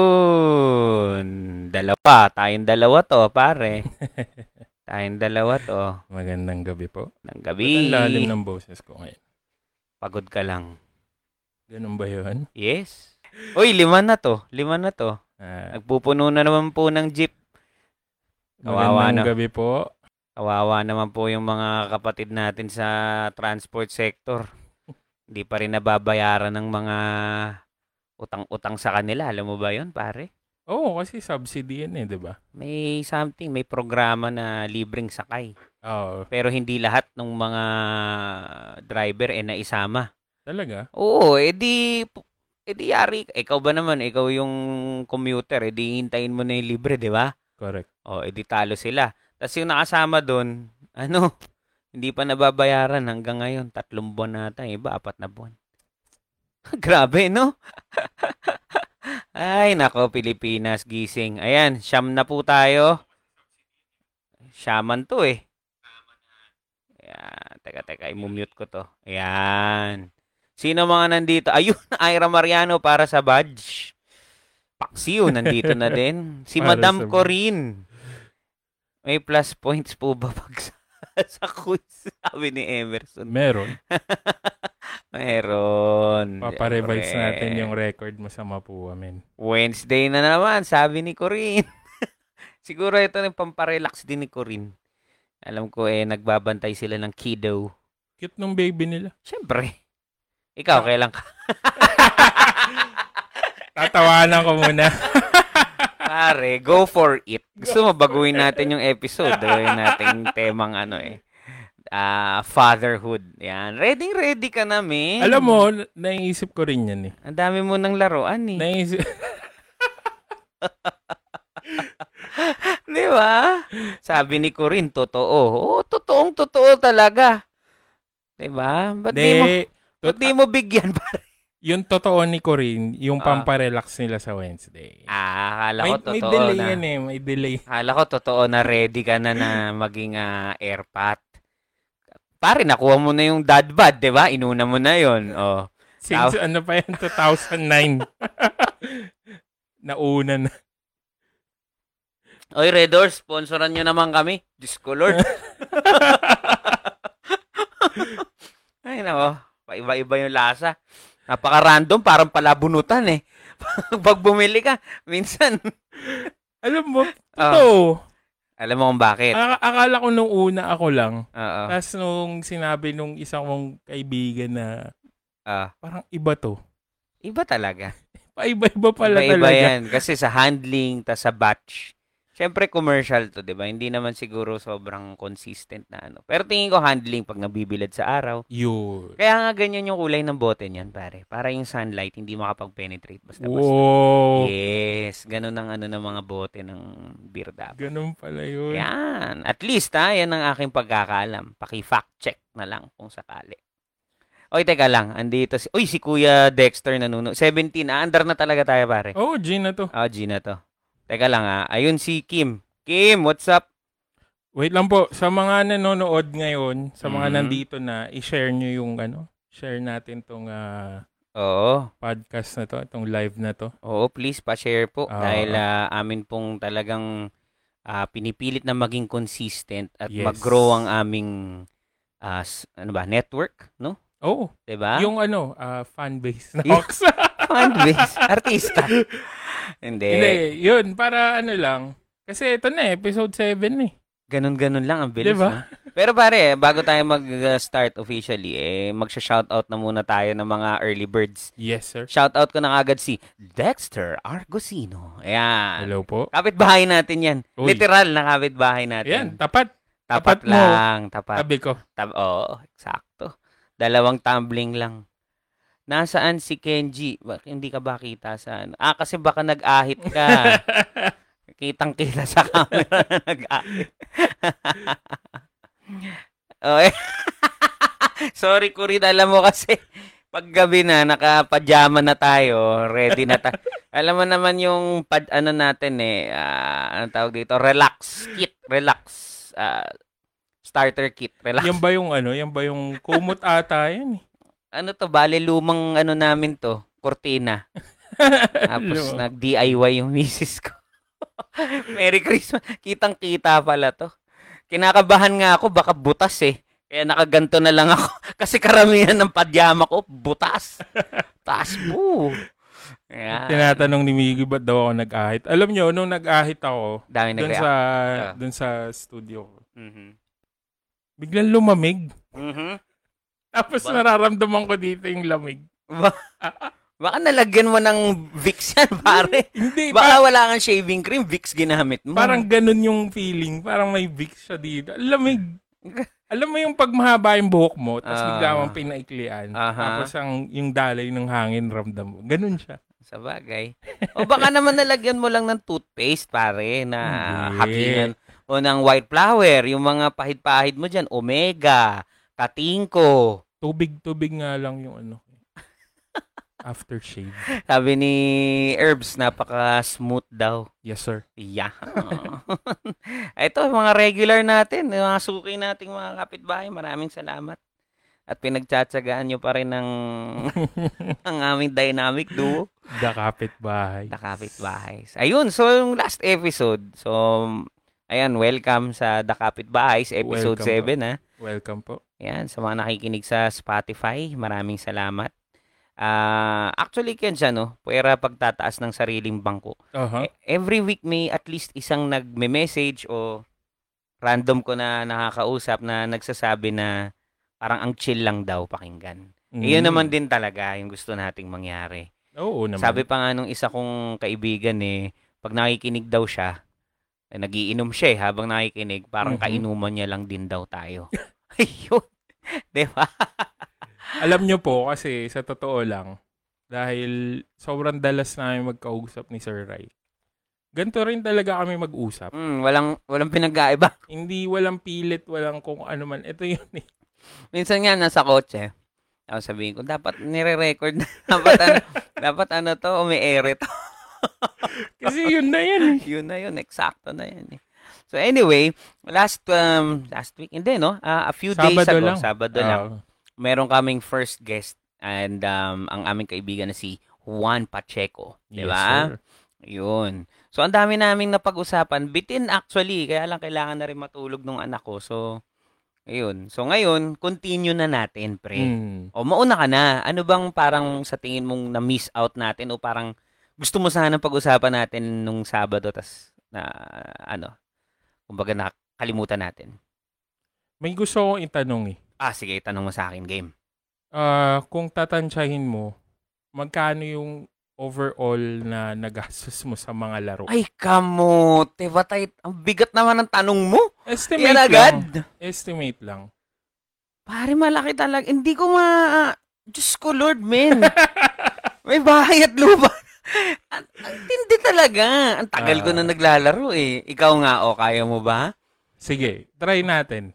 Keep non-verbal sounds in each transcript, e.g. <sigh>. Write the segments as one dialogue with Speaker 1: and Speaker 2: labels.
Speaker 1: Ayun. Dalawa. Tayong dalawa to,
Speaker 2: <laughs>
Speaker 1: pare. Tayong dalawa to.
Speaker 2: Magandang gabi po.
Speaker 1: Ng
Speaker 2: Ba't
Speaker 1: gabi.
Speaker 2: Ang lalim ng boses ko ngayon.
Speaker 1: Pagod ka lang.
Speaker 2: Ganun ba yun?
Speaker 1: Yes. Uy, lima na to. Lima na to.
Speaker 2: Ah,
Speaker 1: Nagpupuno na naman po ng jeep. kawawa
Speaker 2: magandang
Speaker 1: na.
Speaker 2: gabi po.
Speaker 1: Kawawa naman po yung mga kapatid natin sa transport
Speaker 2: <laughs>
Speaker 1: sector. Hindi pa rin nababayaran ng mga utang-utang sa kanila. Alam mo ba yun, pare?
Speaker 2: Oo, kasi subsidy yan eh, di ba?
Speaker 1: May something, may programa na libreng sakay.
Speaker 2: Oo,
Speaker 1: Pero hindi lahat ng mga driver eh naisama.
Speaker 2: talaga.
Speaker 1: Oo, eh, edi edi eh, yari. Ikaw ba naman, ikaw yung commuter, edi hintayin mo na yung libre, di ba?
Speaker 2: Correct.
Speaker 1: O, Oh, edi talo sila. Tapos yung nakasama doon, <laughs> ano, hindi pa nababayaran hanggang ngayon. Tatlong buwan na ata, iba, apat na buwan. <laughs> Grabe, no? <laughs> Ay, nako, Pilipinas, gising. Ayan, siyam na po tayo. Syaman to eh. Ayan, teka, teka, imumute ko to. Ayan. Sino mga nandito? Ayun, <laughs> Ira Mariano para sa badge. Paksiw, nandito
Speaker 2: <laughs>
Speaker 1: na din. Si
Speaker 2: Para sa
Speaker 1: Madam
Speaker 2: badge.
Speaker 1: Corinne. May plus points po ba pag sa, <laughs> sa quiz? Sabi ni Emerson.
Speaker 2: Meron.
Speaker 1: Meron.
Speaker 2: Paparevives
Speaker 1: Siyempre.
Speaker 2: natin yung record mo sa Mapua, men.
Speaker 1: Wednesday na naman, sabi ni Corinne. <laughs> Siguro ito yung pamparelax din ni Corinne. Alam ko eh, nagbabantay sila ng kiddo.
Speaker 2: Cute nung baby nila.
Speaker 1: Siyempre.
Speaker 2: Ah.
Speaker 1: Ikaw, kailan ka?
Speaker 2: Tatawanan ko
Speaker 1: <laughs>
Speaker 2: muna.
Speaker 1: Pare, go for
Speaker 2: <laughs>
Speaker 1: it. Gusto mo, baguhin natin yung episode. Gawin natin temang ano eh. Ah, fatherhood. Yan. Ready, ready ka na, men.
Speaker 2: Alam mo, naiisip ko rin yan eh.
Speaker 1: Ang dami mo ng laruan eh.
Speaker 2: Naiisip...
Speaker 1: Di ba? Sabi ni Corinne, totoo. Oo, totoong totoo talaga. Di ba? Ba't di mo,
Speaker 2: De,
Speaker 1: ba't di mo bigyan <laughs> pa?
Speaker 2: yung totoo ni Corinne, yung
Speaker 1: Ah.
Speaker 2: pamparelax nila sa Wednesday.
Speaker 1: Ah, akala
Speaker 2: may,
Speaker 1: ko
Speaker 2: may
Speaker 1: totoo
Speaker 2: delay
Speaker 1: na.
Speaker 2: yan eh. May delay.
Speaker 1: Akala ko totoo na ready ka na
Speaker 2: <laughs>
Speaker 1: na maging ah, airpat. Pare, nakuha mo na yung dad bod, di ba? Inuna mo na yon. Oh.
Speaker 2: Since ano pa
Speaker 1: <laughs>
Speaker 2: yan, 2009. Nauna na.
Speaker 1: Oy, Redor, sponsoran nyo naman kami. Diyos ko,
Speaker 2: <laughs>
Speaker 1: Lord. Ay, nako. Paiba-iba yung lasa. Napaka-random, parang palabunutan eh. <laughs> Pag bumili ka,
Speaker 2: <laughs>
Speaker 1: minsan.
Speaker 2: Alam mo,
Speaker 1: Ah. Eh.
Speaker 2: totoo.
Speaker 1: Alam mo kung bakit?
Speaker 2: Aka- akala ko nung una ako lang.
Speaker 1: Oo.
Speaker 2: Tapos nung sinabi nung isang kong kaibigan na
Speaker 1: Ah.
Speaker 2: parang iba to.
Speaker 1: Iba talaga.
Speaker 2: Paiba-iba pala
Speaker 1: Iba-iba
Speaker 2: talaga.
Speaker 1: yan. Kasi sa handling, ta sa batch. Siyempre, commercial to, di ba? Hindi naman siguro sobrang consistent na ano. Pero tingin ko handling pag nabibilad sa araw.
Speaker 2: Yun.
Speaker 1: Kaya nga ganyan yung kulay ng bote niyan, pare. Para yung sunlight, hindi makapag-penetrate. Basta-basta.
Speaker 2: Wow.
Speaker 1: Yes. Ganun ang ano ng mga bote ng beer dapat.
Speaker 2: Ganun pala yun.
Speaker 1: Yan. At least, ha, yan ang aking pagkakaalam. Paki-fact check na lang kung sakali. Oy, teka lang. Andito si... Uy, si Kuya Dexter nanuno. 17. Ah, under na talaga tayo, pare.
Speaker 2: Oh, Gina to.
Speaker 1: Ah, Gina to. Teka lang, ah. Ayun si Kim. Kim, what's up?
Speaker 2: Wait lang po. Sa mga nanonood ngayon, sa mga
Speaker 1: Mhm.
Speaker 2: nandito na, i-share nyo yung ano, share natin tong ah,
Speaker 1: Oo.
Speaker 2: podcast na to, itong live na to.
Speaker 1: Oo, please, pa-share po.
Speaker 2: Ah,
Speaker 1: dahil ah, amin pong talagang ah, pinipilit na maging consistent at
Speaker 2: Yes.
Speaker 1: mag-grow ang aming ah, s- ano ba, network, no?
Speaker 2: Oh,
Speaker 1: 'Di ba?
Speaker 2: yung ano, ah, fan base <laughs> na
Speaker 1: Yung- <laughs>
Speaker 2: Ox.
Speaker 1: Fanbase. Artista. Hindi.
Speaker 2: Hindi, yun, para ano lang. Kasi ito na, eh, episode 7 eh.
Speaker 1: Ganun-ganun lang. Ang bilis, no?
Speaker 2: Diba?
Speaker 1: Pero pare, bago tayo mag-start officially, eh, magsha-shoutout na muna tayo ng mga early birds.
Speaker 2: Yes, sir.
Speaker 1: Shoutout ko na kagad si Dexter Argosino. Ayan.
Speaker 2: Hello po.
Speaker 1: Kapitbahay natin yan. Ah.
Speaker 2: Uy.
Speaker 1: Literal na kapitbahay
Speaker 2: Ayan,
Speaker 1: natin. Ah.
Speaker 2: tapat.
Speaker 1: tapat,
Speaker 2: tapat mo.
Speaker 1: lang. Tapat.
Speaker 2: Sabi ko.
Speaker 1: Tab- Oo, eksakto. Dalawang tumbling lang. Nasaan si Kenji? Bak- hindi ka ba kita sa ano? Ah, kasi baka nag-ahit ka. Kitang-kita sa camera na <laughs> nag-aakit. okay. Oh, eh. <laughs> Sorry, Kurin. Alam mo kasi, paggabi na, nakapajama na tayo, ready na tayo. alam mo naman yung pad, ano natin eh, ah, ano tawag dito? Relax kit, relax. ah, starter kit, relax.
Speaker 2: Yan ba yung ano? Yan ba yung kumot ata yan eh? <laughs>
Speaker 1: Ano to, bale lumang ano namin to, kortina. Tapos
Speaker 2: Ano?
Speaker 1: nag-DIY yung misis ko. <laughs> Merry Christmas. Kitang-kita pala to. Kinakabahan nga ako, baka butas eh. Kaya nakaganto na lang ako. <laughs> Kasi karamihan ng padyama ko, butas. Taas po. Ayan.
Speaker 2: Tinatanong ni Miggy ba't daw ako nag-ahit. Alam nyo, nung nag-ahit ako,
Speaker 1: Dami
Speaker 2: dun
Speaker 1: nag-react.
Speaker 2: sa,
Speaker 1: Ah.
Speaker 2: dun sa studio ko,
Speaker 1: Mhm.
Speaker 2: biglang lumamig.
Speaker 1: Mhm.
Speaker 2: Tapos
Speaker 1: Ba-
Speaker 2: nararamdaman ko dito yung lamig.
Speaker 1: Ba- Baka nalagyan mo ng Vicks yan, <laughs> pare.
Speaker 2: Hindi,
Speaker 1: Baka wala kang shaving cream, Vicks ginamit mo.
Speaker 2: pa- parang ganun yung feeling. Parang may Vicks siya dito. Lamig. Alam mo yung pag mahaba yung buhok mo, tapos
Speaker 1: Ah.
Speaker 2: bigla mong pinaiklian.
Speaker 1: Aha.
Speaker 2: Tapos ang, yung dalay ng hangin ramdam mo. Ganun siya.
Speaker 1: Sa bagay. O baka naman nalagyan mo lang ng toothpaste, pare, na
Speaker 2: Hindi.
Speaker 1: hakingan. O ng white flower, yung mga pahid-pahid mo dyan. Omega, katingko.
Speaker 2: Tubig-tubig nga lang yung
Speaker 1: <laughs>
Speaker 2: ano. Aftershave.
Speaker 1: Sabi ni Herbs, napaka-smooth daw.
Speaker 2: Yes, sir.
Speaker 1: Yeah. <laughs> Ito, mga regular natin, yung mga suki nating mga kapitbahay, maraming salamat. At pinagtsatsagaan nyo pa rin ng, ang aming dynamic duo.
Speaker 2: The kapitbahay.
Speaker 1: The Kapitbahay. Ayun, so yung last episode. So, ayan, welcome sa The Kapitbahay, sa episode
Speaker 2: Welcome
Speaker 1: 7, ha?
Speaker 2: Welcome po.
Speaker 1: Ayan, sa mga nakikinig sa Spotify, maraming salamat. Ah, actually, Kenja, no? Pwera pagtataas ng sariling bangko.
Speaker 2: Aha.
Speaker 1: E- every week may at least isang nagme-message o random ko na nakakausap na nagsasabi na parang ang chill lang daw pakinggan. Iyon
Speaker 2: Mm.
Speaker 1: Eh, naman din talaga yung gusto nating mangyari.
Speaker 2: Oo naman.
Speaker 1: Sabi pa nga nung isa kong kaibigan eh, pag nakikinig daw siya, eh, nagiinom siya eh, habang nakikinig, parang
Speaker 2: Mhm.
Speaker 1: kainuman niya lang din daw tayo. <laughs> Ayun. Di ba?
Speaker 2: Alam nyo po kasi sa totoo lang, dahil sobrang dalas namin magkausap ni Sir Ray. Ganito rin talaga kami mag-usap.
Speaker 1: Mm, walang, walang pinag-aiba.
Speaker 2: Hindi walang pilit, walang kung ano man. Ito yun eh.
Speaker 1: <laughs> Minsan nga, nasa kotse. Tapos sabihin ko, dapat nire-record na. <laughs> dapat, ano, dapat ano to, umi-ere to.
Speaker 2: <laughs> Kasi yun na yan eh.
Speaker 1: <laughs> Yun na yun, eksakto na yun eh. So anyway, last um, last week, hindi no, Ah, a few days
Speaker 2: Sabado
Speaker 1: ago,
Speaker 2: lang. Ah.
Speaker 1: Sabado lang,
Speaker 2: Oh,
Speaker 1: meron kaming first guest and um, ang aming kaibigan na si Juan Pacheco. Di ba? Yun. So, ang dami naming napag-usapan. Bitin actually. Kaya lang kailangan na rin matulog nung anak ko. So, ayun. So, ngayon, continue na natin, pre.
Speaker 2: Mm.
Speaker 1: O, mauna ka na. Ano bang parang sa tingin mong na-miss out natin o parang gusto mo sana pag-usapan natin nung Sabado tas na ano, kumbaga nakalimutan natin.
Speaker 2: May gusto kong itanong eh.
Speaker 1: Ah, sige, tanong mo sa akin, game.
Speaker 2: Ah, kung tatansyahin mo, magkano yung overall na nagastos mo sa mga laro?
Speaker 1: Ay, kamote. Batay. Ang bigat naman ng tanong mo.
Speaker 2: Estimate
Speaker 1: Yan
Speaker 2: lang.
Speaker 1: agad.
Speaker 2: Estimate lang.
Speaker 1: Pare, malaki talaga. Hindi ko ma... Diyos ko, Lord,
Speaker 2: <laughs>
Speaker 1: men. May bahay at lupa. Ang ang tindi talaga. Ang tagal ko na
Speaker 2: Ah.
Speaker 1: naglalaro eh. Ikaw nga, o, kaya mo ba?
Speaker 2: Sige, try natin.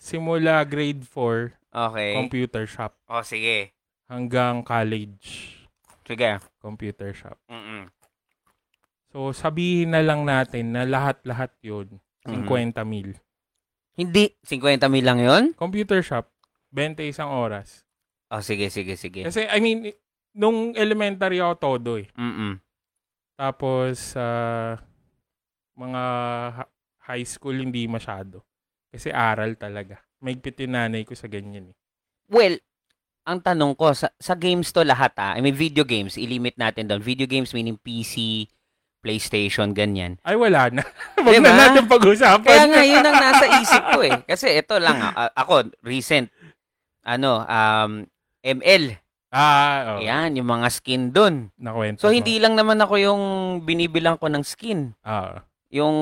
Speaker 2: Simula grade 4,
Speaker 1: Okay.
Speaker 2: computer shop,
Speaker 1: O, sige.
Speaker 2: hanggang college,
Speaker 1: Sige.
Speaker 2: computer shop.
Speaker 1: Mm-mm.
Speaker 2: So, sabihin na lang natin na lahat-lahat yun,
Speaker 1: Mhm.
Speaker 2: 50 mil.
Speaker 1: Hindi. 50 mil lang yun?
Speaker 2: Computer shop, 21 oras.
Speaker 1: O, sige, sige, sige.
Speaker 2: Kasi, I mean, nung elementary ako todo eh.
Speaker 1: Mm-mm.
Speaker 2: Tapos, sa mga ha- high school, hindi masyado. Kasi aral talaga. Maigpit yung nanay ko sa ganyan eh.
Speaker 1: Well, ang tanong ko, sa, sa games to lahat ah, I mean video games, ilimit natin doon. Video games meaning PC, PlayStation,
Speaker 2: <laughs>
Speaker 1: ganyan.
Speaker 2: Ay, wala na. Huwag
Speaker 1: Diba?
Speaker 2: na natin pag-usapan.
Speaker 1: Kaya nga, yun ang
Speaker 2: <laughs>
Speaker 1: nasa isip ko eh. Kasi ito lang, ah, ako, recent, ano, um, ML.
Speaker 2: Ah, oo.
Speaker 1: Yan, yung mga skin doon.
Speaker 2: Nakwento
Speaker 1: So,
Speaker 2: ko.
Speaker 1: hindi lang naman ako yung binibilang ko ng skin.
Speaker 2: Ah,
Speaker 1: Yung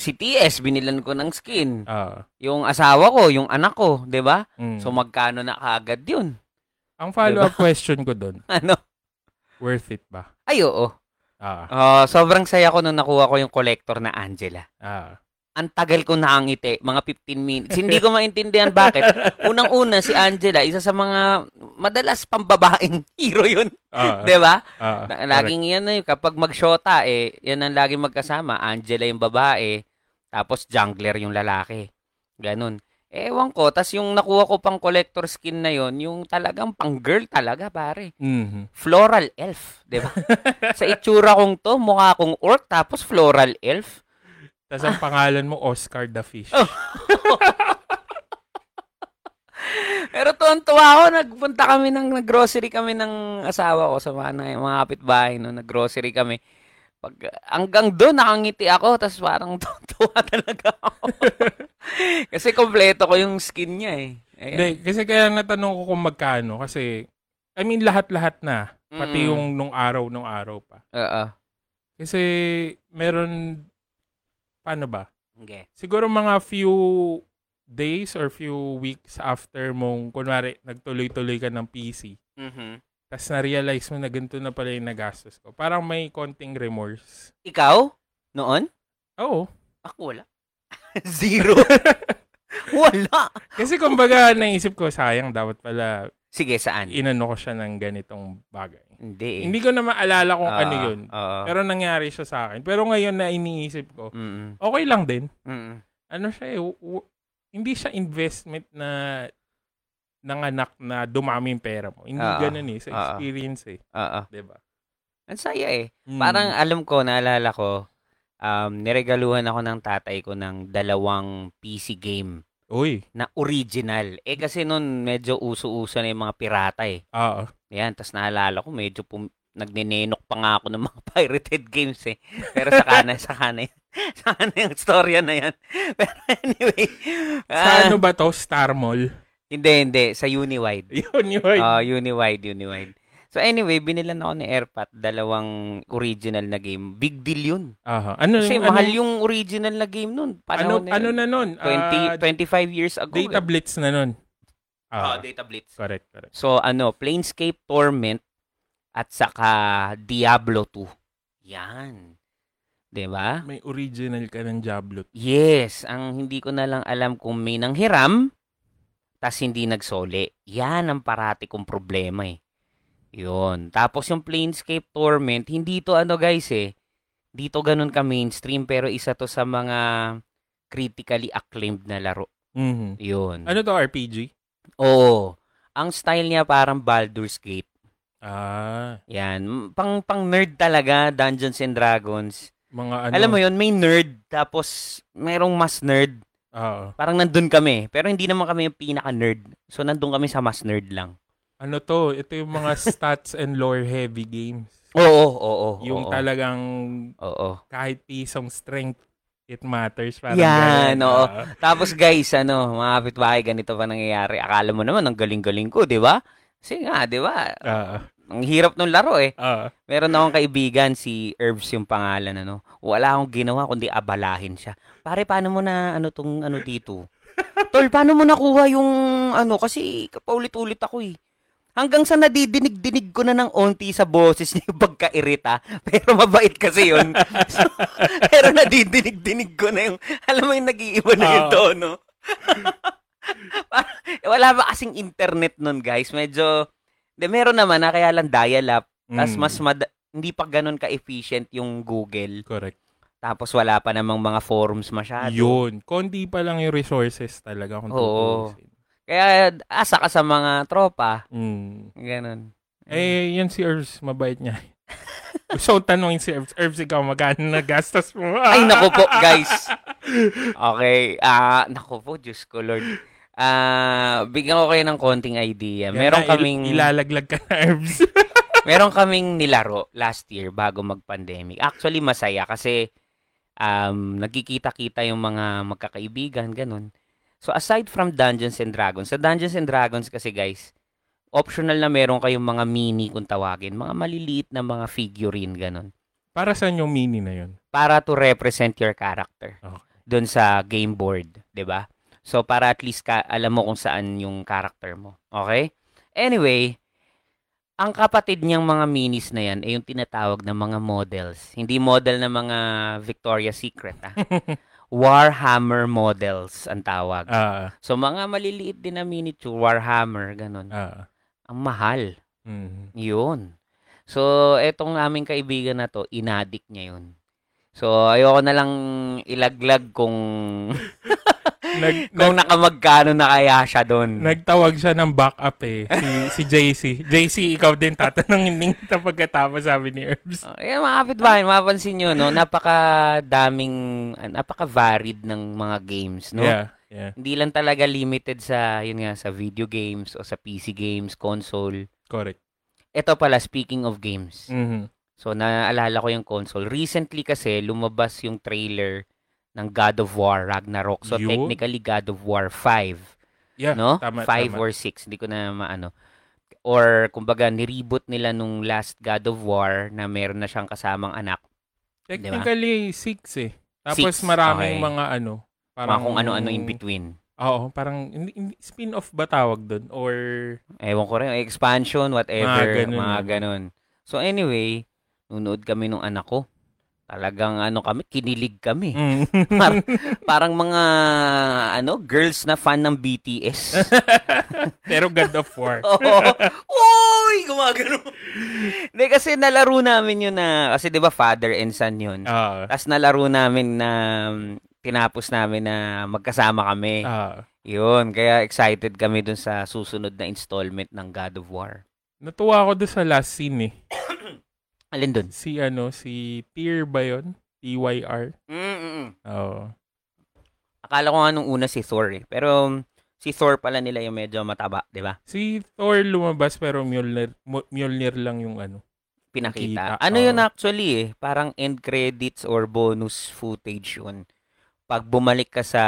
Speaker 1: si TS, binilan ko ng skin.
Speaker 2: ah.
Speaker 1: Yung asawa ko, yung anak ko, di ba?
Speaker 2: mm.
Speaker 1: So, diba? magkano na kaagad yun? <laughs>
Speaker 2: Ang follow-up question ko doon,
Speaker 1: Ano?
Speaker 2: worth it ba?
Speaker 1: Ay, oo.
Speaker 2: Ah,
Speaker 1: Ah, sobrang saya ko nung nakuha ko yung collector na Angela.
Speaker 2: ah.
Speaker 1: Ang tagal ko nakangiti, mga 15 minutes. Hindi ko maintindihan
Speaker 2: <laughs>
Speaker 1: bakit. Unang-una si Angela, isa sa mga madalas pambabaing <laughs> hero yun.
Speaker 2: Ah,
Speaker 1: <laughs> 'Di ba?
Speaker 2: ah,
Speaker 1: Na- Laging yan na yun. Kapag magshota, eh, yan ang laging magkasama. Angela yung babae, tapos jungler yung lalaki. Ganun. Ewan ko. Tapos yung nakuha ko pang collector skin na yon yung talagang pang girl talaga, pare.
Speaker 2: Mhm.
Speaker 1: Floral elf, di <laughs> ba? Sa itsura kong to, mukha akong orc, tapos floral elf.
Speaker 2: Tapos ang pangalan mo, Oscar the Fish.
Speaker 1: Ah. Oh. Pero tuwan-tuwa ako, nagpunta kami ng, naggrocery kami ng asawa ko sa mga, na- mga kapitbahay, no? naggrocery kami. Pag, hanggang doon, nakangiti ako, tapos parang <laughs> tuwa talaga <laughs> ako. Kasi kompleto ko yung skin niya eh. Ayan.
Speaker 2: Hindi, kasi kaya natanong ko kung magkano. Kasi, I mean, lahat-lahat na. Pati
Speaker 1: Mm.
Speaker 2: yung nung araw, nung araw pa.
Speaker 1: Oo.
Speaker 2: Kasi, meron, paano ba?
Speaker 1: Okay.
Speaker 2: Siguro mga few days or few weeks after mong, kunwari, nagtuloy-tuloy ka ng PC.
Speaker 1: Mhm.
Speaker 2: Tapos na-realize mo na ganito na pala yung nagastos ko. Parang may konting remorse.
Speaker 1: Ikaw? Noon?
Speaker 2: Oo.
Speaker 1: Ako wala. <laughs> Zero. wala.
Speaker 2: Kasi kumbaga, <laughs> naisip ko, sayang, dapat pala
Speaker 1: Sige, saan?
Speaker 2: inano ko siya ng ganitong bagay.
Speaker 1: Hindi eh.
Speaker 2: Hindi ko na maalala kung
Speaker 1: Ah,
Speaker 2: ano yun.
Speaker 1: Oo.
Speaker 2: Pero nangyari siya sa akin. Pero ngayon na iniisip ko,
Speaker 1: Mm-mm.
Speaker 2: okay lang din.
Speaker 1: Mm-mm.
Speaker 2: Ano siya eh, w- w- hindi siya investment na nanganak na dumami yung pera mo. Hindi
Speaker 1: Ah,
Speaker 2: ganun eh. Sa
Speaker 1: ah.
Speaker 2: experience eh.
Speaker 1: Oo.
Speaker 2: ba? Diba?
Speaker 1: Ang saya eh.
Speaker 2: Mm.
Speaker 1: Parang alam ko, naalala ko, um, niregaluhan ako ng tatay ko ng dalawang PC game
Speaker 2: Uy.
Speaker 1: na original. Eh kasi noon medyo uso-uso na yung mga pirata eh.
Speaker 2: Ah. ah.
Speaker 1: Yan, tas naalala ko medyo pum- nagnenenok pa nga ako ng mga <laughs> pirated games eh. Pero sa kana, sa kana <laughs> yan. Sa kana yung storya na yan. <laughs> Pero anyway.
Speaker 2: Sa
Speaker 1: ah,
Speaker 2: ano ba to? Star Mall? <laughs>
Speaker 1: hindi, hindi. Sa Uniwide.
Speaker 2: yun, yun.
Speaker 1: Ah, Uniwide, Uniwide. So anyway, binilan ako ni Airpat dalawang original na game. Big deal yun.
Speaker 2: Aha. Ano,
Speaker 1: Kasi
Speaker 2: ano,
Speaker 1: mahal yung original na game nun.
Speaker 2: ano,
Speaker 1: Panahon na
Speaker 2: ano
Speaker 1: yun.
Speaker 2: na nun?
Speaker 1: 20,
Speaker 2: Ah,
Speaker 1: 25 years ago.
Speaker 2: data blitz na nun.
Speaker 1: eh. Ah,
Speaker 2: Ah,
Speaker 1: Data Blitz.
Speaker 2: correct, correct.
Speaker 1: So ano, Planescape Torment at saka Diablo 2. Yan. 'Di ba?
Speaker 2: May original ka ng Diablo.
Speaker 1: Yes, ang hindi ko na lang alam kung may nanghiram tas hindi nagsole. Yan ang parati kong problema eh. Yun. Tapos yung Planescape Torment, hindi to ano guys eh. Dito ganun ka mainstream pero isa to sa mga critically acclaimed na laro.
Speaker 2: Mhm.
Speaker 1: Yun.
Speaker 2: Ano to, RPG?
Speaker 1: Oo. Ang style niya parang Baldur's Gate.
Speaker 2: Ah,
Speaker 1: Yan. M- Pang, pang nerd talaga, Dungeons and Dragons.
Speaker 2: mga ano.
Speaker 1: Alam mo yun, may nerd, tapos merong mas nerd.
Speaker 2: Oo.
Speaker 1: Parang nandun kami. Pero hindi naman kami yung pinaka-nerd. So, nandun kami sa mas nerd lang.
Speaker 2: ano to? Ito yung
Speaker 1: <laughs>
Speaker 2: mga stats and lore heavy games.
Speaker 1: Oo, oo, oo.
Speaker 2: Yung
Speaker 1: oo,
Speaker 2: talagang
Speaker 1: Oo.
Speaker 2: kahit pisong strength, it matters. Parang
Speaker 1: Yan,
Speaker 2: ganun.
Speaker 1: oo.
Speaker 2: Ah.
Speaker 1: Tapos guys, ano, mga kapitbahay, ganito pa nangyayari. Akala mo naman, ang galing-galing ko, di ba? Kasi nga, di ba?
Speaker 2: Ah,
Speaker 1: Ang hirap nung laro eh.
Speaker 2: ah.
Speaker 1: Meron akong kaibigan, si Herbs yung pangalan, ano. Wala akong ginawa kundi abalahin siya. Pare, paano mo na, ano tong, ano dito? Tol, paano mo nakuha yung, ano, kasi paulit-ulit ako eh. Hanggang sa nadidinig-dinig ko na ng onti sa boses niya yung pagkairita. Pero mabait kasi yun. So, pero nadidinig-dinig ko na yung, alam mo yung nag-iiba na yung
Speaker 2: Oo.
Speaker 1: tono. <laughs> Parang, Wala ba kasing internet nun, guys? Medyo, de, meron naman na kaya lang dial-up. Tapos
Speaker 2: Mm,
Speaker 1: mas mad- hindi pa ganun ka-efficient yung Google.
Speaker 2: Correct.
Speaker 1: Tapos wala pa namang mga forums masyado.
Speaker 2: Yun. Konti pa lang yung resources talaga kung
Speaker 1: Ah, Oo.
Speaker 2: tutuusin.
Speaker 1: Kaya asa ka sa mga tropa.
Speaker 2: Mm.
Speaker 1: Ganun. Mm.
Speaker 2: Eh, yan si Herbs. Mabait
Speaker 1: <laughs>
Speaker 2: niya. Gusto kong tanongin si Herbs. Herbs, ikaw magkano nagastos mo? Ah.
Speaker 1: Ay, nako po, guys.
Speaker 2: <laughs>
Speaker 1: Okay. Ah, nako po, Diyos ko, Lord. Ah, bigyan ko kayo ng konting idea.
Speaker 2: Yan
Speaker 1: Meron
Speaker 2: na, il-
Speaker 1: kaming
Speaker 2: ilalaglag ka na, Herbs.
Speaker 1: meron kaming nilaro last year bago mag-pandemic. Actually, masaya kasi um, nagkikita-kita yung mga magkakaibigan, ganun. So, aside from Dungeons and Dragons, sa Dungeons and Dragons kasi guys, optional na meron kayong mga mini kung tawagin, mga maliliit na mga figurine, ganun.
Speaker 2: <laughs> Para saan yung mini na yun?
Speaker 1: Para to represent your character
Speaker 2: Okay.
Speaker 1: doon sa game board, 'di ba? So para at least ka alam mo kung saan yung character mo. Okay? Anyway, ang kapatid niyang mga minis na yan ay yung tinatawag na mga models. Hindi model na mga Victoria's Secret,
Speaker 2: <laughs>
Speaker 1: ah. Warhammer models ang tawag.
Speaker 2: Ah,
Speaker 1: So mga maliliit din na miniature, Warhammer, ganun.
Speaker 2: ah.
Speaker 1: Ang mahal.
Speaker 2: Mm.
Speaker 1: <laughs> Yun. So, etong aming kaibigan na to, inadik niya yun. So, ayoko na lang ilaglag kung
Speaker 2: Nag,
Speaker 1: Kung
Speaker 2: nag-
Speaker 1: nakamagkano na kaya siya doon.
Speaker 2: Mm. nagtawag siya ng backup eh. Si, si JC. JC, ikaw din tatanungin kita pagkatapos sabi ni Herbs.
Speaker 1: Oh, eh, mga kapitbahay, mapapansin nyo, no? Napaka-daming, ah, napaka-varied ng mga games, no?
Speaker 2: Yeah. Yeah.
Speaker 1: Hindi lang talaga limited sa, yun nga, sa video games o sa PC games, console.
Speaker 2: Correct.
Speaker 1: Ito pala, speaking of games.
Speaker 2: Mhm.
Speaker 1: So, naalala ko yung console. Recently kasi, lumabas yung trailer ng God of War, Ragnarok. So,
Speaker 2: Yun.
Speaker 1: technically, God of War
Speaker 2: <laughs>
Speaker 1: 5,
Speaker 2: Yeah.
Speaker 1: no?
Speaker 2: Tama,
Speaker 1: 5
Speaker 2: tama.
Speaker 1: or 6, hindi ko na maano. Or, kumbaga, nireboot nila nung last God of War na meron na siyang kasamang anak.
Speaker 2: Technically, six eh. Tapos
Speaker 1: Six, okay.
Speaker 2: maraming mga ano.
Speaker 1: mga kung ano-ano in between.
Speaker 2: Oo, parang hindi- hindi- spin-off ba tawag doon?
Speaker 1: <laughs>
Speaker 2: Or
Speaker 1: Ewan ko rin, expansion, whatever, mga
Speaker 2: Mga
Speaker 1: ganun.
Speaker 2: ganun, ano.
Speaker 1: So anyway, nunood kami nung anak ko. Talagang ano kami, kinilig
Speaker 2: <laughs>
Speaker 1: kami.
Speaker 2: Mm.
Speaker 1: Parang- Parang mga ano, girls na fan ng
Speaker 2: <laughs>
Speaker 1: BTS.
Speaker 2: Pero God of War.
Speaker 1: Oo. <laughs> Uy, gumagano. Hindi kasi nalaro namin yun na, kasi 'di ba father and son yun.
Speaker 2: Ah.
Speaker 1: Tapos nalaro namin na um, tinapos namin na magkasama kami.
Speaker 2: ah.
Speaker 1: Yun, kaya excited kami dun sa susunod na installment ng God of War.
Speaker 2: Natuwa ako doon sa last scene eh.
Speaker 1: Alin dun?
Speaker 2: Si ano, si Tyr ba yun? T-Y-R?
Speaker 1: Mm, Mm-mm.
Speaker 2: Oo.
Speaker 1: Akala ko nga nung una si Thor eh. Pero um, si Thor pala nila yung medyo mataba, di ba?
Speaker 2: Si Thor lumabas pero Mjolnir, Mu- Mjolnir lang yung ano.
Speaker 1: Pinakita.
Speaker 2: Nakita,
Speaker 1: Ano
Speaker 2: oo.
Speaker 1: yun actually eh? Parang end credits or bonus footage yun. Pag bumalik ka sa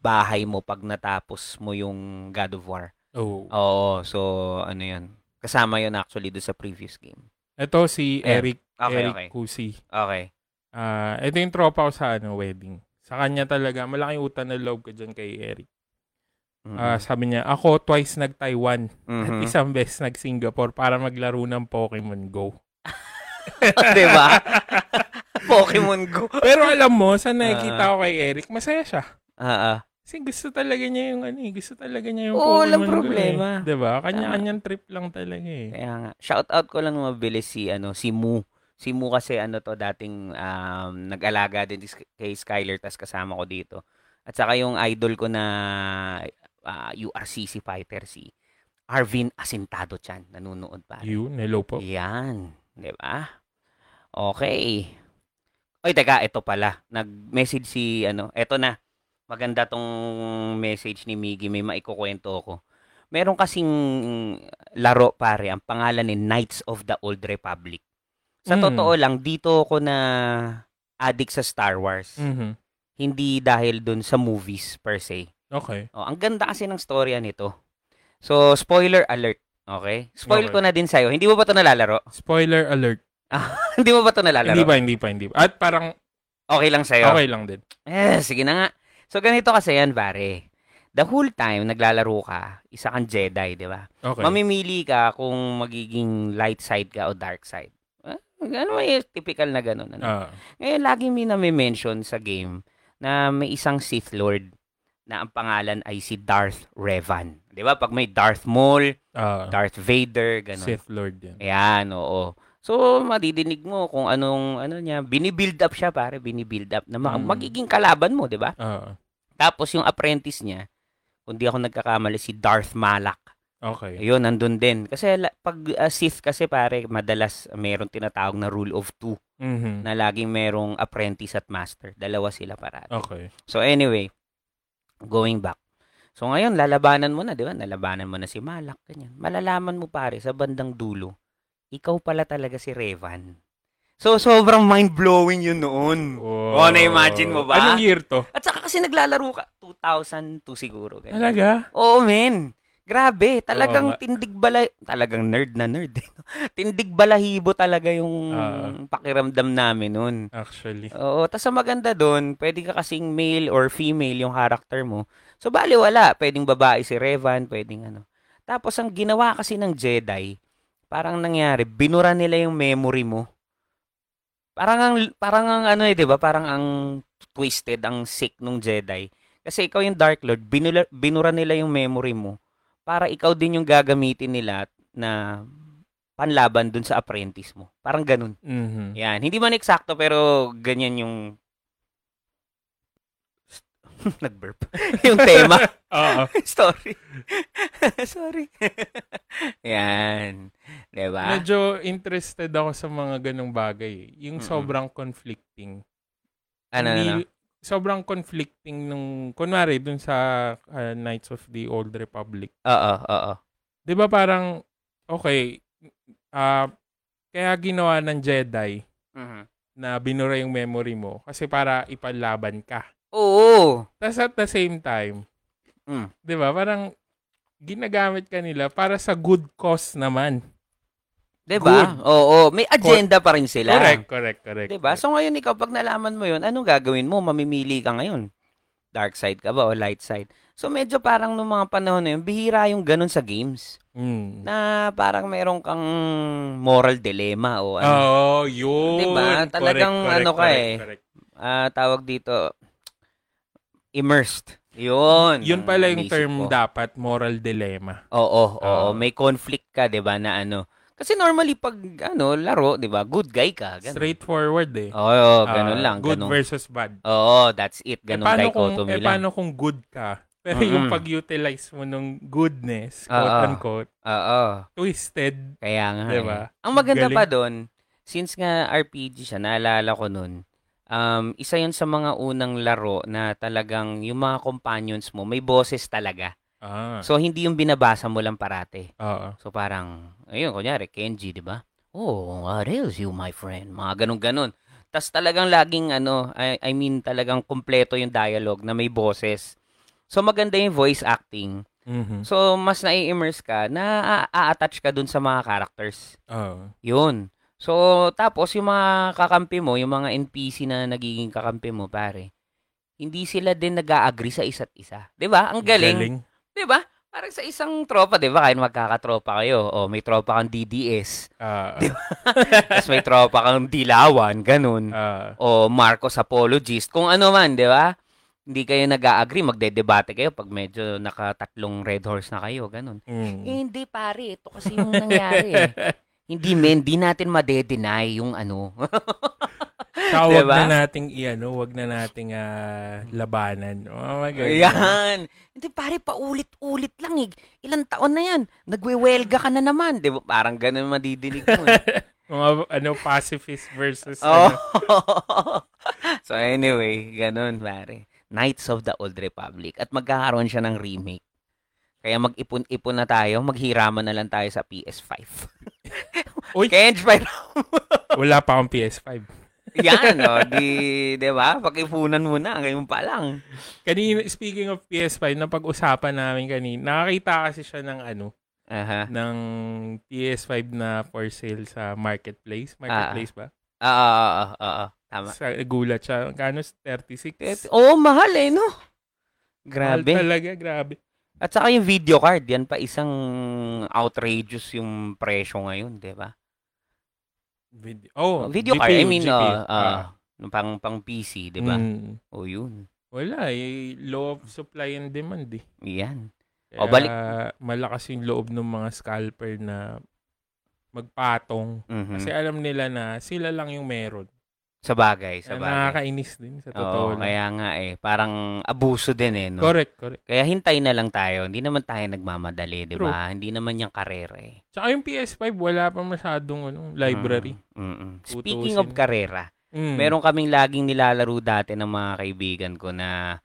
Speaker 1: bahay mo pag natapos mo yung God of War.
Speaker 2: Oh.
Speaker 1: Oo, so ano yun. Kasama yun actually do sa previous game.
Speaker 2: Ito si
Speaker 1: Yeah.
Speaker 2: Eric,
Speaker 1: Eh, Okay,
Speaker 2: Eric
Speaker 1: okay.
Speaker 2: Cusi.
Speaker 1: Okay.
Speaker 2: Ah, ito yung tropa ko sa ano, wedding. Sa kanya talaga, malaking utang na loob ko dyan kay Eric.
Speaker 1: Mhm.
Speaker 2: Ah, sabi niya, ako twice nag-Taiwan at
Speaker 1: Mhm.
Speaker 2: isang beses nag-Singapore para maglaro ng Pokemon Go.
Speaker 1: <laughs> Di ba?
Speaker 2: <laughs>
Speaker 1: Pokemon Go.
Speaker 2: Pero alam mo, sa nakikita ko kay Eric, masaya siya.
Speaker 1: <laughs> Ah, ah.
Speaker 2: Kasi gusto talaga niya yung ano, eh, gusto talaga niya yung
Speaker 1: Oo,
Speaker 2: Pokemon
Speaker 1: walang
Speaker 2: Go, eh.
Speaker 1: problema.
Speaker 2: 'Di ba? Kanya-kanyang trip lang talaga eh.
Speaker 1: Kaya nga, shout out ko lang mabilis si ano si Mu. Si Mu kasi ano to dating um, nag-alaga din dis- kay Skyler tas kasama ko dito. At saka yung idol ko na ah, URCC fighter si Arvin Asintado chan nanonood pa.
Speaker 2: Yun, hello po.
Speaker 1: Yan, 'di ba? Okay. Oy, teka, ito pala. Nag-message si ano, eto na. Maganda tong message ni Miggy, may maikukwento ako. Meron kasing laro pare, ang pangalan ni Knights of the Old Republic. Sa
Speaker 2: Mm.
Speaker 1: totoo lang, dito ako na addict sa Star Wars.
Speaker 2: Mhm.
Speaker 1: Hindi dahil dun sa movies per se.
Speaker 2: Okay.
Speaker 1: Oh, ang ganda kasi ng storya nito. So, spoiler alert. Okay? Spoil
Speaker 2: Okay.
Speaker 1: ko na din sa'yo. Hindi mo ba ito nalalaro?
Speaker 2: Spoiler alert.
Speaker 1: Hindi mo ba ito nalalaro?
Speaker 2: Hindi ba, hindi pa, hindi pa. At parang
Speaker 1: Okay lang sa'yo.
Speaker 2: okay lang din.
Speaker 1: Eh, sige na nga. So, ganito kasi yan, pare. The whole time naglalaro ka, isa kang Jedi, di ba?
Speaker 2: Okay.
Speaker 1: Mamimili ka kung magiging light side ka o dark side. Ah, Ano may typical na ganun. Ano?
Speaker 2: Ah.
Speaker 1: Ngayon, lagi may nami-mention sa game na may isang Sith Lord na ang pangalan ay si Darth Revan. Di ba? Pag may Darth Maul,
Speaker 2: ah,
Speaker 1: Darth Vader, ganun.
Speaker 2: Sith Lord yan.
Speaker 1: Ayan, oo. So, madidinig mo kung anong, ano niya, binibuild up siya, pare, binibuild up na ma-
Speaker 2: Mm.
Speaker 1: magiging kalaban mo, di ba?
Speaker 2: Ah.
Speaker 1: Tapos yung apprentice niya, kung di ako nagkakamali, si Darth Malak.
Speaker 2: Okay.
Speaker 1: Ayun, nandun din. Kasi la- pag uh, Sith kasi, pare, madalas meron tinatawag na rule of two
Speaker 2: Mhm.
Speaker 1: na laging merong apprentice at master. Dalawa sila parati.
Speaker 2: Okay.
Speaker 1: So anyway, going back. So ngayon, lalabanan mo na, di ba? Nalabanan mo na si Malak, ganyan. Malalaman mo pare, sa bandang dulo, ikaw pala talaga si Revan. So sobrang mind-blowing yun noon.
Speaker 2: Oh,
Speaker 1: na-imagine Ano, mo ba?
Speaker 2: Anong year to?
Speaker 1: At saka kasi naglalaro ka, 2002 siguro. Ganyan.
Speaker 2: Talaga?
Speaker 1: Oo, men. Grabe, talagang
Speaker 2: Oo nga.
Speaker 1: tindig balay, talagang nerd na nerd. eh, <laughs> tindig balahibo talaga yung
Speaker 2: Ah.
Speaker 1: pakiramdam namin noon.
Speaker 2: Actually.
Speaker 1: Oo, tas ang maganda doon, pwede ka kasing male or female yung character mo. So, bali wala. Pwedeng babae si Revan, pwedeng ano. Tapos, ang ginawa kasi ng Jedi, parang nangyari, binura nila yung memory mo. Parang ang, parang ang ano eh, di ba? Parang ang twisted, ang sick nung Jedi. Kasi ikaw yung Dark Lord, binula, binura nila yung memory mo para ikaw din yung gagamitin nila na panlaban dun sa apprentice mo. Parang ganun.
Speaker 2: Mhm.
Speaker 1: Yan. Hindi man eksakto pero ganyan yung <laughs> Nag-burp. <laughs> yung
Speaker 2: <laughs>
Speaker 1: tema.
Speaker 2: Oo.
Speaker 1: Story. <laughs> Sorry. <laughs> Yan. Diba?
Speaker 2: Medyo interested ako sa mga ganong bagay. eh. Yung
Speaker 1: Mm-mm.
Speaker 2: sobrang conflicting.
Speaker 1: Ano, ano, ano?
Speaker 2: Hindi- Sobrang conflicting nung, kunwari, dun sa ah, Knights of the Old Republic.
Speaker 1: Oo, oo.
Speaker 2: 'Di ba parang okay, ah kaya ginawa ng Jedi Mm-hmm.
Speaker 1: Mhm.
Speaker 2: na binura yung memory mo kasi para ipalaban ka.
Speaker 1: Oo.
Speaker 2: Tapos at the same time,
Speaker 1: Mm.
Speaker 2: 'di ba? Parang ginagamit ka nila para sa good cause naman.
Speaker 1: Diba? Oo, oo. May agenda pa rin sila.
Speaker 2: Correct, correct, correct.
Speaker 1: Diba?
Speaker 2: correct.
Speaker 1: So ngayon ikaw, pag nalaman mo yun, anong gagawin mo? Mamimili ka ngayon. Dark side ka ba o light side? So medyo parang nung mga panahon na yun, bihira yung ganun sa games.
Speaker 2: Mm.
Speaker 1: Na parang meron kang moral dilemma o ano.
Speaker 2: Oh, yun.
Speaker 1: Diba?
Speaker 2: Correct,
Speaker 1: Talagang
Speaker 2: correct,
Speaker 1: ano ka
Speaker 2: correct,
Speaker 1: eh.
Speaker 2: correct.
Speaker 1: Ah, tawag dito, immersed. Yun.
Speaker 2: Yun pala yung
Speaker 1: Naisip
Speaker 2: term Ah.
Speaker 1: ko.
Speaker 2: dapat, moral dilemma.
Speaker 1: Oo, oo,
Speaker 2: Oo.
Speaker 1: may conflict ka, 'di ba, na ano. Kasi normally pag ano, laro, 'di ba, good guy ka, Ah, ganun.
Speaker 2: Straightforward eh.
Speaker 1: Oo, oo, ganun
Speaker 2: Ah,
Speaker 1: lang,
Speaker 2: good
Speaker 1: ganun.
Speaker 2: versus bad.
Speaker 1: Oo, that's it, ganun
Speaker 2: eh, paano kung,
Speaker 1: dichotomy
Speaker 2: eh,
Speaker 1: lang.
Speaker 2: paano kung good ka? <laughs> Pero
Speaker 1: Mm-mm.
Speaker 2: yung pag-utilize mo ng goodness,
Speaker 1: Ah, ah.
Speaker 2: quote-unquote,
Speaker 1: Oo,
Speaker 2: twisted,
Speaker 1: kaya nga.
Speaker 2: di
Speaker 1: eh.
Speaker 2: ba?
Speaker 1: Ang maganda
Speaker 2: Galing.
Speaker 1: pa doon, since nga RPG siya, naalala ko noon. Um, isa 'yon sa mga unang laro na talagang yung mga companions mo may boses talaga.
Speaker 2: Ah,
Speaker 1: So hindi yung binabasa mo lang parate.
Speaker 2: oo.
Speaker 1: So parang, ayun, kunyari, Kenji, di ba? Oh, what ails you, my friend? Mga ganun-ganun. Tapos talagang laging, ano, I, I mean, talagang kumpleto yung dialogue na may boses. So maganda yung voice acting.
Speaker 2: Mhm.
Speaker 1: So mas nai-immerse ka, na attach ka dun sa mga characters.
Speaker 2: Oo.
Speaker 1: Yun. So, tapos yung mga kakampi mo, yung mga NPC na nagiging kakampi mo, pare, hindi sila din nag-agree sa isa't isa. 'Di ba? Ang galing. 'Di ba? Parang sa isang tropa, 'di ba? Kahit magkakatropa kayo, o may tropa kang
Speaker 2: <laughs>
Speaker 1: DDS,
Speaker 2: Ah,
Speaker 1: Di tapos may tropa kang Dilawan, ganun.
Speaker 2: ah,
Speaker 1: O Marcos apologist, kung ano man, 'di ba? Hindi kayo nag-agree, magdedebate kayo pag medyo nakatatlong red horse na kayo, ganun.
Speaker 2: mm.
Speaker 1: Eh, hindi pare, ito kasi yung nangyari. eh. <laughs> hindi men, di natin madedenay yung ano.
Speaker 2: Sa wag
Speaker 1: Diba?
Speaker 2: na nating iano, wag na nating ah, labanan. Oh my
Speaker 1: <laughs>
Speaker 2: God.
Speaker 1: Ayan. Hindi pare, paulit-ulit lang eh. Ilang taon na yan. Nagwewelga ka na naman. Di ba? Parang ganun madidinig mo. eh. <laughs>
Speaker 2: Mga ano, pacifist versus
Speaker 1: Oh.
Speaker 2: ano.
Speaker 1: <laughs> so anyway, ganun pare. Knights of the Old Republic. At magkakaroon siya ng remake. Kaya mag-ipon-ipon na tayo. Maghiraman na lang tayo sa PS5. <laughs>
Speaker 2: Uy!
Speaker 1: Kenj, pero-
Speaker 2: Wala pa akong PS5.
Speaker 1: Yan, o. Di, di ba? Pakipunan mo na. Ngayon pa lang.
Speaker 2: Kanina, speaking of PS5, napag-usapan namin kanina, nakakita kasi siya ng ano,
Speaker 1: Aha.
Speaker 2: ng PS5 na for sale sa marketplace.
Speaker 1: Ah.
Speaker 2: Marketplace ba?
Speaker 1: Oo, oo, oo, oo. Tama.
Speaker 2: Sa gulat siya. Kano? 36?
Speaker 1: Et- Oo, mahal eh, no?
Speaker 2: Mahal
Speaker 1: Grabe.
Speaker 2: talaga, grabe.
Speaker 1: At saka yung video card, yan pa isang outrageous yung presyo ngayon, di ba?
Speaker 2: Video, oh,
Speaker 1: video
Speaker 2: GPU,
Speaker 1: card, I mean,
Speaker 2: GPU.
Speaker 1: uh, uh,
Speaker 2: Ah.
Speaker 1: pang, pang PC, di ba?
Speaker 2: Mm.
Speaker 1: O yun,
Speaker 2: Wala, eh, low of supply and demand eh.
Speaker 1: yan.
Speaker 2: Kaya,
Speaker 1: O, balik-
Speaker 2: malakas yung loob ng mga scalper na magpatong.
Speaker 1: Mhm.
Speaker 2: Kasi alam nila na sila lang yung meron.
Speaker 1: sa bagay, sa
Speaker 2: Kaya
Speaker 1: bagay.
Speaker 2: nakakainis din
Speaker 1: Oo,
Speaker 2: sa totoo. lang.
Speaker 1: kaya nga eh. Parang abuso din eh, no?
Speaker 2: Correct, correct.
Speaker 1: Kaya hintay na lang tayo. Hindi naman tayo nagmamadali, di ba? Hindi naman yung karera eh.
Speaker 2: Tsaka yung PS5, wala pa masyadong ano, library.
Speaker 1: Mm, mm.
Speaker 2: Tutuusin.
Speaker 1: Speaking of karera,
Speaker 2: Mm.
Speaker 1: Meron kaming laging nilalaro dati ng mga kaibigan ko na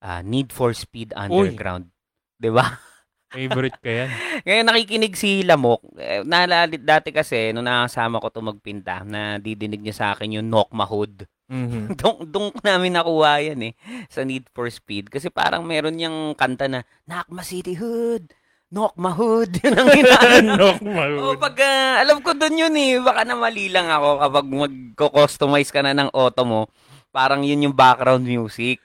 Speaker 1: ah, Need for Speed Underground. 'Di ba? <laughs>
Speaker 2: Favorite ka yan.
Speaker 1: Ngayon nakikinig si Lamok. Eh, naalala- dati kasi nung nakasama ko 'to magpinta, na didinig niya sa akin yung Knock Hood. <laughs>
Speaker 2: Mhm.
Speaker 1: Dunk dunk namin nakuha yan eh sa Need for Speed kasi parang meron niyang kanta na Knock Ma City Hood, Knock Ma Hood. <laughs> Yun ang inaano.
Speaker 2: Knock my
Speaker 1: Oh,
Speaker 2: wood.
Speaker 1: pag ah, alam ko doon yun eh. Baka na mali lang ako kapag magko-customize ka na ng auto mo. Parang yun yung background music.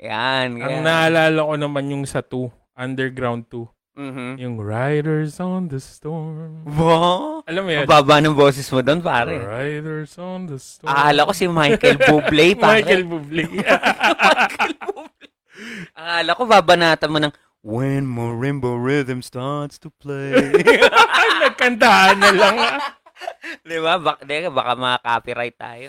Speaker 1: Yan.
Speaker 2: Ang
Speaker 1: kaya-
Speaker 2: naalala ko naman yung sa 2, Underground 2.
Speaker 1: Mhm.
Speaker 2: Yung Riders on the Storm.
Speaker 1: Wow.
Speaker 2: Alam mo
Speaker 1: Ang
Speaker 2: yan?
Speaker 1: baba ng boses mo doon, pare.
Speaker 2: Riders on the Storm.
Speaker 1: Akala ko si Michael Bublé, pare.
Speaker 2: Michael Bublé. <laughs>
Speaker 1: Michael Bublé. Akala ko babanatan mo ng When Marimba Rhythm starts to
Speaker 2: <laughs>
Speaker 1: play.
Speaker 2: Nagkantahan na lang. ah.
Speaker 1: Di ba? Bak- di, baka mga copyright tayo.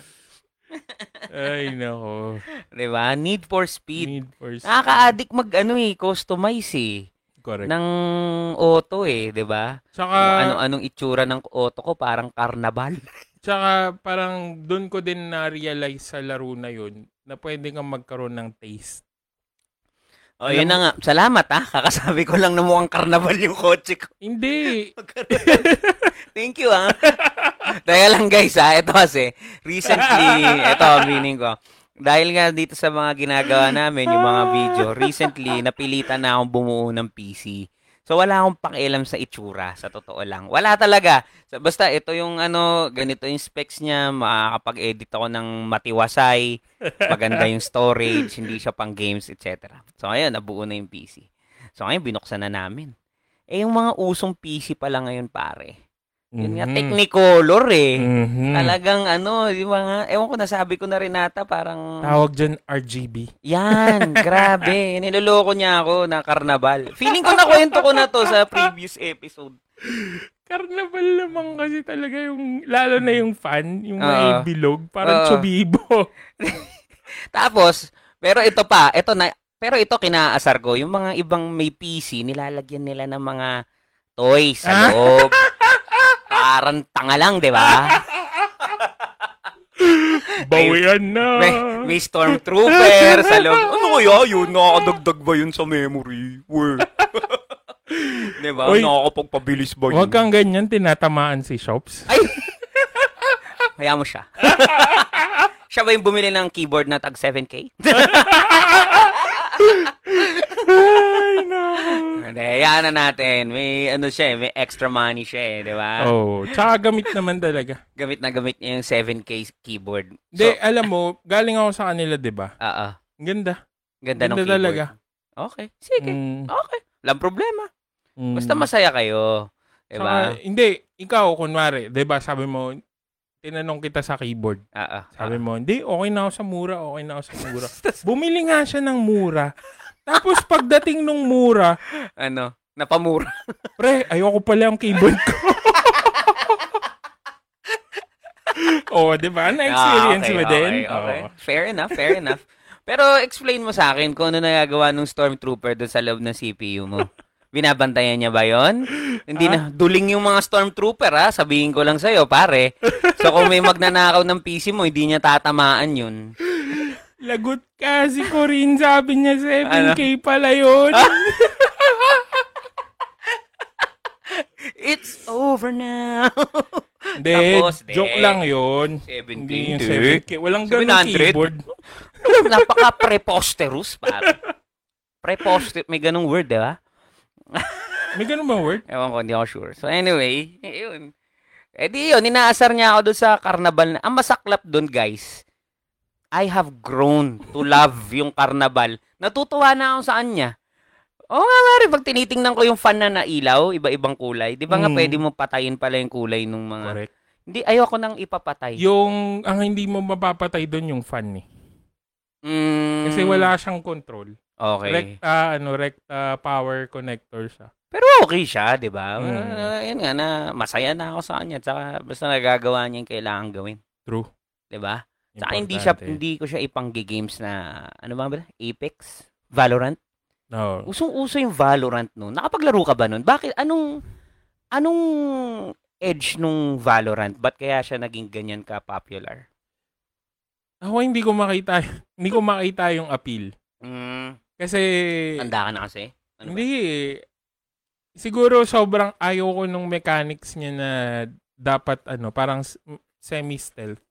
Speaker 2: Ay, nako.
Speaker 1: Di ba? Need for speed.
Speaker 2: Need for speed.
Speaker 1: Nakaka-addict mag ano eh, customize eh.
Speaker 2: Correct.
Speaker 1: Ng auto eh, di ba? Kung
Speaker 2: Tsaka,
Speaker 1: ano, ah. ano-anong itsura ng auto ko, parang karnabal.
Speaker 2: tsaka parang doon ko din na-realize sa laro na yun na pwede kang magkaroon ng taste.
Speaker 1: O,
Speaker 2: Alam
Speaker 1: Oh, yun na nga. Salamat ah. Kakasabi ko lang na mukhang karnabal yung kotse ko.
Speaker 2: Hindi.
Speaker 1: Thank you ah. <laughs> Dahil lang guys ah, ito kasi, recently, ito meaning ko, dahil nga dito sa mga ginagawa namin, yung mga video, recently, napilitan na akong bumuo ng PC. So, wala akong pakialam sa itsura, sa totoo lang. Wala talaga. So, basta, ito yung ano, ganito yung specs niya, makakapag-edit ako ng matiwasay, maganda yung storage, hindi siya pang games, etc. So, ayun, nabuo na yung PC. So, ngayon, binuksan na namin. Eh, yung mga usong PC pala ngayon, pare. <laughs> Yun nga,
Speaker 2: Mhm.
Speaker 1: technicolor eh.
Speaker 2: Mhm.
Speaker 1: Talagang ano, yung mga, ewan ko, nasabi ko na rin ata, parang,
Speaker 2: Tawag dyan RGB. <laughs>
Speaker 1: yan, grabe. Niloloko niya ako na karnabal. Feeling ko nakwento ko na to sa previous episode.
Speaker 2: Carnival naman kasi talaga yung, lalo na yung fan,
Speaker 1: Oo.
Speaker 2: yung may bilog, parang
Speaker 1: Oo. <laughs>
Speaker 2: chubibo.
Speaker 1: Tapos, pero ito pa, ito na, pero ito kinaasar ko, yung mga ibang may PC, nilalagyan nila ng mga toys sa
Speaker 2: Ah. <laughs>
Speaker 1: loob. Parang tanga lang, di ba?
Speaker 2: Bawian na.
Speaker 1: May, may
Speaker 2: Oh.
Speaker 1: stormtrooper sa loob. Ano kaya yun? Nakakadagdag ba yun sa memory? Weh. di ba?
Speaker 2: Uy.
Speaker 1: Nakakapagpabilis ba
Speaker 2: Huwag kang ganyan, tinatamaan si
Speaker 1: <laughs>
Speaker 2: Shops.
Speaker 1: Ay! Kaya mo
Speaker 2: <laughs>
Speaker 1: siya. siya ba yung bumili ng keyboard na tag 7K?
Speaker 2: Ay, nako.
Speaker 1: Hindi, yan na natin. May ano siya eh, may extra money siya eh, di ba?
Speaker 2: Oh, tsaka gamit naman talaga.
Speaker 1: Gamit na gamit niya yung 7K keyboard.
Speaker 2: Hindi,
Speaker 1: So,
Speaker 2: alam mo, galing ako sa kanila, di ba?
Speaker 1: oo.
Speaker 2: Ang Ganda.
Speaker 1: Ganda ng
Speaker 2: Ganda
Speaker 1: keyboard.
Speaker 2: talaga.
Speaker 1: Okay. Sige.
Speaker 2: Mm,
Speaker 1: Okay. Walang problema.
Speaker 2: mm.
Speaker 1: Basta Diba? masaya kayo. Di ba?
Speaker 2: Tsaka, hindi, ikaw, kunwari, di ba, sabi mo, tinanong kita sa keyboard.
Speaker 1: Oo.
Speaker 2: Sabi mo, hindi, okay na ako sa mura, okay na ako sa
Speaker 1: <laughs>
Speaker 2: mura. Bumili nga siya ng mura. Tapos pagdating nung mura,
Speaker 1: Ano? Napamura.
Speaker 2: pre, ayoko pala ang keyboard ko. <laughs> oh, di ba? Na-experience
Speaker 1: Ah,
Speaker 2: mo din. Oh.
Speaker 1: Okay, okay.
Speaker 2: Oo.
Speaker 1: Fair enough, fair enough. <laughs> Pero explain mo sa akin kung ano nagagawa ng stormtrooper doon sa loob ng CPU mo. Binabantayan niya ba yon? Hindi na.
Speaker 2: Ah?
Speaker 1: Duling yung mga stormtrooper, ha? Sabihin ko lang sa'yo, pare. So, kung may magnanakaw ng PC mo, hindi niya tatamaan yun.
Speaker 2: Lagot ka si Corinne, sabi niya
Speaker 1: Ano?
Speaker 2: 7K pala yun.
Speaker 1: It's over <laughs> now.
Speaker 2: Hindi,
Speaker 1: Tapos, di.
Speaker 2: joke lang yun.
Speaker 1: 7K,
Speaker 2: Hindi yung
Speaker 1: di.
Speaker 2: 7K. Walang ganun
Speaker 1: 700.
Speaker 2: keyboard.
Speaker 1: Napaka-preposterous, pare. Preposter, may ganung word, di ba?
Speaker 2: May ganun ba word?
Speaker 1: Ewan ko, hindi ako sure. So anyway, <laughs> eh, yun. Eh di yun, inaasar niya ako doon sa karnabal. Na, ang masaklap doon, guys, I have grown to love <laughs> yung karnabal. Natutuwa na ako sa kanya. Oo nga nga rin, pag tinitingnan ko yung fan na nailaw, iba-ibang kulay, di ba nga
Speaker 2: Mm.
Speaker 1: pwede mo patayin pala yung kulay ng mga...
Speaker 2: Correct.
Speaker 1: Hindi, ayoko nang ipapatay.
Speaker 2: Yung, ang hindi mo mapapatay doon yung fan eh.
Speaker 1: Mm,
Speaker 2: Kasi wala siyang control.
Speaker 1: Okay.
Speaker 2: Recta, ano, recta power connector siya.
Speaker 1: Pero okay siya, di ba?
Speaker 2: Mm.
Speaker 1: Wala- yun nga na, masaya na ako sa kanya. Tsaka basta nagagawa niya yung kailangan gawin.
Speaker 2: True.
Speaker 1: Di ba? Saka hindi siya hindi ko siya ipanggi-games na ano ba ba? Apex, Valorant.
Speaker 2: No.
Speaker 1: Usong-uso yung Valorant no. Nakapaglaro ka ba nun? Bakit anong anong edge nung Valorant? Ba't kaya siya naging ganyan ka popular?
Speaker 2: Ako hindi ko makita, <laughs> hindi ko makita yung appeal.
Speaker 1: Mm,
Speaker 2: Kasi,
Speaker 1: tanda ka na kasi. Ano ba?
Speaker 2: hindi eh. Siguro sobrang ayaw ko nung mechanics niya na dapat ano, parang s- m- semi-stealth.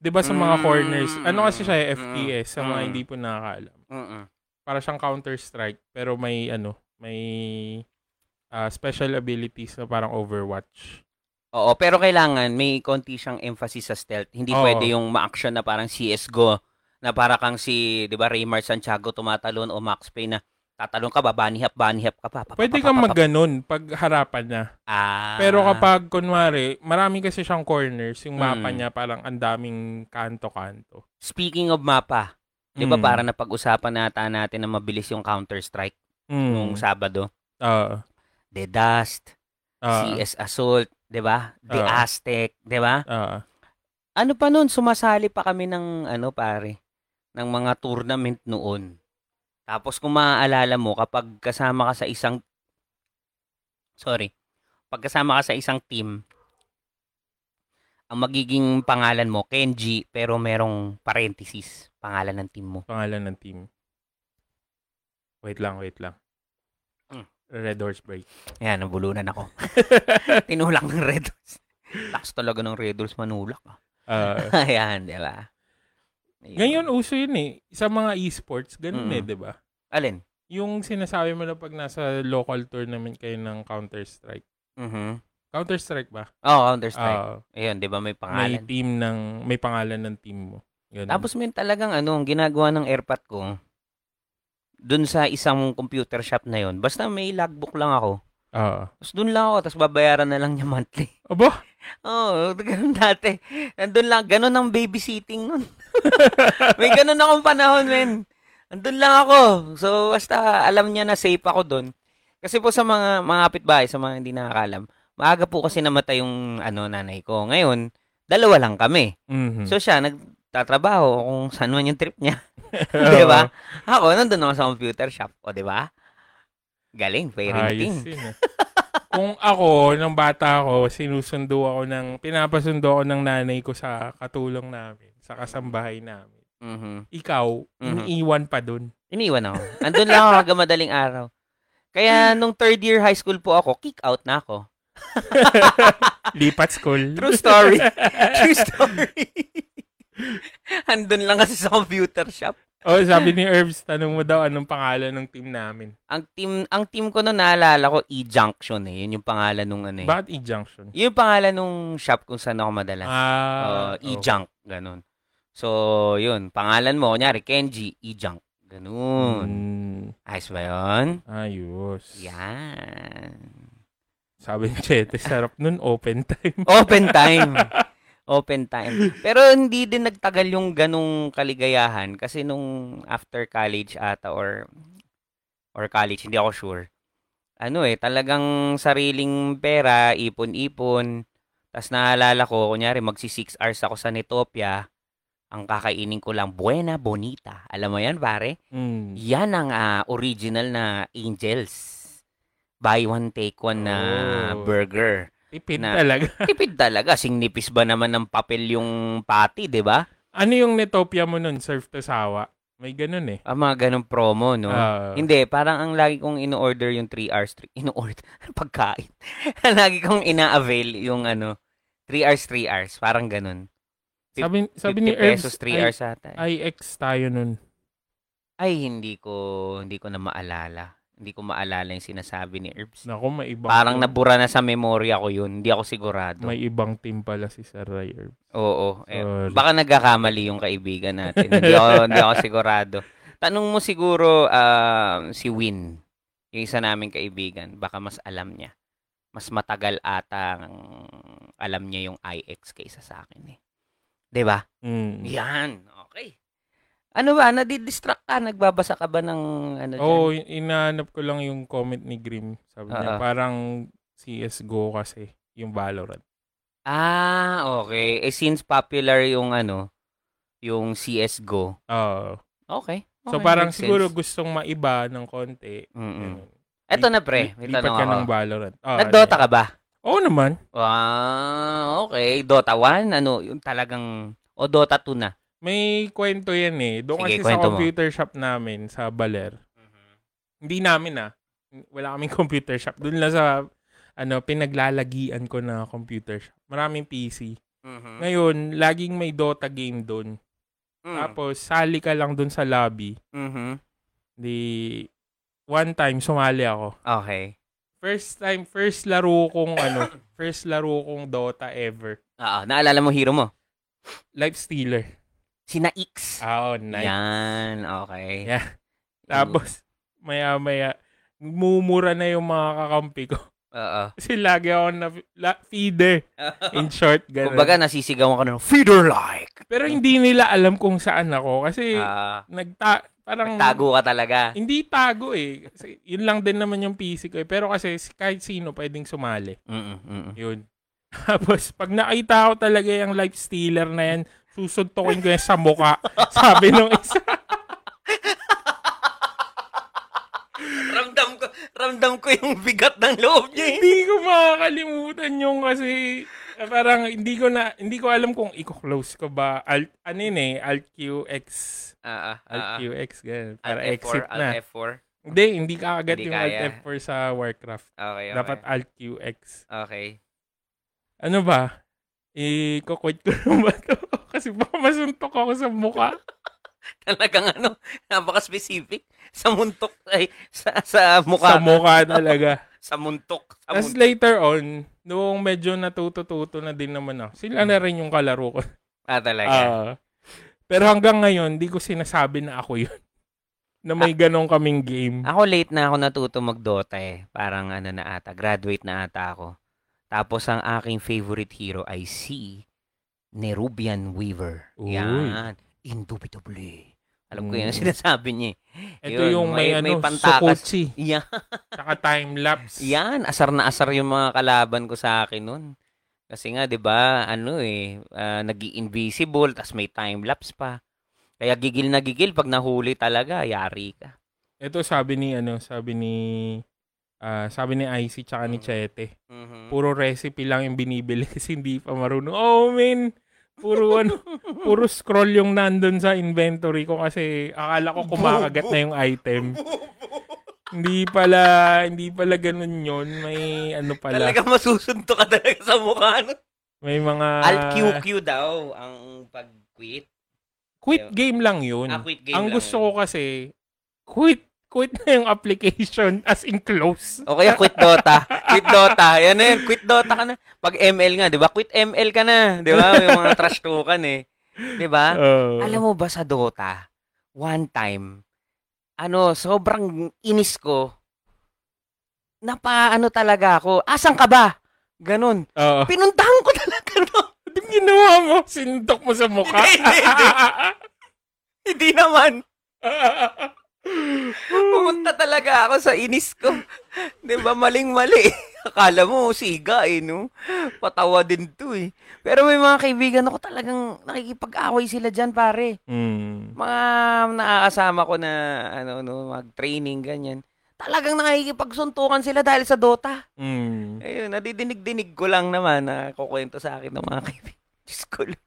Speaker 2: 'Di ba sa mga
Speaker 1: Mm.
Speaker 2: corners? Ano kasi siya, eh,
Speaker 1: Mm.
Speaker 2: FPS sa mga
Speaker 1: Mm.
Speaker 2: hindi po nakakaalam.
Speaker 1: Mm-mm.
Speaker 2: Para siyang Counter-Strike pero may ano, may ah, special abilities na parang Overwatch.
Speaker 1: Oo, pero kailangan may konti siyang emphasis sa stealth. Hindi
Speaker 2: Oo.
Speaker 1: pwede yung ma-action na parang CS:GO na para kang si, 'di ba, Raymar Santiago tumatalon o Max Payne na tatalon ka ba, banihap, banihap ka pa.
Speaker 2: Pwede kang magganon pag harapan na.
Speaker 1: Ah.
Speaker 2: Pero kapag, kunwari, marami kasi siyang corners. Yung mapa
Speaker 1: Mm.
Speaker 2: niya parang ang daming kanto-kanto.
Speaker 1: Speaking of mapa, 'di ba
Speaker 2: Mm.
Speaker 1: para napag-usapan nata natin na mabilis yung Counter-Strike
Speaker 2: Mm.
Speaker 1: nung Sabado.
Speaker 2: Ah,
Speaker 1: The Dust,
Speaker 2: ah,
Speaker 1: CS Assault, 'di ba? The
Speaker 2: Ah.
Speaker 1: Aztec, 'di ba?
Speaker 2: ah.
Speaker 1: Ano pa noon, sumasali pa kami ng ano pare, ng mga tournament noon. Tapos kung maaalala mo kapag kasama ka sa isang Sorry. Pag kasama ka sa isang team, ang magiging pangalan mo Kenji pero merong parenthesis pangalan ng team mo.
Speaker 2: Pangalan ng team. Wait lang, wait lang.
Speaker 1: Mm.
Speaker 2: Red Horse Break.
Speaker 1: Ayan, nabulunan ako. <laughs> Tinulak ng Red Bulls. Lakas talaga ng Red Bulls manulak. ah.
Speaker 2: Ah,
Speaker 1: <laughs> Ayan, di ba? Ayun.
Speaker 2: ngayon, uso yun eh. Sa mga esports, ganun
Speaker 1: Mm.
Speaker 2: eh, di ba?
Speaker 1: Alin?
Speaker 2: Yung sinasabi mo na pag nasa local tournament kayo ng Counter-Strike.
Speaker 1: Mhm.
Speaker 2: Counter-Strike ba?
Speaker 1: Oh, Counter-Strike.
Speaker 2: Ah,
Speaker 1: Ayun, di ba may
Speaker 2: may
Speaker 1: pangalan?
Speaker 2: team ng, may pangalan ng team mo. Ganun.
Speaker 1: Tapos may talagang ano, ang ginagawa ng airpat ko, dun sa isang computer shop na yon basta may logbook lang ako.
Speaker 2: Ah.
Speaker 1: Tapos dun lang ako, tapos babayaran na lang niya <laughs> monthly.
Speaker 2: Aba!
Speaker 1: Oo, oh, <laughs> ganun dati. Nandun lang, ganun ang babysitting nun. <laughs> May ganun akong panahon, men. Nandun lang ako. So, basta alam niya na safe ako dun. Kasi po sa mga mga kapitbahay, sa mga hindi nakakalam, maaga po kasi namatay yung ano nanay ko. Ngayon, dalawa lang kami.
Speaker 2: Mhm.
Speaker 1: So siya nagtatrabaho kung saan man yung trip niya, <laughs> 'di ba? Ako nandun ako sa computer shop, o 'di ba? Galing, parenting.
Speaker 2: Ayos yun, ah. Kung ako, nung bata ako, sinusundo ako ng, pinapasundo ako ng nanay ko sa katulong namin, sa kasambahay namin.
Speaker 1: Mhm.
Speaker 2: Ikaw,
Speaker 1: Mhm.
Speaker 2: iniiwan pa dun.
Speaker 1: Iniwan ako. Andun lang ako hanggang madaling araw. <laughs> Kaya nung third year high school po ako, kick out na ako.
Speaker 2: Lipat school.
Speaker 1: <laughs> True story. True story. <laughs> Andun lang kasi sa computer shop.
Speaker 2: oh, sabi ni Herbs, tanong mo daw anong pangalan ng team namin.
Speaker 1: Ang team ang team ko noon naalala ko E-Junction eh. Yun yung pangalan nung ano eh.
Speaker 2: Bakit E-Junction?
Speaker 1: Yun yung pangalan nung shop kung saan ako madalas.
Speaker 2: Ah,
Speaker 1: Oo, E-Junk. Ganun. So, yun. Pangalan mo, kunyari, Kenji, E-Junk. Ganun.
Speaker 2: Mm,
Speaker 1: Ayos ba yun?
Speaker 2: ayos.
Speaker 1: Yan.
Speaker 2: Sabi ni Chete, sarap nun, open time. <laughs>
Speaker 1: Open time. Open time. Pero hindi din nagtagal yung ganong kaligayahan kasi nung after college ata or or college, hindi ako sure. Ano eh, talagang sariling pera, ipon-ipon. Tapos naalala ko, kunyari magsi 6 hours ako sa Netopia. Ang kakainin ko lang, Buena Bonita. Alam mo yan, pare?
Speaker 2: Mm.
Speaker 1: Yan ang ah, original na Angels. Buy one, take one na
Speaker 2: Oh.
Speaker 1: burger.
Speaker 2: Tipid
Speaker 1: Na-
Speaker 2: talaga.
Speaker 1: Tipid talaga. Singnipis ba naman ng papel yung pati, di ba?
Speaker 2: Ano yung netopia mo nun? Surf to sawa? May ganun eh.
Speaker 1: Ang mga ganong promo, no?
Speaker 2: Ah.
Speaker 1: Hindi, parang ang lagi kong ino-order yung 3 hours, three- <laughs> ino-order, ano, pagkain. Ang lagi kong ina-avail yung ano, 3 hours, 3 hours, parang ganun. fif-
Speaker 2: sabi, sabi ni
Speaker 1: 50
Speaker 2: Herbs,
Speaker 1: pesos, 3
Speaker 2: I-
Speaker 1: hours ata. Ay,
Speaker 2: IX tayo nun.
Speaker 1: hindi ko, hindi ko na maalala. Hindi ko maalala yung sinasabi ni Herbs.
Speaker 2: Naku, may ibang
Speaker 1: Parang
Speaker 2: team.
Speaker 1: nabura na sa memorya ko yun. Hindi ako sigurado.
Speaker 2: May ibang team pala si Sir Ray Herbs.
Speaker 1: Oo. Eh,
Speaker 2: Sorry.
Speaker 1: baka nagkakamali yung kaibigan natin. hindi,
Speaker 2: <laughs>
Speaker 1: ako, hindi ako sigurado. Tanong mo siguro ah, si Win, yung isa naming kaibigan. Baka mas alam niya. Mas matagal ata ang alam niya yung IX kaysa sa akin eh. 'Di ba?
Speaker 2: Mm.
Speaker 1: Yan. Okay. Ano ba? Nadidistract ka? Nagbabasa ka ba ng ano dyan?
Speaker 2: Oo, oh, inaanap ko lang yung comment ni Grim. Sabi
Speaker 1: Oo.
Speaker 2: niya, parang CSGO kasi yung Valorant.
Speaker 1: Ah, okay. Eh, since popular yung ano, yung CSGO.
Speaker 2: Oo.
Speaker 1: Okay. Okay,
Speaker 2: so parang
Speaker 1: makes
Speaker 2: siguro
Speaker 1: sense.
Speaker 2: gustong maiba ng konti.
Speaker 1: Mm-mm.
Speaker 2: Ganun.
Speaker 1: Eto na Mm. pre,
Speaker 2: Li-
Speaker 1: may
Speaker 2: lipat
Speaker 1: tanong
Speaker 2: ka
Speaker 1: ako.
Speaker 2: ng Valorant. Oh,
Speaker 1: Nag-Dota ka ba?
Speaker 2: Oo naman.
Speaker 1: Ah, okay. Dota 1, ano, yung talagang, o Dota 2 na.
Speaker 2: May kwento yan eh. Doon
Speaker 1: Sige,
Speaker 2: kasi sa
Speaker 1: kwento mo.
Speaker 2: computer shop namin sa Baler. Hindi namin ah. Wala kaming <laughs> computer shop. Doon lang sa ano, pinaglalagian ko na computer shop. Maraming PC.
Speaker 1: Mhm.
Speaker 2: Ngayon, laging may Dota game doon.
Speaker 1: Mm.
Speaker 2: Tapos, sali ka lang doon sa lobby.
Speaker 1: Mhm.
Speaker 2: Di, one time, sumali ako.
Speaker 1: Okay.
Speaker 2: First time, first laro kong <coughs> ano, first laro kong Dota ever.
Speaker 1: Oo, naalala mo hero mo?
Speaker 2: Life Stealer.
Speaker 1: Si Naix.
Speaker 2: Ah, Oh, nice.
Speaker 1: Yan, okay.
Speaker 2: Yeah. Tapos, maya-maya, mumura na yung mga kakampi ko. <laughs>
Speaker 1: Oo.
Speaker 2: Kasi lagi ako na la,
Speaker 1: <laughs>
Speaker 2: feeder. In short, ganun.
Speaker 1: Kumbaga, nasisigawan ka na, feeder like.
Speaker 2: Pero hindi nila alam kung saan ako. Kasi,
Speaker 1: Ah,
Speaker 2: nagta, Eh, parang,
Speaker 1: tago ka talaga.
Speaker 2: hindi tago eh. Kasi, yun lang din naman yung PC ko eh. Pero kasi, kahit sino pwedeng sumali.
Speaker 1: Mm-mm. mm-mm.
Speaker 2: Yun. <laughs> Tapos, pag nakita ko talaga yung life stealer na yan, susuntukin ko yan sa muka. <laughs> Sabi nung isa.
Speaker 1: Ramdam ko, ramdam ko yung bigat ng loob niya. eh.
Speaker 2: hindi ko makakalimutan yung kasi eh, parang hindi ko na hindi ko alam kung i-close ko ba alt ano yun eh alt QX
Speaker 1: Ah, ah,
Speaker 2: alt
Speaker 1: ah, ah.
Speaker 2: QX ganyan
Speaker 1: Alt
Speaker 2: para
Speaker 1: F4,
Speaker 2: exit
Speaker 1: Alt
Speaker 2: na
Speaker 1: F4.
Speaker 2: hindi hindi ka agad
Speaker 1: Hindi
Speaker 2: yung
Speaker 1: kaya.
Speaker 2: alt F4 sa Warcraft
Speaker 1: Okay, okay.
Speaker 2: dapat alt QX
Speaker 1: Okay.
Speaker 2: ano ba i-quit ko <laughs> na ba to kasi baka masuntok ako sa mukha
Speaker 1: <laughs> Talagang ano, napaka-specific. Sa muntok, ay, sa, sa
Speaker 2: sa
Speaker 1: mukha. Sa,
Speaker 2: mukha talaga
Speaker 1: muntok. Sa
Speaker 2: Tapos
Speaker 1: muntok.
Speaker 2: later on noong medyo natutututo na din naman ako sila na rin yung kalaro ko
Speaker 1: Ah, talaga.
Speaker 2: Ah. pero hanggang ngayon, di ko sinasabi na ako yun. Na
Speaker 1: Ah.
Speaker 2: may ganong kaming game.
Speaker 1: ako late na ako natuto mag-Dota eh. Parang ano na ata, graduate na ata ako. Tapos ang aking favorite hero ay si Nerubian Weaver.
Speaker 2: Uy.
Speaker 1: Yan. Indubitably. Alam ko yun ang
Speaker 2: Mm.
Speaker 1: sinasabi niya. eh.
Speaker 2: Ito
Speaker 1: yun,
Speaker 2: yung may,
Speaker 1: may- may
Speaker 2: ano,
Speaker 1: pantakas.
Speaker 2: sukotsi.
Speaker 1: Yan.
Speaker 2: Tsaka time-lapse.
Speaker 1: Yan, asar na asar yung mga kalaban ko sa akin nun. Kasi nga, 'di ba, ano eh, ah, nag-invisible tas may time lapse pa. Kaya gigil na gigil pag nahuli talaga, yari ka.
Speaker 2: Ito sabi ni, ano, sabi ni, ah, sabi ni Icy tsaka
Speaker 1: Mm.
Speaker 2: ni Chete.
Speaker 1: Mhm. <laughs>
Speaker 2: Puro recipe lang yung binibili kasi hindi pa marunong. Oh, man! Puro ano, puro scroll yung nandun sa inventory ko kasi akala ko kumakagat na yung item. hindi pala, hindi pala ganun yun. May ano pala.
Speaker 1: Talaga masusunto ka talaga sa mukha no.
Speaker 2: May mga...
Speaker 1: Alt QQ daw ang pag-quit.
Speaker 2: Quit game lang yun.
Speaker 1: Ah, quit game
Speaker 2: Ang
Speaker 1: lang
Speaker 2: gusto
Speaker 1: yun.
Speaker 2: ko kasi, quit. Quit na yung application <laughs> as in close.
Speaker 1: O kaya quit Dota. Quit Dota. Yan na yun. Quit Dota ka na. Pag ML nga, di ba? Quit ML ka na. Di ba? May mga trash token eh. Di ba?
Speaker 2: Oo.
Speaker 1: Alam mo ba sa Dota, one time, ano, sobrang inis ko, napaano talaga ako, asan ka ba? Ganon.
Speaker 2: Oo.
Speaker 1: Pinuntahan ko talaga no. <laughs>
Speaker 2: Ano yung ginawa mo? Sinuntok mo sa mukha?
Speaker 1: Hindi, hindi, Hindi naman. Pumunta talaga ako sa inis ko. <laughs> Di ba, maling-mali. <laughs> Akala mo, siga eh, no? Patawa din to eh. Pero may mga kaibigan ako talagang nakikipag-away sila dyan, pare.
Speaker 2: <laughs> Hmm.
Speaker 1: mga nakakasama ko na ano no mag-training ganyan. Talagang nakikipagsuntukan sila dahil sa Dota.
Speaker 2: Hmm.
Speaker 1: Ayun, nadidinig-dinig ko lang naman na kukwento sa akin ng mga <laughs> kaibigan. Diyos ko Lord.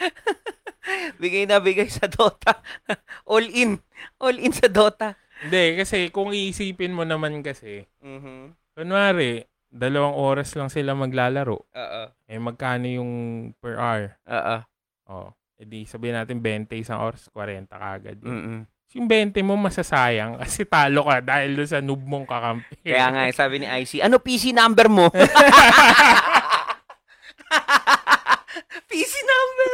Speaker 1: <laughs> bigay na bigay sa Dota. <laughs> All in. All in sa Dota.
Speaker 2: Hindi, kasi kung iisipin mo naman kasi,
Speaker 1: Mhm.
Speaker 2: kunwari, dalawang oras lang sila maglalaro.
Speaker 1: Oo.
Speaker 2: Eh, magkano yung per hour?
Speaker 1: Oo.
Speaker 2: Oo. Eh di, sabihin natin 20 isang oras, 40 kagad. yun.
Speaker 1: Mm-mm.
Speaker 2: eh. Yung 20 mo masasayang <laughs> kasi talo ka dahil doon sa noob mong kakampi.
Speaker 1: Kaya nga, eh, sabi ni IC, ano PC number mo? PC
Speaker 2: <laughs>
Speaker 1: number.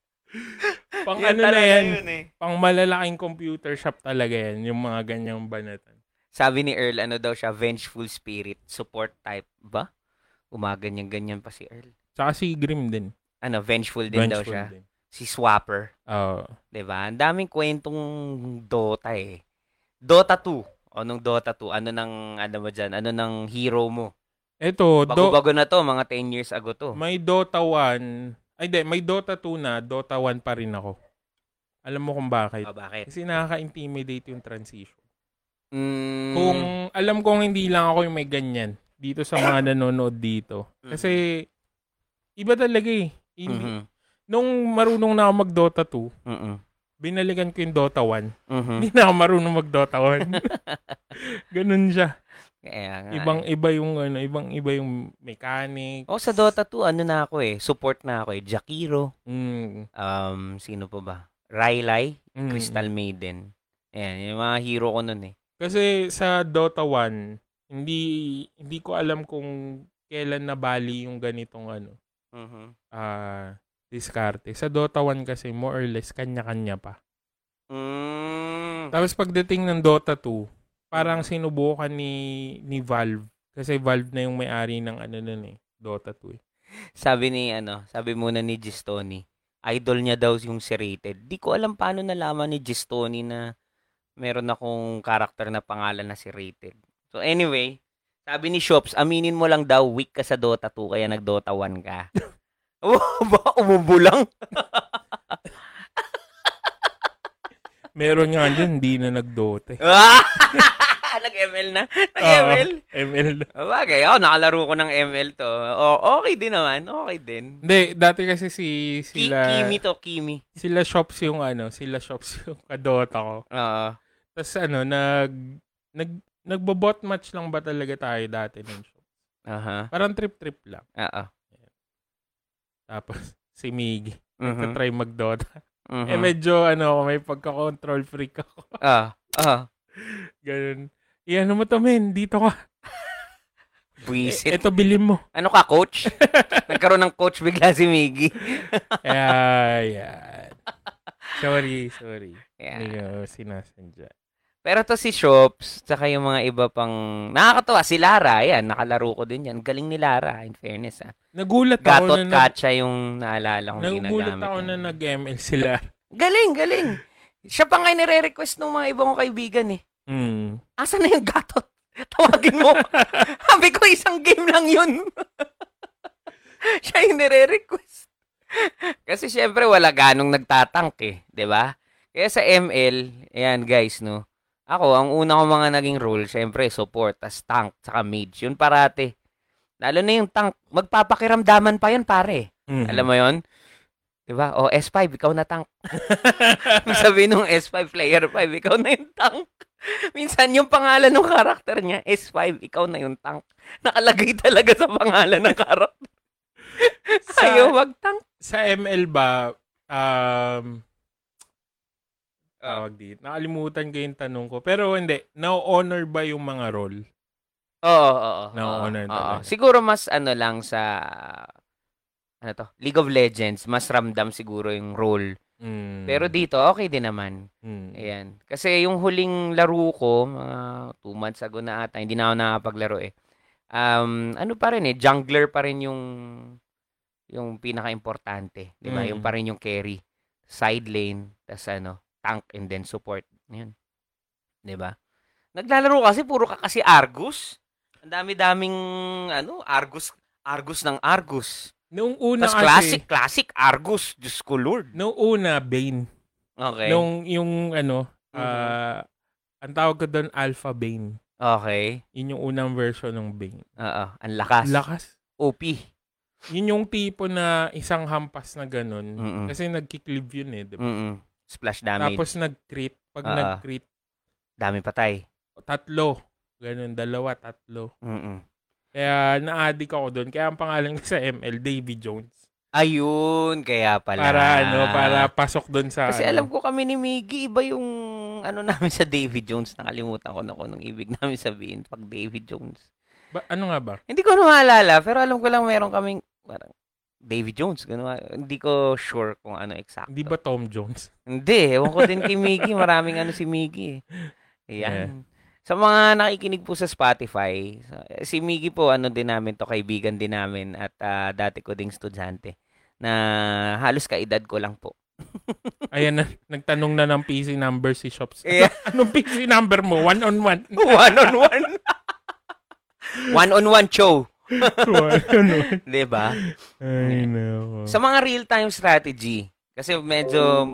Speaker 2: <laughs> pang
Speaker 1: Yun
Speaker 2: ano na
Speaker 1: talaga
Speaker 2: yan,
Speaker 1: yun eh.
Speaker 2: pang malalaking computer shop talaga yan, yung mga ganyang banatan.
Speaker 1: Sabi ni Earl, ano daw siya, vengeful spirit, support type ba? Umaganyan-ganyan pa si Earl.
Speaker 2: Tsaka si Grim din.
Speaker 1: Ano, vengeful din daw
Speaker 2: Vengeful
Speaker 1: siya.
Speaker 2: din.
Speaker 1: Si Swapper.
Speaker 2: Oo.
Speaker 1: 'di ba? Ang daming kwentong Dota eh. Dota 2. Anong Dota 2? Ano nang, ano mo dyan? Ano nang hero mo?
Speaker 2: Ito, do-
Speaker 1: Bago-bago na to, mga 10 years ago to.
Speaker 2: may Dota 1. Ay, di, may Dota 2 na, Dota 1 pa rin ako. Alam mo kung bakit.
Speaker 1: Ah, bakit?
Speaker 2: Kasi nakaka-intimidate yung transition.
Speaker 1: Mm,
Speaker 2: Kung alam kong hindi lang ako yung may ganyan dito sa
Speaker 1: <coughs>
Speaker 2: mga nanonood dito. Kasi iba talaga eh. Hindi-
Speaker 1: mhm,
Speaker 2: Nung marunong na ako mag-Dota 2,
Speaker 1: mhm,
Speaker 2: binalikan ko yung Dota 1.
Speaker 1: mhm.
Speaker 2: Hindi na ako marunong mag-Dota 1. Ganun siya.
Speaker 1: Kaya nga. eh.
Speaker 2: Ibang iba yung ano, ibang iba yung mechanic.
Speaker 1: Oh, sa Dota 2, ano na ako eh. Support na ako eh. Jakiro.
Speaker 2: Mm,
Speaker 1: Um, sino pa ba? Rylai.
Speaker 2: mm.
Speaker 1: Crystal Maiden. Ayan, yung mga hero ko nun eh.
Speaker 2: Kasi sa Dota 1, hindi hindi ko alam kung kailan nabali yung ganitong ano,
Speaker 1: Mhm.
Speaker 2: ah diskarte. Sa Dota 1 kasi more or less kanya-kanya pa.
Speaker 1: Mm.
Speaker 2: Tapos pagdating ng Dota 2, parang sinubukan ni ni Valve kasi Valve na yung may-ari ng ano nun eh, Dota 2. Eh.
Speaker 1: Sabi ni, ano, sabi muna ni Gistoni, idol niya daw yung Serrated. Di ko alam paano nalaman ni Gistoni na meron akong karakter na pangalan na Serrated. So anyway, Sabi ni Shops, aminin mo lang daw, weak ka sa Dota 2, kaya nag-Dota 1 ka. <laughs> Baka umubo lang. <laughs>
Speaker 2: Meron nga dyan, hindi na eh.
Speaker 1: <laughs>
Speaker 2: nag-dote.
Speaker 1: Ah! Nag-ML na. Nag-ML.
Speaker 2: ML na.
Speaker 1: Bagay, ako oh, nakalaro ko ng ML to. O, okay din naman. Okay din.
Speaker 2: Hindi, dati kasi si
Speaker 1: Ki-
Speaker 2: sila
Speaker 1: Kimi to, Kimi.
Speaker 2: sila shops yung ano, sila shops <laughs> yung kadota ko.
Speaker 1: Oo.
Speaker 2: Tapos ano, nag nag nagbobot match lang ba talaga tayo dati ng shop?
Speaker 1: Aha.
Speaker 2: Parang trip-trip lang.
Speaker 1: Oo.
Speaker 2: Tapos si Miggy,
Speaker 1: Mhm.
Speaker 2: try mag-dota.
Speaker 1: Mhm.
Speaker 2: Eh medyo ano, ako, may pagka-control freak ako.
Speaker 1: Ah. Ah.
Speaker 2: Ganun. Iyan mo to men, dito ka.
Speaker 1: Buisit.
Speaker 2: E, eto bilhin mo.
Speaker 1: Ano ka,
Speaker 2: <laughs>
Speaker 1: coach? Nagkaroon ng coach bigla si Miggy.
Speaker 2: Kaya, yan. Sorry, sorry. Hindi
Speaker 1: Yeah.
Speaker 2: ko sinasadya.
Speaker 1: Pero to si Shops, tsaka yung mga iba pang... Nakakatuwa, si Lara, yan, nakalaro ko din yan. Galing ni Lara, in fairness, ah.
Speaker 2: Nagulat ako
Speaker 1: Gatot
Speaker 2: na nag-
Speaker 1: Katcha yung naalala kong
Speaker 2: nagulat
Speaker 1: ginagamit. eh.
Speaker 2: ako na
Speaker 1: niya.
Speaker 2: nag-ML sila.
Speaker 1: Galing, galing. Siya pa nga nire-request ng mga ibang kaibigan, eh.
Speaker 2: Mm.
Speaker 1: Asa na yung Gatot? <laughs> Tawagin <laughs> mo. Sabi ko, isang game lang yun. <laughs> Siya yung nire-request. Kasi syempre, wala ganong nagtatank eh. 'di ba? Kaya sa ML, ayan guys, no? Ako, ang una ko mga naging role, syempre, support, tas tank, saka mage. Yun parate. Lalo na yung tank, magpapakiramdaman pa yun, pare.
Speaker 2: Mm.
Speaker 1: Alam mo yon? 'Di ba? O S5 ikaw na
Speaker 2: <laughs>
Speaker 1: tank. Sabi nung S5 player 5 ikaw na yung tank. Minsan yung pangalan ng karakter niya S5 ikaw na yung tank. Nakalagay talaga sa pangalan ng karakter.
Speaker 2: <laughs> sa,
Speaker 1: Ayaw wag tank.
Speaker 2: sa ML ba, um,
Speaker 1: Oh.
Speaker 2: tawag dito. Nakalimutan ko yung tanong ko. Pero hindi, na-honor ba yung mga role?
Speaker 1: Oo, oo, oo.
Speaker 2: Nauuna
Speaker 1: Oo.
Speaker 2: talaga.
Speaker 1: Siguro mas ano lang sa ano to, League of Legends, mas ramdam siguro yung role.
Speaker 2: Mm.
Speaker 1: Pero dito, okay din naman.
Speaker 2: Mm.
Speaker 1: Ayan. Kasi yung huling laro ko, mga two months ago na ata, hindi na ako nakapaglaro eh. Um, ano pa rin eh, jungler pa rin yung yung pinaka-importante. Di ba?
Speaker 2: Mm.
Speaker 1: Yung pa rin yung carry. Side lane, tas ano, tank and then support. Yun. Di ba? Naglalaro kasi, puro ka kasi Argus. Ang dami-daming, ano, Argus. Argus ng Argus.
Speaker 2: Nung una
Speaker 1: Tas
Speaker 2: kasi,
Speaker 1: classic, classic Argus. Diyos ko, Lord.
Speaker 2: nung una, Bane.
Speaker 1: Okay.
Speaker 2: Nung yung ano,
Speaker 1: Mhm.
Speaker 2: ah, ang tawag ko doon, Alpha Bane.
Speaker 1: Okay.
Speaker 2: Yun yung unang version ng Bane.
Speaker 1: Oo. Ang lakas.
Speaker 2: Lakas.
Speaker 1: OP.
Speaker 2: Yun yung tipo na isang hampas na ganun.
Speaker 1: Mm-mm.
Speaker 2: Kasi nagkiklib yun eh. Diba?
Speaker 1: Mm-mm. Splash damage.
Speaker 2: Tapos nag-crit. Pag
Speaker 1: Ah.
Speaker 2: nag-crit,
Speaker 1: Dami patay.
Speaker 2: tatlo. Ganun, dalawa, tatlo.
Speaker 1: Mm-mm.
Speaker 2: Kaya na-addict ako doon. Kaya ang pangalan ko sa ML, Davy Jones.
Speaker 1: Ayun, kaya pala.
Speaker 2: Para ano, para pasok doon sa...
Speaker 1: Kasi alam
Speaker 2: ano.
Speaker 1: ko kami ni Miggy, iba yung ano <laughs> namin sa David Jones. Nakalimutan ko na kung anong ibig namin sabihin pag David Jones.
Speaker 2: Ba- ano nga ba?
Speaker 1: Hindi ko na maalala, pero alam ko lang meron kaming parang David Jones. Ganun, hindi ko sure kung ano exacto.
Speaker 2: Hindi ba Tom Jones?
Speaker 1: Hindi, ewan ko din kay Miggy. Maraming ano si Miggy. eh. Ayan.
Speaker 2: Yeah.
Speaker 1: Sa mga nakikinig po sa Spotify, sa- si Miggy po, ano din namin to, kaibigan din namin at ah, dati ko ding estudyante na halos kaedad ko lang <laughs> po.
Speaker 2: Ayan na, nagtanong na ng PC number si
Speaker 1: <laughs>
Speaker 2: Shops.
Speaker 1: Yeah.
Speaker 2: Anong PC number mo? One on one.
Speaker 1: one on <laughs> one. one on one show,
Speaker 2: <laughs> one on one.
Speaker 1: 'di ba?
Speaker 2: Ay, nako.
Speaker 1: Sa mga real-time strategy, kasi medyo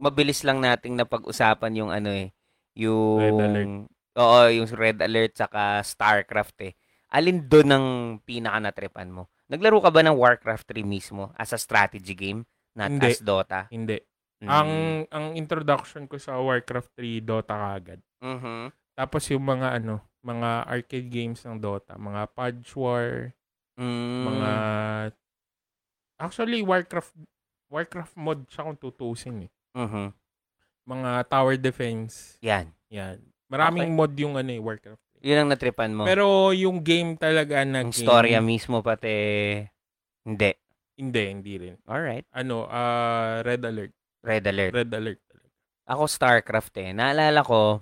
Speaker 1: mabilis lang nating napag-usapan yung ano eh, yung
Speaker 2: Red Alert.
Speaker 1: Oo, yung Red Alert saka StarCraft eh. Alin doon ang pinaka natripan mo? Naglaro ka ba ng Warcraft 3 mismo as a strategy game, not
Speaker 2: Hindi.
Speaker 1: as Dota?
Speaker 2: Hindi.
Speaker 1: Mm.
Speaker 2: Ang ang introduction ko sa Warcraft 3 Dota kagad.
Speaker 1: Mhm.
Speaker 2: Tapos yung mga ano, mga arcade games ng Dota, mga Pudge War,
Speaker 1: Mm.
Speaker 2: mga Actually Warcraft Warcraft mod siya kung tutusin eh.
Speaker 1: Mhm.
Speaker 2: Mga tower defense,
Speaker 1: Yan.
Speaker 2: 'yan. Maraming mod yung ano eh, Warcraft.
Speaker 1: Yun ang natripan mo.
Speaker 2: Pero yung game talaga na
Speaker 1: ang
Speaker 2: game-
Speaker 1: storya mismo pati hindi.
Speaker 2: hindi, hindi rin.
Speaker 1: Alright.
Speaker 2: Ano, ah Red Alert.
Speaker 1: Red Alert.
Speaker 2: Red Alert.
Speaker 1: Ako StarCraft eh. Naalala ko,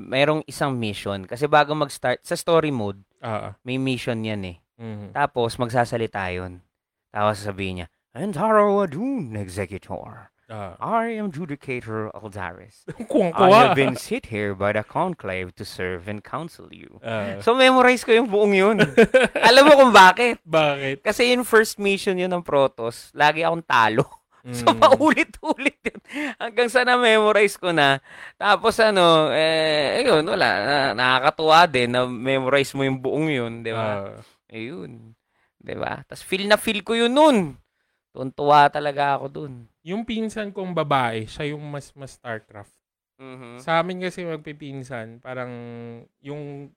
Speaker 1: merong isang mission. Kasi bago mag-start, sa story mode,
Speaker 2: Ah.
Speaker 1: may mission yan eh.
Speaker 2: mhm.
Speaker 1: Tapos, magsasalita yun. Tapos sasabihin niya, Antaro Adun, Executor.
Speaker 2: Ah.
Speaker 1: I am Judicator Aldaris. I
Speaker 2: Kung
Speaker 1: have
Speaker 2: kuha.
Speaker 1: been sit here by the conclave to serve and counsel you.
Speaker 2: Ah, <laughs>
Speaker 1: So, memorize ko yung buong yun. Alam mo kung bakit?
Speaker 2: bakit?
Speaker 1: <laughs> Kasi yung first mission yun ng Protoss, lagi akong talo. So,
Speaker 2: Mm.
Speaker 1: <laughs> paulit-ulit yun. Hanggang sa na-memorize ko na. Tapos ano, eh, yun, wala. Na- Nakakatuwa din na memorize mo yung buong yun, di ba?
Speaker 2: Ah.
Speaker 1: Ayun. Di ba? Tapos feel na feel ko yun nun. Tuntua talaga ako dun.
Speaker 2: yung pinsan kong babae, siya yung mas mas StarCraft.
Speaker 1: Mhm.
Speaker 2: Sa amin kasi magpipinsan, parang yung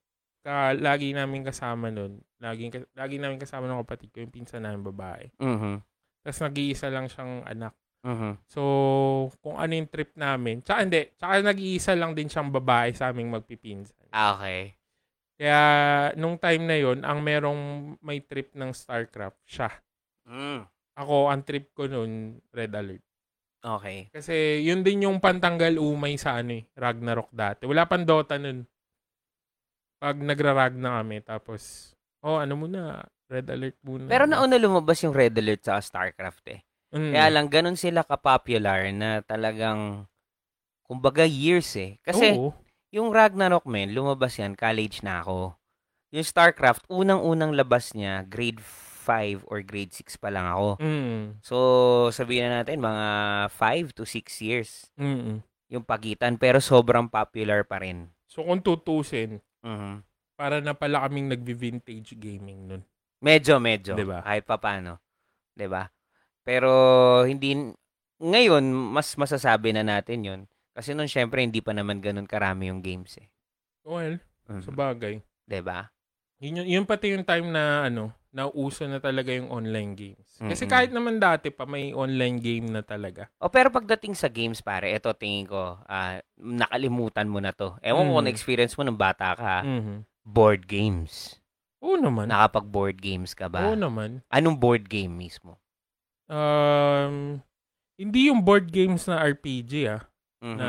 Speaker 2: ka, lagi namin kasama nun, laging, ka- lagi namin kasama ng kapatid ko, yung pinsan namin babae.
Speaker 1: Mhm.
Speaker 2: Tapos nag-iisa lang siyang anak.
Speaker 1: Mhm.
Speaker 2: So, kung ano yung trip namin. Tsaka hindi, tsaka nag-iisa lang din siyang babae sa aming magpipinsan.
Speaker 1: Ah, Okay.
Speaker 2: Kaya, nung time na yon ang merong may trip ng StarCraft, siya.
Speaker 1: Mm.
Speaker 2: Ako, ang trip ko nun, Red Alert.
Speaker 1: Okay.
Speaker 2: Kasi yun din yung pantanggal umay sa ano eh, Ragnarok dati. Wala pang Dota nun. Pag nagra-rag na kami, tapos, oh, ano muna, red alert muna.
Speaker 1: Pero nauna lumabas yung Red Alert sa StarCraft eh.
Speaker 2: Mm.
Speaker 1: Kaya lang, ganun sila kapopular na talagang, kumbaga years eh. Kasi
Speaker 2: Oo.
Speaker 1: yung Ragnarok men, lumabas yan, college na ako. Yung StarCraft, unang-unang labas niya, grade 5 or grade 6 pa lang ako.
Speaker 2: Mm.
Speaker 1: So, sabihin na natin, mga 5 to 6 years
Speaker 2: Mm.
Speaker 1: yung pagitan. Pero sobrang popular pa rin.
Speaker 2: So kung tutusin,
Speaker 1: Mhm.
Speaker 2: para na pala kaming nagvi-vintage gaming nun.
Speaker 1: Medyo, medyo.
Speaker 2: Diba?
Speaker 1: Kahit pa paano. Diba? Pero, hindi, ngayon, mas masasabi na natin yun. Kasi nun, syempre, hindi pa naman ganun karami yung games eh.
Speaker 2: Well,
Speaker 1: Mhm.
Speaker 2: sa bagay.
Speaker 1: Diba?
Speaker 2: Yun, yun, yun pati yung time na ano, nauso na talaga yung online games. Kasi
Speaker 1: Mm-mm.
Speaker 2: kahit naman dati pa may online game na talaga.
Speaker 1: O pero pagdating sa games, pare, eto tingin ko, ah, nakalimutan mo na to. Ewan ko
Speaker 2: Mm.
Speaker 1: kung experience mo nung bata ka, ah.
Speaker 2: Mhm.
Speaker 1: board games.
Speaker 2: Oo naman.
Speaker 1: Nakapag-board games ka ba?
Speaker 2: Ano? Oo naman.
Speaker 1: Anong board game mismo?
Speaker 2: Um, hindi yung board games na RPG ah,
Speaker 1: Mhm.
Speaker 2: na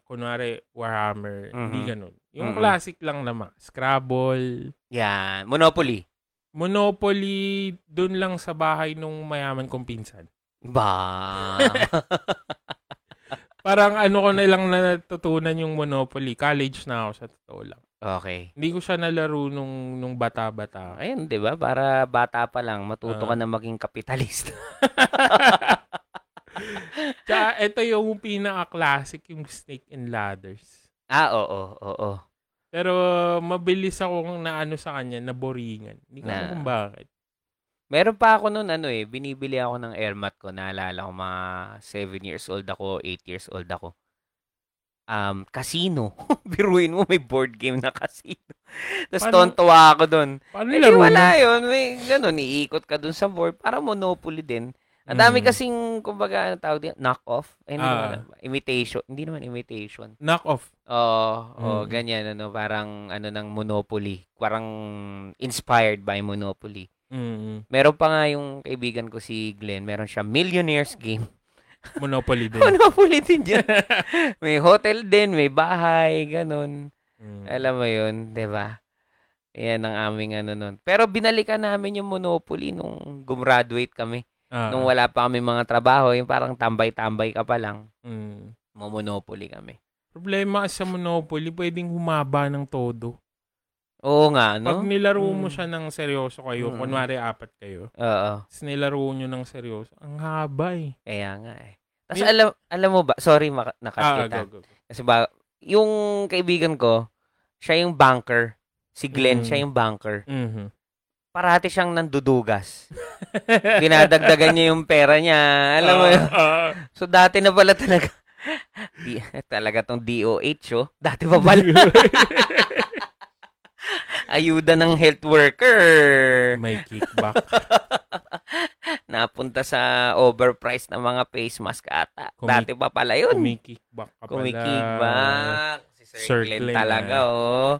Speaker 2: kunwari Warhammer, hindi
Speaker 1: Mhm.
Speaker 2: ganun.
Speaker 1: Mhm.
Speaker 2: Yung classic lang naman, Scrabble,
Speaker 1: Yan. Monopoly.
Speaker 2: Monopoly, dun lang sa bahay nung mayaman kong pinsan. <laughs>
Speaker 1: Ba.
Speaker 2: Parang ano ko na lang na natutunan yung Monopoly. College na ako sa totoo lang.
Speaker 1: okay.
Speaker 2: Hindi ko siya nalaro nung, nung bata-bata.
Speaker 1: Ayun, di ba? Para bata pa lang, matuto ka
Speaker 2: Ah.
Speaker 1: na maging kapitalista. <laughs>
Speaker 2: Tsaka ito yung pinaka-classic, yung Snake and Ladders.
Speaker 1: ah, oo, oo, oo.
Speaker 2: Pero mabilis akong naano sa kanya, naboringan. Hindi ko
Speaker 1: Na-
Speaker 2: alam kung bakit.
Speaker 1: Meron pa ako noon, ano eh, binibili ako ng airmat ko. Naalala ko, mga 7 years old ako, 8 years old ako. Um, casino. <laughs> Biruin mo, may board game na casino. <laughs> Tapos
Speaker 2: Paano-
Speaker 1: tontuwa ako doon.
Speaker 2: Paano
Speaker 1: Hindi,
Speaker 2: laro
Speaker 1: Eh, wala
Speaker 2: nun?
Speaker 1: yun. May ganun, iikot ka doon sa board. Para monopoly din. Ang dami
Speaker 2: Mm.
Speaker 1: kasing, kumbaga, ano tawag din, knock-off. Ay, hindi
Speaker 2: Ah.
Speaker 1: ko alam. imitation. Hindi naman imitation.
Speaker 2: Knock off.
Speaker 1: Oo, oo,
Speaker 2: Mm.
Speaker 1: ganyan, ano, parang, ano, ng Monopoly. Parang inspired by Monopoly.
Speaker 2: Mm.
Speaker 1: Meron pa nga yung kaibigan ko si Glenn, meron siya Millionaire's
Speaker 2: <laughs>
Speaker 1: Game. <laughs>
Speaker 2: Monopoly din.
Speaker 1: Monopoly din dyan. may hotel din, may bahay, ganun.
Speaker 2: Mm.
Speaker 1: Alam mo yun, 'di ba? Yan ang aming ano nun. Pero binalikan namin yung Monopoly nung gumraduate kami.
Speaker 2: Ah,
Speaker 1: Nung wala pa kami mga trabaho, yung parang tambay-tambay ka pa lang,
Speaker 2: mm.
Speaker 1: monopoly kami.
Speaker 2: Problema sa Monopoly, pwedeng humaba ng todo.
Speaker 1: Oo nga, no?
Speaker 2: Pag nilaro
Speaker 1: Mm.
Speaker 2: mo siya ng seryoso kayo,
Speaker 1: Mm.
Speaker 2: kunwari apat kayo,
Speaker 1: Oo.
Speaker 2: tapos nilaro nyo ng seryoso, ang haba eh.
Speaker 1: Kaya nga eh. Tapos
Speaker 2: May-
Speaker 1: alam, alam mo ba, sorry maka-
Speaker 2: Ah,
Speaker 1: nakat kita.
Speaker 2: go, go, go.
Speaker 1: Kasi ba, yung kaibigan ko, siya yung banker. Si Glenn,
Speaker 2: Mm.
Speaker 1: siya yung banker.
Speaker 2: Mhm.
Speaker 1: Parati siyang
Speaker 2: <laughs>
Speaker 1: nandudugas. Dinadagdagan niya yung pera niya. Alam mo yun.
Speaker 2: Ah, ah.
Speaker 1: So, dati na pala talaga. <laughs> Di, talaga tong DOH, oh. Dati pa pala. Ayuda ng health worker.
Speaker 2: <laughs> May kickback.
Speaker 1: Napunta sa overpriced na mga face mask ata.
Speaker 2: Kumik-
Speaker 1: Dati pa pala <laughs> yun.
Speaker 2: Kumikickback ka pala.
Speaker 1: Kumikibak. Si Sir,
Speaker 2: Sir
Speaker 1: Glenn,
Speaker 2: Glenn,
Speaker 1: talaga,
Speaker 2: ah.
Speaker 1: oh.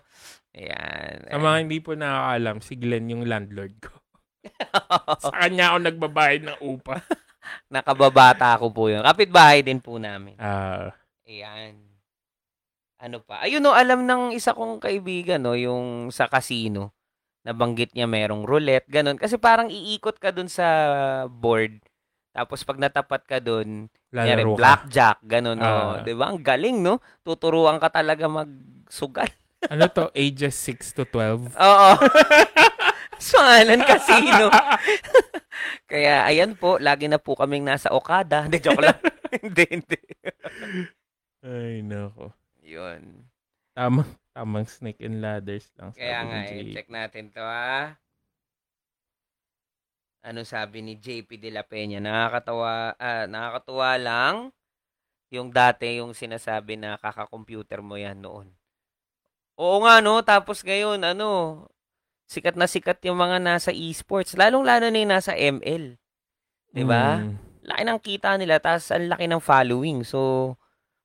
Speaker 1: Ayan.
Speaker 2: Sa mga hindi po nakakaalam, si Glenn yung landlord
Speaker 1: <laughs>
Speaker 2: ko. Sa kanya ako nagbabayad ng upa.
Speaker 1: Nakababata ako po yun. Kapitbahay din po namin.
Speaker 2: Ah,
Speaker 1: Ayan. Ano pa? Ayun no, alam ng isa kong kaibigan, no, yung sa casino. Nabanggit niya merong roulette, ganun. Kasi parang iikot ka dun sa board. Tapos pag natapat ka doon, kunyari
Speaker 2: Lalaro ka.
Speaker 1: blackjack, ganun.
Speaker 2: Ah.
Speaker 1: oh. 'Di ba? Ang galing, no? Tuturuan ka talaga magsugal. <laughs>
Speaker 2: Ano to? Ages 6 to 12.
Speaker 1: Oo. Swalan Casino. <laughs> Kaya ayan po, lagi na po kaming nasa Okada. <laughs> Hindi, joke lang. hindi, hindi.
Speaker 2: Ay, nako.
Speaker 1: Yun.
Speaker 2: Tamang, tamang snake and ladders lang. sabi
Speaker 1: Kaya
Speaker 2: ni
Speaker 1: nga,
Speaker 2: Jay.
Speaker 1: eh, check natin to ha. Ano sabi ni JP De La Peña? Nakakatawa, ah, nakakatuwa lang yung dati yung sinasabi na kaka-computer mo yan noon. Oo nga no, tapos ngayon ano, sikat na sikat yung mga nasa esports, lalong-lalo na yung nasa ML. 'Di ba?
Speaker 2: Mm.
Speaker 1: Laki ng kita nila, tapos ang laki ng following. So,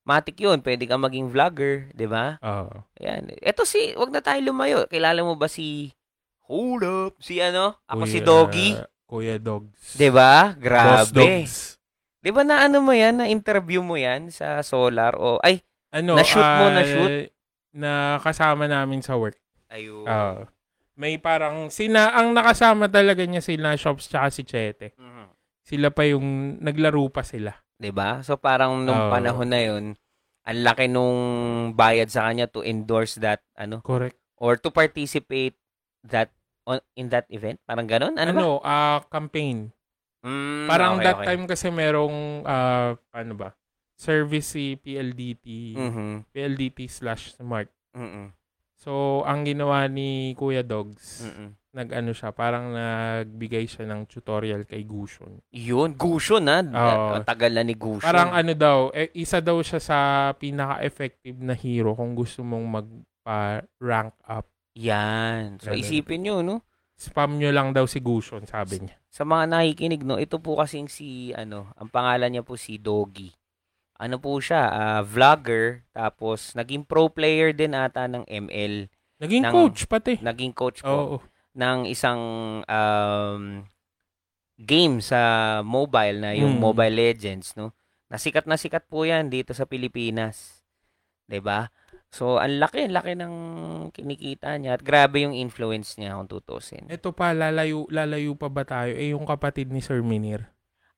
Speaker 1: matik yun, pwede kang maging vlogger, 'di ba?
Speaker 2: Oo.
Speaker 1: Ayan. Ito si, wag na tayo lumayo. Kilala mo ba si Hold up. Si ano? Ako si
Speaker 2: Kuya-
Speaker 1: Doggy.
Speaker 2: Kuya Dogs.
Speaker 1: 'Di ba?
Speaker 2: ah. Boss
Speaker 1: Grabe.
Speaker 2: Dogs.
Speaker 1: 'Di ba na ano mo 'yan? Na interview mo 'yan sa Solar o ay
Speaker 2: Ano?
Speaker 1: Na-shoot mo,
Speaker 2: ah,
Speaker 1: na-shoot?
Speaker 2: Na kasama namin sa work.
Speaker 1: ayo.
Speaker 2: Oo. May parang, sina, ang nakasama talaga niya sila, Shops tsaka si Chete.
Speaker 1: Mhm.
Speaker 2: Sila pa yung, naglaro pa sila.
Speaker 1: 'Di ba? So parang nung
Speaker 2: Oo.
Speaker 1: panahon na 'yon, ang laki nung bayad sa kanya to endorse that ano
Speaker 2: Correct.
Speaker 1: or to participate that on, in that event. Parang ganun. Ano, ba?
Speaker 2: Ano? ah campaign.
Speaker 1: Mm,
Speaker 2: Parang
Speaker 1: okay,
Speaker 2: that
Speaker 1: okay.
Speaker 2: time kasi merong, ah, ano ba, service si PLDT,
Speaker 1: Mhm.
Speaker 2: PLDT slash Smart.
Speaker 1: Mhm.
Speaker 2: So, ang ginawa ni Kuya Dogs,
Speaker 1: Mhm.
Speaker 2: nag-ano siya, parang nagbigay siya ng tutorial kay Gushon.
Speaker 1: Yun, Gushon ha.
Speaker 2: Oo.
Speaker 1: Ang Tagal na ni Gushon.
Speaker 2: Parang ano daw, eh, isa daw siya sa pinaka-effective na hero kung gusto mong magpa-rank up.
Speaker 1: Yan. So,
Speaker 2: Ganun.
Speaker 1: isipin nyo, no?
Speaker 2: Spam nyo lang daw si Gushon, sabi niya.
Speaker 1: Sa mga nakikinig, no? Ito po kasing si, ano, ang pangalan niya po si Doggy. Ano po siya? ah, vlogger. Tapos, naging pro player din ata ng ML.
Speaker 2: Naging
Speaker 1: Nang-
Speaker 2: coach pati.
Speaker 1: Naging coach po
Speaker 2: Oo.
Speaker 1: ng isang um, game sa mobile na yung
Speaker 2: Mm.
Speaker 1: Mobile Legends, no? Nasikat na sikat po yan dito sa Pilipinas. 'Di ba? So, ang laki, ang laki ng kinikita niya. At grabe yung influence niya kung tutusin.
Speaker 2: Ito pa, lalayo, lalayo pa ba tayo? Eh, yung kapatid ni Sir Minir,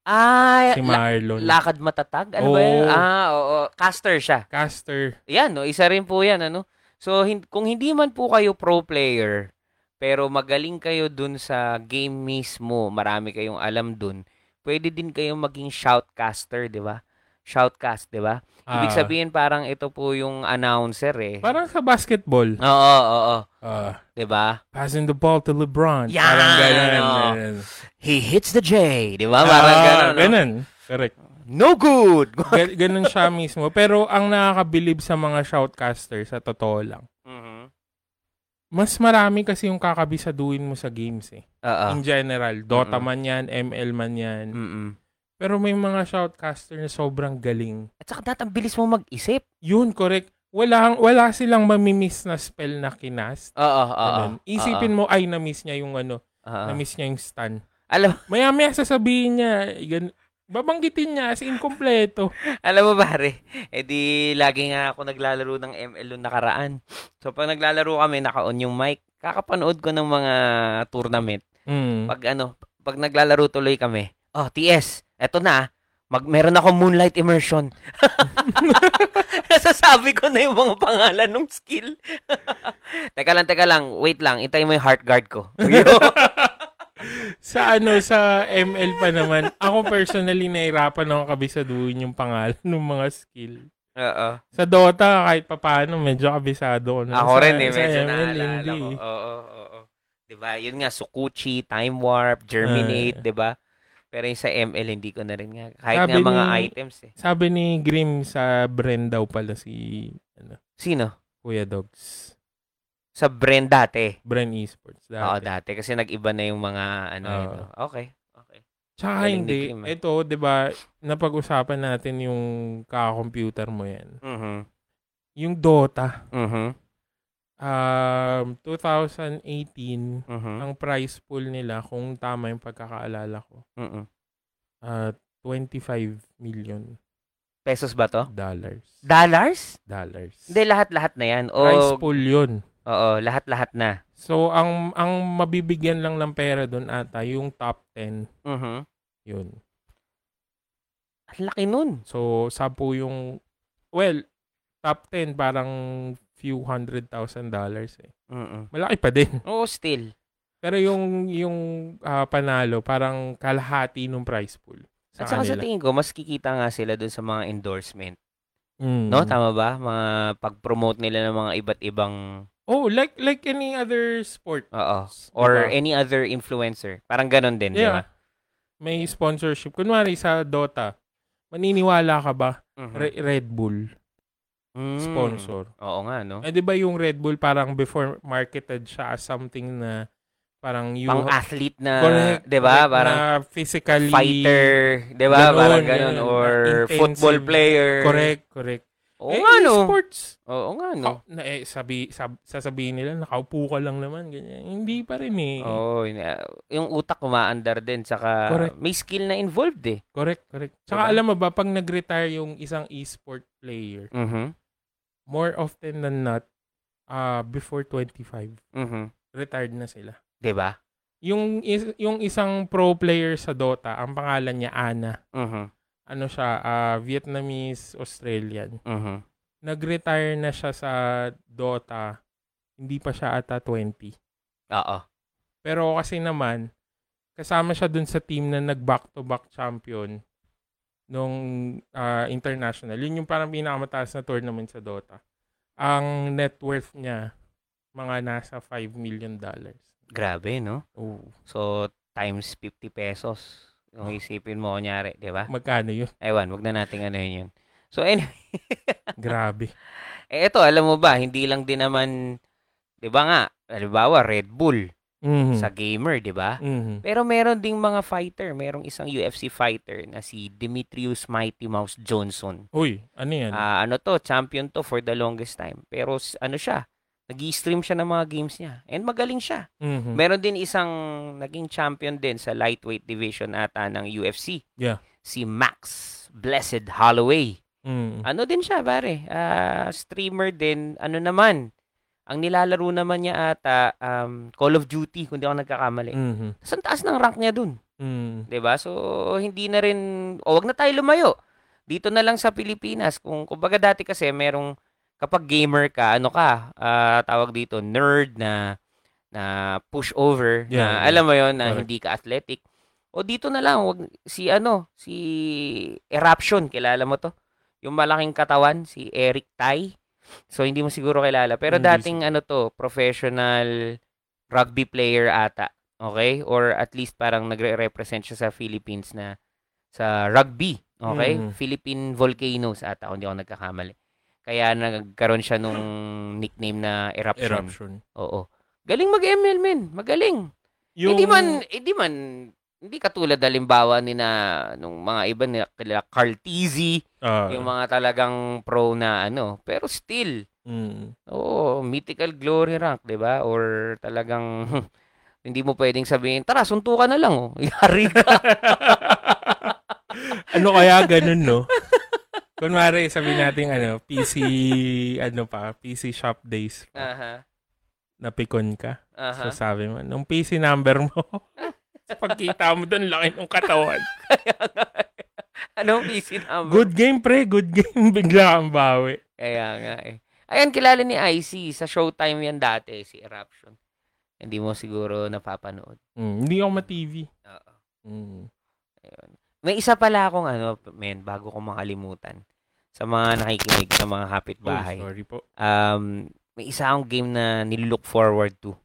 Speaker 1: Ay,
Speaker 2: si
Speaker 1: la-
Speaker 2: Marlon.
Speaker 1: lakad matatag? Ano ba yan?
Speaker 2: Oo.
Speaker 1: Ah, oo. Caster siya.
Speaker 2: Caster.
Speaker 1: Yan, no? isa rin po yan. Ano? So, hin- kung hindi man po kayo pro player, pero magaling kayo dun sa game mismo, marami kayong alam dun, pwede din kayong maging shoutcaster, di ba? Shoutcast, di ba?
Speaker 2: Ah,
Speaker 1: Ibig sabihin parang ito po yung announcer eh.
Speaker 2: Parang sa basketball.
Speaker 1: Oo, oo, oo.
Speaker 2: Ah,
Speaker 1: Di ba?
Speaker 2: passing the ball to LeBron.
Speaker 1: Yan,
Speaker 2: Parang ganun.
Speaker 1: oo.
Speaker 2: ganun.
Speaker 1: He hits the J, di ba? Parang
Speaker 2: Ah,
Speaker 1: ganun. no?
Speaker 2: ganun. Correct.
Speaker 1: No good!
Speaker 2: Ga- ganun siya mismo. Pero ang nakakabilib sa mga shoutcaster, sa totoo lang,
Speaker 1: Mhm.
Speaker 2: mas marami kasi yung kakabisaduhin mo sa games eh.
Speaker 1: Oo.
Speaker 2: In general, Dota
Speaker 1: Ah. Mm-mm.
Speaker 2: man yan, ML man yan.
Speaker 1: Mm-mm.
Speaker 2: Pero may mga shoutcaster na sobrang galing.
Speaker 1: At saka dahil ang bilis mo mag-isip.
Speaker 2: Yun, correct. Wala, wala silang mamimiss na spell na kinas.
Speaker 1: Oo, oo.
Speaker 2: Ganun. Isipin mo, ay, na-miss niya yung ano,
Speaker 1: Oo.
Speaker 2: na-miss niya yung stun.
Speaker 1: Ah. Alam,
Speaker 2: Maya-maya sasabihin niya, gan- babanggitin niya as inkompleto.
Speaker 1: Alam mo pare, edi lagi nga ako naglalaro ng ML noong nakaraan. So pag naglalaro kami, naka-on yung mic. Kakapanood ko ng mga tournament.
Speaker 2: Mm.
Speaker 1: Pag ano, pag naglalaro tuloy kami, oh, TS, eto na. ah. Mag, meron ako Moonlight Immersion. <laughs> Nasasabi ko na yung mga pangalan ng skill. <laughs> teka lang, teka lang. Wait lang. Itay mo yung heart guard ko.
Speaker 2: <laughs> sa ano, sa ML pa naman, <laughs> ako personally nahirapan ako kabisaduhin yung pangalan ng mga skill.
Speaker 1: <laughs> Oo.
Speaker 2: Sa Dota, kahit papaano, medyo kabisado ko. na.
Speaker 1: Ako
Speaker 2: Sa-
Speaker 1: rin eh,
Speaker 2: sa
Speaker 1: medyo
Speaker 2: ML,
Speaker 1: naalala
Speaker 2: hindi
Speaker 1: ko.
Speaker 2: eh.
Speaker 1: Oo, oo, oo. 'Di ba? Yun nga Sukuchi, Time Warp, Germinate,
Speaker 2: Ah.
Speaker 1: 'di ba? Pero yung sa ML hindi ko na rin nga kahit
Speaker 2: Sabi
Speaker 1: nga mga
Speaker 2: ni-
Speaker 1: items eh.
Speaker 2: Sabi ni Grim sa Bren daw pala si ano,
Speaker 1: Sino?
Speaker 2: Kuya Dogs.
Speaker 1: Sa brand dati.
Speaker 2: Bren Esports. Dati.
Speaker 1: Oo, Ah, dati kasi nag-iba na yung mga ano.
Speaker 2: Oo.
Speaker 1: ano. Okay. Okay.
Speaker 2: Tsaka
Speaker 1: Galing ni
Speaker 2: hindi,
Speaker 1: Grim, ah.
Speaker 2: ito, di ba, napag-usapan natin yung kaka-computer mo yan.
Speaker 1: Mhm.
Speaker 2: Yung Dota,
Speaker 1: Mhm.
Speaker 2: um, 2018,
Speaker 1: Mhm.
Speaker 2: ang price pool nila, kung tama yung pagkakaalala ko,
Speaker 1: Mhm.
Speaker 2: ah, 25 million
Speaker 1: Pesos ba 'to?
Speaker 2: dollars.
Speaker 1: Dollars?
Speaker 2: dollars.
Speaker 1: Hindi Oh. lahat-lahat na 'yan.
Speaker 2: Price
Speaker 1: O
Speaker 2: pool yun.
Speaker 1: oo, lahat-lahat na.
Speaker 2: So, ang ang mabibigyan lang ng pera doon ata, yung top 10,
Speaker 1: Mhm.
Speaker 2: yun.
Speaker 1: Mm-hmm. Ang laki nun.
Speaker 2: So, sampu yung, well, top 10 parang few hundred thousand dollars eh.
Speaker 1: Mm-mm.
Speaker 2: Malaki pa din. <laughs>
Speaker 1: Oo, still.
Speaker 2: Pero yung yung ah, panalo, parang kalahati nung prize pool. Sa
Speaker 1: At saka sa
Speaker 2: kanila.
Speaker 1: tingin ko, mas kikita nga sila dun sa mga endorsement.
Speaker 2: Mm.
Speaker 1: No? Tama ba? Mga pag-promote nila ng mga iba't ibang,
Speaker 2: Oh, like like any other sport.
Speaker 1: oo. Or
Speaker 2: Diba?
Speaker 1: any other influencer. Parang ganon din, di ba?
Speaker 2: Yeah. May sponsorship. Kunwari sa Dota, maniniwala ka ba?
Speaker 1: Mhm.
Speaker 2: Re- Red Bull
Speaker 1: Mm.
Speaker 2: sponsor.
Speaker 1: Oo nga, no?
Speaker 2: Eh, di ba yung Red Bull parang before marketed siya as something na parang you...
Speaker 1: Pang-athlete na,
Speaker 2: Correct,
Speaker 1: ah, di ba?
Speaker 2: correct,
Speaker 1: Parang
Speaker 2: na physically...
Speaker 1: fighter, di ba?
Speaker 2: Ganon,
Speaker 1: Parang ganon.
Speaker 2: ganon.
Speaker 1: Or
Speaker 2: Intensive.
Speaker 1: football player.
Speaker 2: Correct, correct.
Speaker 1: Oo
Speaker 2: eh,
Speaker 1: nga, no?
Speaker 2: sports.
Speaker 1: Oo nga, no?
Speaker 2: na, eh, sabi, sab, sasabihin nila, nakaupo ka lang naman. Ganyan. Hindi pa rin eh.
Speaker 1: Oo, yun, ah, yung utak umaandar din. Saka
Speaker 2: Correct.
Speaker 1: may skill na involved eh.
Speaker 2: Correct, correct. Tsaka
Speaker 1: Diba?
Speaker 2: alam mo ba, pag nag-retire yung isang e-sport player,
Speaker 1: Mhm.
Speaker 2: more often than not, ah before 25,
Speaker 1: Mhm.
Speaker 2: retired na sila.
Speaker 1: Di ba?
Speaker 2: Yung, is- yung isang pro player sa Dota, ang pangalan niya Ana.
Speaker 1: Mhm.
Speaker 2: Ano siya, ah, Vietnamese, Australian.
Speaker 1: Mhm.
Speaker 2: Nag-retire na siya sa Dota, hindi pa siya ata 20.
Speaker 1: Oo.
Speaker 2: Pero kasi naman, kasama siya dun sa team na nag-back-to-back champion nung ah, international. Yun yung parang pinakamataas na tournament sa Dota. Ang net worth niya, mga nasa 5 million dollars.
Speaker 1: Grabe, no?
Speaker 2: Oh,
Speaker 1: So, times 50 pesos. Kung isipin mo, kunyari, di ba?
Speaker 2: magkano
Speaker 1: <laughs>
Speaker 2: yun?
Speaker 1: Ewan, wag na nating ano yun. So, anyway,
Speaker 2: Grabe.
Speaker 1: eh, eto, alam mo ba, hindi lang din naman, di ba nga, halimbawa, Red Bull
Speaker 2: Mhm.
Speaker 1: sa gamer, di ba?
Speaker 2: Mhm.
Speaker 1: Pero meron ding mga fighter. Merong isang UFC fighter na si Demetrius Mighty Mouse Johnson.
Speaker 2: Uy, ano yan?
Speaker 1: Ah, ano to, champion to for the longest time. Pero s- ano siya, nag-stream siya ng mga games niya. And magaling siya.
Speaker 2: Mhm.
Speaker 1: Meron din isang naging champion din sa lightweight division ata ng UFC.
Speaker 2: Yeah.
Speaker 1: Si Max Blessed Holloway.
Speaker 2: Mhm.
Speaker 1: Ano din siya, pare? Ah, streamer din. Ano naman? Ang nilalaro naman niya ata um, Call of Duty, kung di ako nagkakamali.
Speaker 2: Mhm.
Speaker 1: Tapos ang taas ng rank niya dun.
Speaker 2: Mhm.
Speaker 1: 'di ba? Diba? So hindi na rin o wag na tayo lumayo. Dito na lang sa Pilipinas. Kung kumbaga dati kasi merong kapag gamer ka, ano ka, ah, tawag dito nerd na na pushover
Speaker 2: Yeah,
Speaker 1: na
Speaker 2: yeah.
Speaker 1: alam mo 'yon na
Speaker 2: Correct.
Speaker 1: hindi ka athletic. O dito na lang wag si ano, si Eruption, kilala mo 'to? Yung malaking katawan si Eric Tai. So hindi mo siguro kilala, pero
Speaker 2: Hindi
Speaker 1: dating
Speaker 2: siguro.
Speaker 1: ano 'to, professional rugby player ata. Okay? Or at least parang nagre-represent siya sa Philippines na sa rugby. Okay?
Speaker 2: Mm.
Speaker 1: Philippine Volcanoes ata, kung hindi ako nagkakamali. Kaya nagkaroon siya nung nickname na Eruption.
Speaker 2: Eruption.
Speaker 1: Oo. Galing mag-ML, men. Magaling. Hindi man, hindi man, hindi katulad halimbawa ni na nung mga iba na kila Carl Tizzy,
Speaker 2: ah,
Speaker 1: yung mga talagang pro na ano. Pero still,
Speaker 2: mhm.
Speaker 1: Oo, mythical glory rank, 'di ba? Or talagang <laughs> hindi mo pwedeng sabihin, tara, suntukan na lang. Oh. <laughs> Yari ka.
Speaker 2: ano kaya ganun, no? Kunwari, sabi natin, ano, PC, ano pa, PC shop days,
Speaker 1: Aha.
Speaker 2: napikon ka.
Speaker 1: Aha.
Speaker 2: So sabi mo, nung PC number mo, <laughs> sa pagkita mo doon, laki ng katawan.
Speaker 1: <laughs> Anong easy number?
Speaker 2: Good game, pre. Good game. <laughs> Bigla kang bawi.
Speaker 1: Kaya nga eh. Ayan, kilala ni IC. Sa Showtime yan dati, si Eruption. Hindi mo siguro napapanood.
Speaker 2: Mm, hindi ako ma-TV.
Speaker 1: Oo.
Speaker 2: Mm.
Speaker 1: Ayun. May isa pala akong ano, men, bago ko makalimutan. Sa mga nakikinig, sa mga kapitbahay.
Speaker 2: Oh, sorry po.
Speaker 1: Um, may isa akong game na nilook forward to.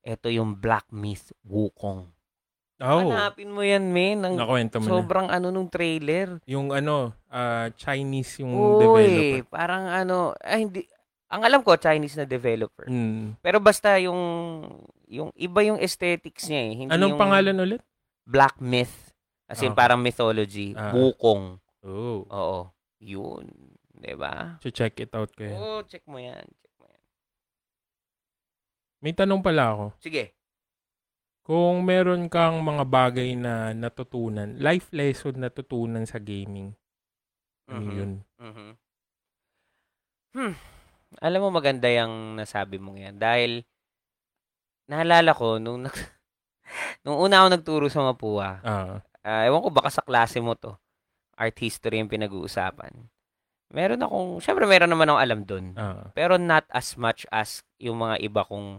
Speaker 1: Ito yung Black Myth Wukong.
Speaker 2: Oh,
Speaker 1: Hanapin mo yan, men. Ang
Speaker 2: nakwento mo na.
Speaker 1: sobrang ano nung trailer.
Speaker 2: Yung ano, ah, Chinese yung
Speaker 1: Uy,
Speaker 2: developer.
Speaker 1: parang ano, ay hindi, ang alam ko, Chinese na developer.
Speaker 2: Mm.
Speaker 1: Pero basta yung, yung iba yung aesthetics niya eh. Hindi
Speaker 2: Anong
Speaker 1: yung
Speaker 2: pangalan ulit?
Speaker 1: Black Myth. As in,
Speaker 2: Okay.
Speaker 1: parang mythology.
Speaker 2: Ah.
Speaker 1: Wukong.
Speaker 2: Oh,
Speaker 1: Oo. Yun. 'Di ba?
Speaker 2: so check it out ko yan.
Speaker 1: Oo, check mo yan. Check mo yan.
Speaker 2: May tanong pala ako.
Speaker 1: Sige.
Speaker 2: Kung meron kang mga bagay na natutunan, life lesson natutunan sa gaming, ano
Speaker 1: Mhm.
Speaker 2: yun?
Speaker 1: Mhm. Hmm. Alam mo maganda yung nasabi mong yan dahil naalala ko nung nag, <laughs> nung una ako nagturo sa Mapua.
Speaker 2: Ah,
Speaker 1: ah, ewan ko baka sa klase mo to. art history yung pinag-uusapan, meron akong, syempre meron naman akong alam doon.
Speaker 2: Ah.
Speaker 1: Pero not as much as yung mga iba kong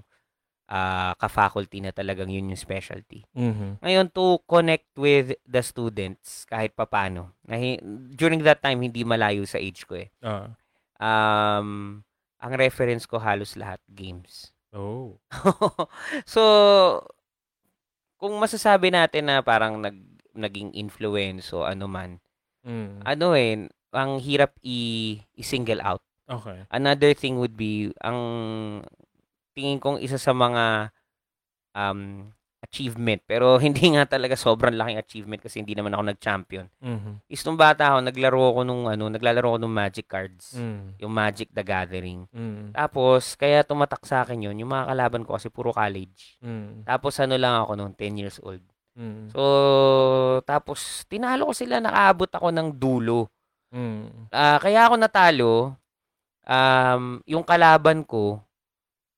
Speaker 1: ah, ka-faculty na talagang yun yung specialty.
Speaker 2: mhm.
Speaker 1: Ngayon, to connect with the students kahit papano. Nahi- During that time, hindi malayo sa age ko eh.
Speaker 2: Ah.
Speaker 1: Um, ang reference ko halos lahat games. <laughs>
Speaker 2: Oh.
Speaker 1: so, kung masasabi natin na parang nag, naging influence o ano man,
Speaker 2: Mm.
Speaker 1: ano eh, ang hirap i, i-single out.
Speaker 2: Okay.
Speaker 1: Another thing would be, ang tingin kong isa sa mga um, achievement, pero <laughs> hindi nga talaga sobrang laking achievement kasi hindi naman ako nag-champion,
Speaker 2: Mhm.
Speaker 1: is nung bata ako, naglaro ko nung, ano, naglalaro ko nung Magic Cards.
Speaker 2: Mm.
Speaker 1: Yung Magic the Gathering.
Speaker 2: Mm.
Speaker 1: Tapos, kaya tumatak sa akin yun, yung mga kalaban ko kasi puro college.
Speaker 2: Mm.
Speaker 1: Tapos ano lang ako noon, 10 years old.
Speaker 2: Mm.
Speaker 1: So, tapos tinalo ko sila, nakaabot ako ng dulo.
Speaker 2: Mm.
Speaker 1: Ah, kaya ako natalo, um, yung kalaban ko,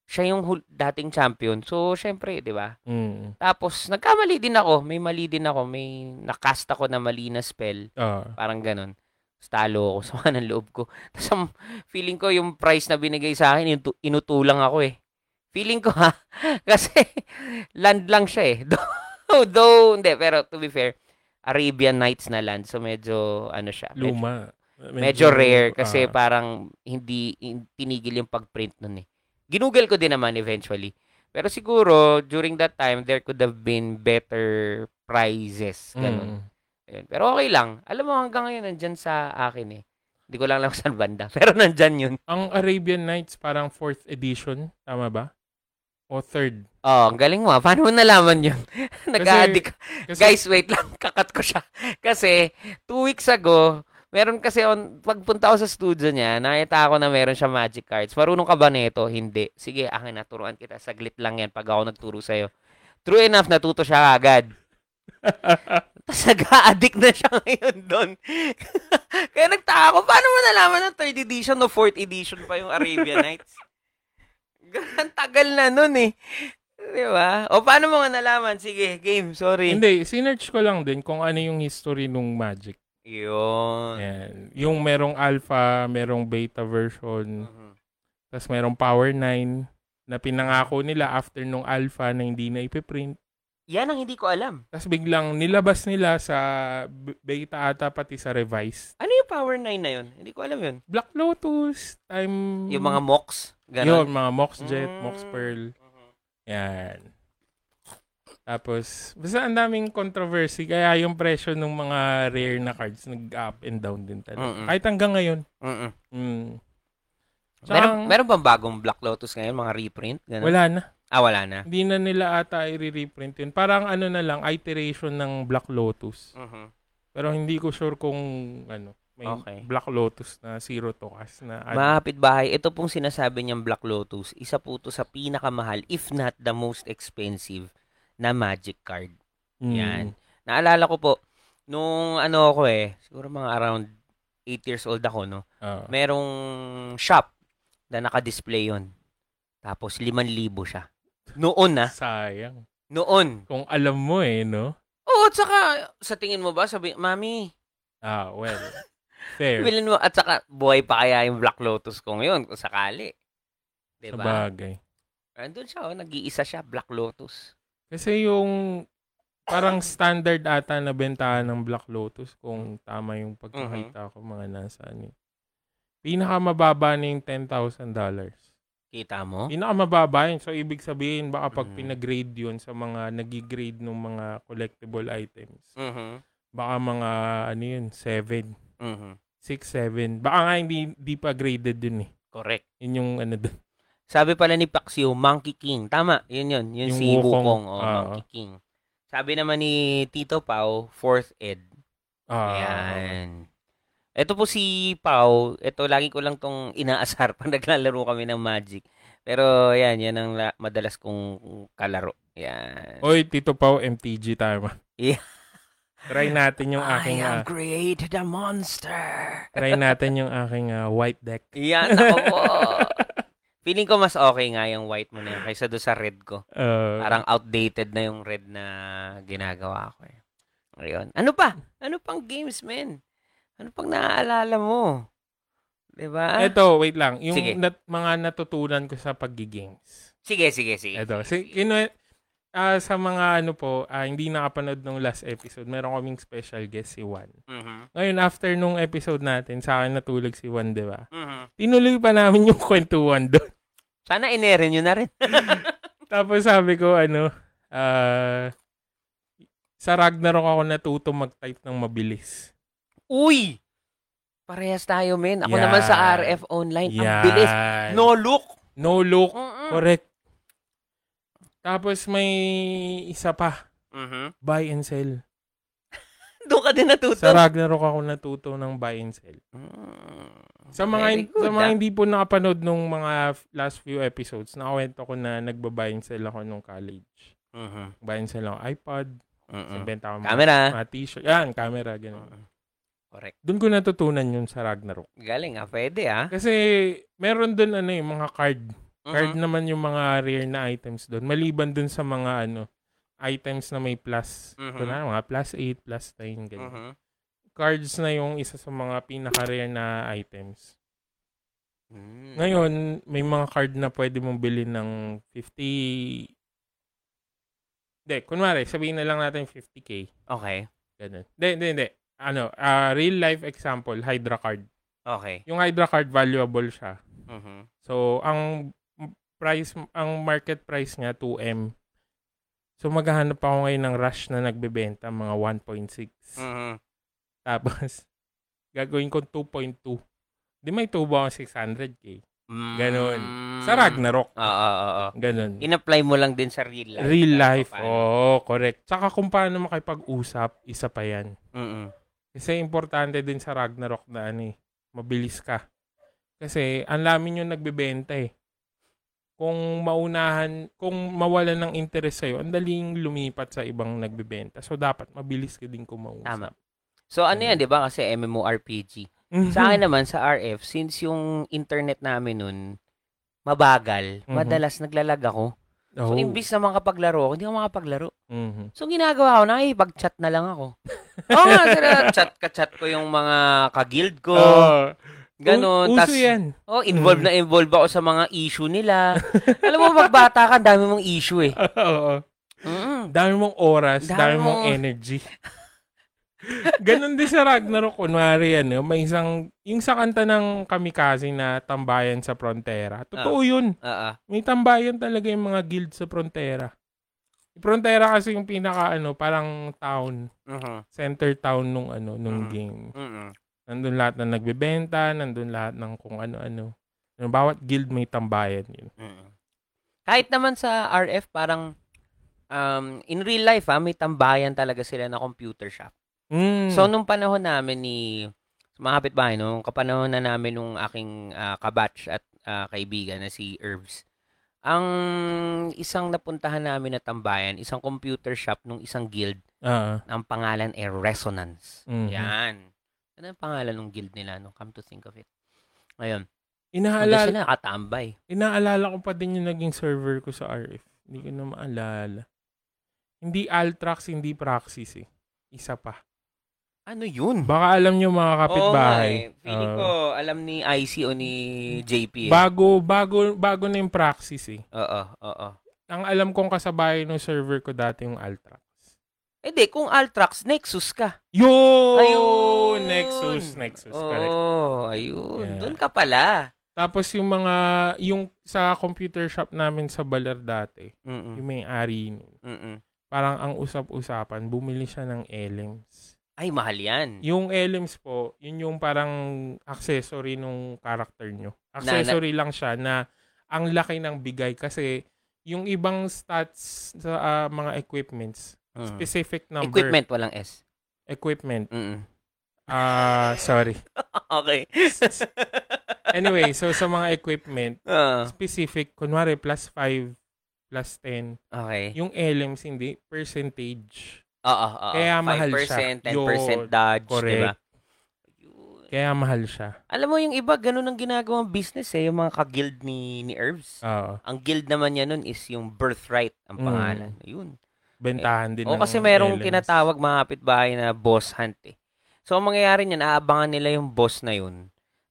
Speaker 1: siya yung hul- dating champion. So, syempre, di ba?
Speaker 2: Mm.
Speaker 1: Tapos, nagkamali din ako. May mali din ako. May nakast ako na mali na spell.
Speaker 2: Ah.
Speaker 1: Parang ganun. Tapos talo ako <laughs> sa kanang loob ko. Tapos, ang feeling ko, yung price na binigay sa akin, inutu- inutulang ako eh. Feeling ko <laughs> ha. Kasi, land lang siya eh. <laughs> Though, though, hindi. Pero, to be fair, Arabian Nights na land. So, medyo, ano siya. medyo-
Speaker 2: Luma.
Speaker 1: Medyo rare kasi
Speaker 2: ah.
Speaker 1: parang hindi in- tinigil yung pag-print nun eh. Ginugol ko din naman eventually. Pero siguro, during that time, there could have been better prizes. Ganun.
Speaker 2: Mm.
Speaker 1: Ayun. Pero okay lang. Alam mo, hanggang ngayon, nandyan sa akin eh. Hindi ko lang alam <laughs> saan banda. Pero nandyan yun.
Speaker 2: Ang Arabian Nights parang fourth edition, tama ba? O third?
Speaker 1: Oh, ang galing mo. ah. Paano mo nalaman yun? <laughs> Nag-addict.
Speaker 2: Kasi-
Speaker 1: Guys, wait lang. <laughs> Kakat ko siya. Kasi, two weeks ago, meron kasi, on, pagpunta ko sa studio niya, nakita ko na meron siya magic cards. Marunong ka ba nito? Hindi. Sige, akin na, turuan kita. Saglit lang yan pag ako nagturo sa'yo. True enough, natuto siya
Speaker 2: <laughs>
Speaker 1: agad. Tapos nag-addict na siya ngayon doon. <laughs> Kaya nagtaka ko, paano mo nalaman na third edition o fourth edition pa yung Arabian Nights? <laughs> Ang tagal na nun eh. Di ba? O paano mo nga nalaman? Sige, game, sorry.
Speaker 2: Hindi, sinerch ko lang din kung ano yung history nung Magic.
Speaker 1: Yun.
Speaker 2: Ayan. Yung merong alpha, merong beta version,
Speaker 1: Mhm.
Speaker 2: tapos merong Power 9 na pinangako nila after nung alpha na hindi na ipiprint.
Speaker 1: Yan ang hindi ko alam.
Speaker 2: Tapos biglang nilabas nila sa b- beta ata pati sa revised.
Speaker 1: Ano yung Power 9 na yun? Hindi ko alam yun.
Speaker 2: Black Lotus, time...
Speaker 1: Yung mga mocks?
Speaker 2: Hmm. Yun,
Speaker 1: Ganon.
Speaker 2: mga Mox Jet,
Speaker 1: Mm.
Speaker 2: Mox Pearl.
Speaker 1: Mhm.
Speaker 2: Yan. Tapos, basta ang daming controversy. Kaya yung presyo ng mga rare na cards nag-up and down din talaga.
Speaker 1: Mm-mm.
Speaker 2: Kahit hanggang ngayon.
Speaker 1: Mm-mm.
Speaker 2: Mm. Tsaka
Speaker 1: Meron,
Speaker 2: ang-
Speaker 1: meron bang bagong Black Lotus ngayon? Mga reprint? Ganon.
Speaker 2: wala na.
Speaker 1: Ah, wala na.
Speaker 2: Hindi na nila ata i-reprint yun. Parang ano na lang, iteration ng Black Lotus.
Speaker 1: Mhm.
Speaker 2: Pero hindi ko sure kung ano, may
Speaker 1: Okay.
Speaker 2: Black Lotus na zero to cast na ad-
Speaker 1: Mahapit bahay, ito pong sinasabi niyang Black Lotus, isa po to sa pinakamahal, if not the most expensive na magic card.
Speaker 2: Mm.
Speaker 1: Yan. Naalala ko po, nung ano ako eh, siguro mga around 8 years old ako, no?
Speaker 2: Ah.
Speaker 1: Merong shop na nakadisplay yon Tapos 5,000 siya. Noon na.
Speaker 2: Sayang.
Speaker 1: Noon.
Speaker 2: Kung alam mo eh, no?
Speaker 1: Oo, at saka, sa tingin mo ba, sabi, Mami,
Speaker 2: Ah,
Speaker 1: <laughs>
Speaker 2: well. Fair.
Speaker 1: bilhin mo, at saka, buhay pa kaya yung Black Lotus ko ngayon, kung sakali.
Speaker 2: Sa
Speaker 1: Diba?
Speaker 2: bagay.
Speaker 1: Andun siya, oh, nag-iisa siya, Black Lotus.
Speaker 2: Kasi yung parang standard ata na bentahan ng Black Lotus kung tama yung
Speaker 1: Mm-hmm.
Speaker 2: pagkakita ko mga nasa ano. eh. Pinakamababa na yung $10,000.
Speaker 1: Kita mo?
Speaker 2: Pinakamababa yun. So, ibig sabihin, baka pag
Speaker 1: Mhm.
Speaker 2: pinagrade yun sa mga nagigrade ng mga collectible items,
Speaker 1: Mhm.
Speaker 2: baka mga ano yun, 7,
Speaker 1: Mhm.
Speaker 2: 6, 7. Baka nga hindi, hindi pa graded yun eh.
Speaker 1: Correct.
Speaker 2: Yun yung ano dun.
Speaker 1: Sabi pala ni Paxio, Monkey King. Tama, yun yun. Yun
Speaker 2: Yung
Speaker 1: si Wukong.
Speaker 2: Wukong.
Speaker 1: oh,
Speaker 2: Ah.
Speaker 1: Monkey King. Sabi naman ni Tito Pau, fourth ed.
Speaker 2: Ah,
Speaker 1: <laughs> Ayan. Ito po si Pau. Ito, lagi ko lang tong inaasar <laughs> pag naglalaro kami ng Magic. Pero, yan, yan ang la- madalas kong kalaro. Yan.
Speaker 2: Ah. Oy, Tito Pau, MTG tama.
Speaker 1: Yeah.
Speaker 2: Try natin yung
Speaker 1: <laughs>
Speaker 2: aking... ah,
Speaker 1: created a monster.
Speaker 2: Try natin yung aking ah, white deck.
Speaker 1: Yan, ako po. <laughs> Feeling ko mas okay nga yung white mo na yun kaysa do sa red ko.
Speaker 2: Uh,
Speaker 1: Parang outdated na yung red na ginagawa ko eh. Ayun. Ano pa? Ano pang games, men? Ano pang naaalala mo? 'Di ba?
Speaker 2: Eto, wait lang. Yung
Speaker 1: ah. Sige.
Speaker 2: nat- mga natutunan ko sa pagigames.
Speaker 1: Sige, sige, sige.
Speaker 2: Eto, si, you know, ah, sa mga ano po, ah, hindi nakapanood nung last episode, meron kaming special guest si Juan.
Speaker 1: Mhm.
Speaker 2: Ngayon, after nung episode natin, sa akin natulog si Juan, di ba?
Speaker 1: Mhm.
Speaker 2: Tinuloy pa namin yung <laughs> kwentuhan doon.
Speaker 1: Sana inere nyo na rin.
Speaker 2: Tapos sabi ko, ano, ah, sa Ragnarok ako natuto mag-type ng mabilis.
Speaker 1: Uy! Parehas tayo, men. Ako naman sa
Speaker 2: Yan.
Speaker 1: RF Online. Ang bilis.
Speaker 2: Yan.
Speaker 1: No look.
Speaker 2: No look.
Speaker 1: Mm-mm.
Speaker 2: Correct. Tapos may isa pa,
Speaker 1: Mhm.
Speaker 2: buy and sell.
Speaker 1: Doon ka din natuto.
Speaker 2: Sa Ragnarok ako natuto ng buy and sell.
Speaker 1: Mm.
Speaker 2: Sa mga
Speaker 1: Very good,
Speaker 2: sa mga
Speaker 1: ah.
Speaker 2: hindi po nakapanood nung mga f- last few episodes, nakawento ko na nagba-buy and sell ako nung college.
Speaker 1: Mhm.
Speaker 2: Buy and sell ako iPad,
Speaker 1: Mm-hmm. Mm-mm.
Speaker 2: benta ako ng mga,
Speaker 1: Ah. Camera.
Speaker 2: mga t-shirt. Yan, camera, ganun.
Speaker 1: Mm. Correct.
Speaker 2: Doon ko natutunan yun sa Ragnarok.
Speaker 1: Galing ah. Pwede ah.
Speaker 2: Kasi meron doon ano yung mga card. Card
Speaker 1: Mhm.
Speaker 2: naman yung mga rare na items doon. Maliban doon sa mga ano items na may plus.
Speaker 1: Mhm.
Speaker 2: Kunwari, mga plus 8, plus 9, ganyan.
Speaker 1: Mhm.
Speaker 2: Cards na yung isa sa mga pinaka-rare na items.
Speaker 1: Mm.
Speaker 2: Ngayon, may mga card na pwede mong bilhin ng 50... Hindi, kunwari, sabihin na lang natin 50k.
Speaker 1: Okay.
Speaker 2: Ganun. Hindi, hindi, hindi. Ano, ah, real life example, Hydra card.
Speaker 1: Okay.
Speaker 2: Yung Hydra card, valuable siya.
Speaker 1: Mhm.
Speaker 2: So, ang price, ang market price niya, 2M. So, maghahanap ako ngayon ng rush na nagbebenta, mga 1.6.
Speaker 1: Mhm.
Speaker 2: Tapos, <laughs> gagawin ko 2.2. Di may 2 ba akong 600k?
Speaker 1: Mm. Ah.
Speaker 2: Ganun. Sa Ragnarok.
Speaker 1: Oo, oo, oo.
Speaker 2: Ganun.
Speaker 1: In-apply mo lang din sa real life. Diba? oh.
Speaker 2: Real
Speaker 1: Kahit
Speaker 2: life.
Speaker 1: papaano.
Speaker 2: Oo, correct. Tsaka kung paano makipag-usap, isa pa yan.
Speaker 1: Mm-mm.
Speaker 2: Kasi importante din sa Ragnarok na ano eh, mabilis ka. Kasi ang lamin yung nagbebenta eh. Kung maunahan, kung mawala ng interest sa'yo, ang daling lumipat sa ibang nagbebenta. So, dapat mabilis ka din
Speaker 1: Tama.
Speaker 2: <laughs> kumausap.
Speaker 1: So ano
Speaker 2: Ganun.
Speaker 1: yan, di ba? Kasi MMORPG. Sa
Speaker 2: Mm-hmm.
Speaker 1: akin naman, sa RF, since yung internet namin nun, mabagal,
Speaker 2: Mhm.
Speaker 1: madalas naglalag ako. So,
Speaker 2: Oh.
Speaker 1: imbis na makapaglaro ako, hindi ako makapaglaro.
Speaker 2: Mhm.
Speaker 1: So, ang ginagawa ko, nakikipag-chat na lang ako. <laughs> Oo nga, sir, chat ka-chat ko yung mga kagild ko.
Speaker 2: Oo.
Speaker 1: Ganon.
Speaker 2: Oh. U-
Speaker 1: Tas,
Speaker 2: Uso
Speaker 1: <laughs>
Speaker 2: yan.
Speaker 1: oh, involved
Speaker 2: Mm.
Speaker 1: na involved ako sa mga issue
Speaker 2: <laughs>
Speaker 1: nila. Alam mo, pagbata ka, ang dami mong issue eh.
Speaker 2: Oo.
Speaker 1: Mm.
Speaker 2: Dami mong oras,
Speaker 1: Dami
Speaker 2: dami, mong
Speaker 1: mong-
Speaker 2: energy. Ganon din sa Ragnarok, kunwari ano, may isang, yung sa kanta ng kamikaze na tambayan sa frontera. Totoo yun.
Speaker 1: Oo.
Speaker 2: May tambayan talaga yung mga guild sa frontera. Yung Frontera kasi yung pinaka ano, parang town,
Speaker 1: Mhm.
Speaker 2: center town nung ano, nung
Speaker 1: Mm.
Speaker 2: game.
Speaker 1: Mm-mm.
Speaker 2: Nandun lahat na nagbebenta, nandun lahat ng kung ano-ano. Yung Bawat guild may tambayan yun.
Speaker 1: Mm. Kahit naman sa RF, parang um, in real life, ha, may tambayan talaga sila na computer shop.
Speaker 2: Mm.
Speaker 1: So, nung panahon namin ni sa mga kapitbahay, nung kapanahon na namin nung aking ah, kabatch at ah, kaibigan na si Herbs, ang isang napuntahan namin na tambayan, isang computer shop nung isang guild,
Speaker 2: Ah.
Speaker 1: ang pangalan ay Resonance.
Speaker 2: Mhm.
Speaker 1: Yan. Ano ang pangalan ng guild nila? No? Come to think of it. Ngayon, hindi
Speaker 2: inaalala,
Speaker 1: sila nakatambay.
Speaker 2: Inaalala ko pa din yung naging server ko sa RF. Hindi ko na maalala. Hindi Altrax, hindi Praxis eh. Isa pa.
Speaker 1: Ano yun?
Speaker 2: Baka alam nyo mga kapitbahay.
Speaker 1: Oo nga eh. Feeling
Speaker 2: Oo.
Speaker 1: ko, alam ni IC o ni JP eh.
Speaker 2: bago, bago, bago na yung Praxis eh.
Speaker 1: oo, oo.
Speaker 2: Ang alam kong kasabay ng server ko dati yung Altrax.
Speaker 1: Eh di, kung Altrax, Nexus ka.
Speaker 2: Yun!
Speaker 1: Ayun!
Speaker 2: Nexus, Nexus. Correct.
Speaker 1: Oo, Oh, ayun.
Speaker 2: Yeah.
Speaker 1: Doon ka pala.
Speaker 2: Tapos yung mga, yung sa computer shop namin sa Balar dati,
Speaker 1: Mm-mm.
Speaker 2: yung may-ari nun,
Speaker 1: Mm-mm.
Speaker 2: parang ang usap-usapan, bumili siya ng LMs.
Speaker 1: Ay, mahal yan.
Speaker 2: Yung LMs po, yun yung parang accessory nung character nyo. Accessory lang siya na ang laki ng bigay kasi yung ibang stats sa ah, mga equipments,
Speaker 1: Mm.
Speaker 2: specific number.
Speaker 1: Equipment, walang S.
Speaker 2: Equipment.
Speaker 1: Mm-mm.
Speaker 2: Ah, sorry.
Speaker 1: <laughs>
Speaker 2: <laughs>
Speaker 1: okay.
Speaker 2: Anyway, so sa mga equipment,
Speaker 1: Ah,
Speaker 2: specific, kunwari plus 5, plus 10.
Speaker 1: okay.
Speaker 2: Yung LMs hindi, percentage.
Speaker 1: Oo, oo.
Speaker 2: Kaya mahal siya.
Speaker 1: 5%, 10% dodge, di ba?
Speaker 2: Correct.
Speaker 1: Yun.
Speaker 2: Kaya mahal siya.
Speaker 1: Alam mo, yung iba, ganun ang ginagawang business eh. Yung mga ka-guild ni, ni Herbs.
Speaker 2: Oo.
Speaker 1: Ang guild naman niya nun is yung birthright ang
Speaker 2: Ah. Mm.
Speaker 1: pangalan. Yun.
Speaker 2: bentahan din
Speaker 1: O
Speaker 2: ng
Speaker 1: kasi merong
Speaker 2: LMs.
Speaker 1: tinatawag mga kapitbahay na boss hunt eh. So, ang mangyayari niyan, aabangan nila yung boss na yun.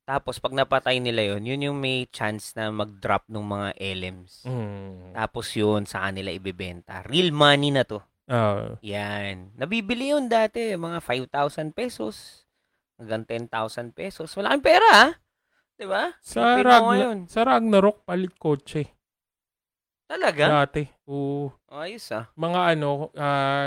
Speaker 1: Tapos, pag napatay nila yun, yun yung may chance na mag-drop ng mga LMs.
Speaker 2: Mm.
Speaker 1: Tapos yun, sa kanila ibebenta. Real money na to.
Speaker 2: Ah,
Speaker 1: Yan. Nabibili yun dati, mga 5,000 pesos. Hanggang 10,000 pesos. Malaking pera, ha? Di ba?
Speaker 2: sa,
Speaker 1: Pinoy
Speaker 2: Ragna-
Speaker 1: yun.
Speaker 2: sa Ragnarok, palit kotse.
Speaker 1: Talaga?
Speaker 2: Dati. Oo.
Speaker 1: Ayos, ah.
Speaker 2: mga ano, ah,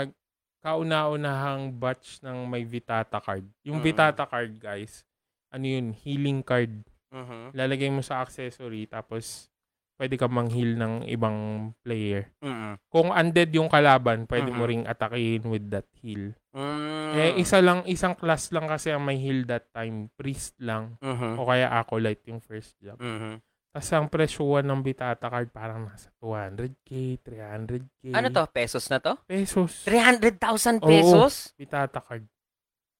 Speaker 2: kauna-unahang batch ng may Vitata card.
Speaker 1: Mm.
Speaker 2: Yung Vitata card, guys, ano yun, healing card.
Speaker 1: Mhm.
Speaker 2: Lalagay mo sa accessory, tapos pwede ka mang-heal ng ibang player.
Speaker 1: Mhm.
Speaker 2: Kung undead yung kalaban, pwede mo
Speaker 1: Mhm.
Speaker 2: ring atakihin with that heal.
Speaker 1: Mm.
Speaker 2: Eh, isa lang, isang class lang kasi ang may heal that time. Priest lang.
Speaker 1: Mhm.
Speaker 2: O kaya acolyte yung first job.
Speaker 1: Mhm.
Speaker 2: Tapos ang presyuan ng Vitata card parang nasa 200k, 300k.
Speaker 1: Ano to? Pesos na to?
Speaker 2: Pesos.
Speaker 1: 300,000
Speaker 2: Oo.
Speaker 1: pesos?
Speaker 2: Vitata card.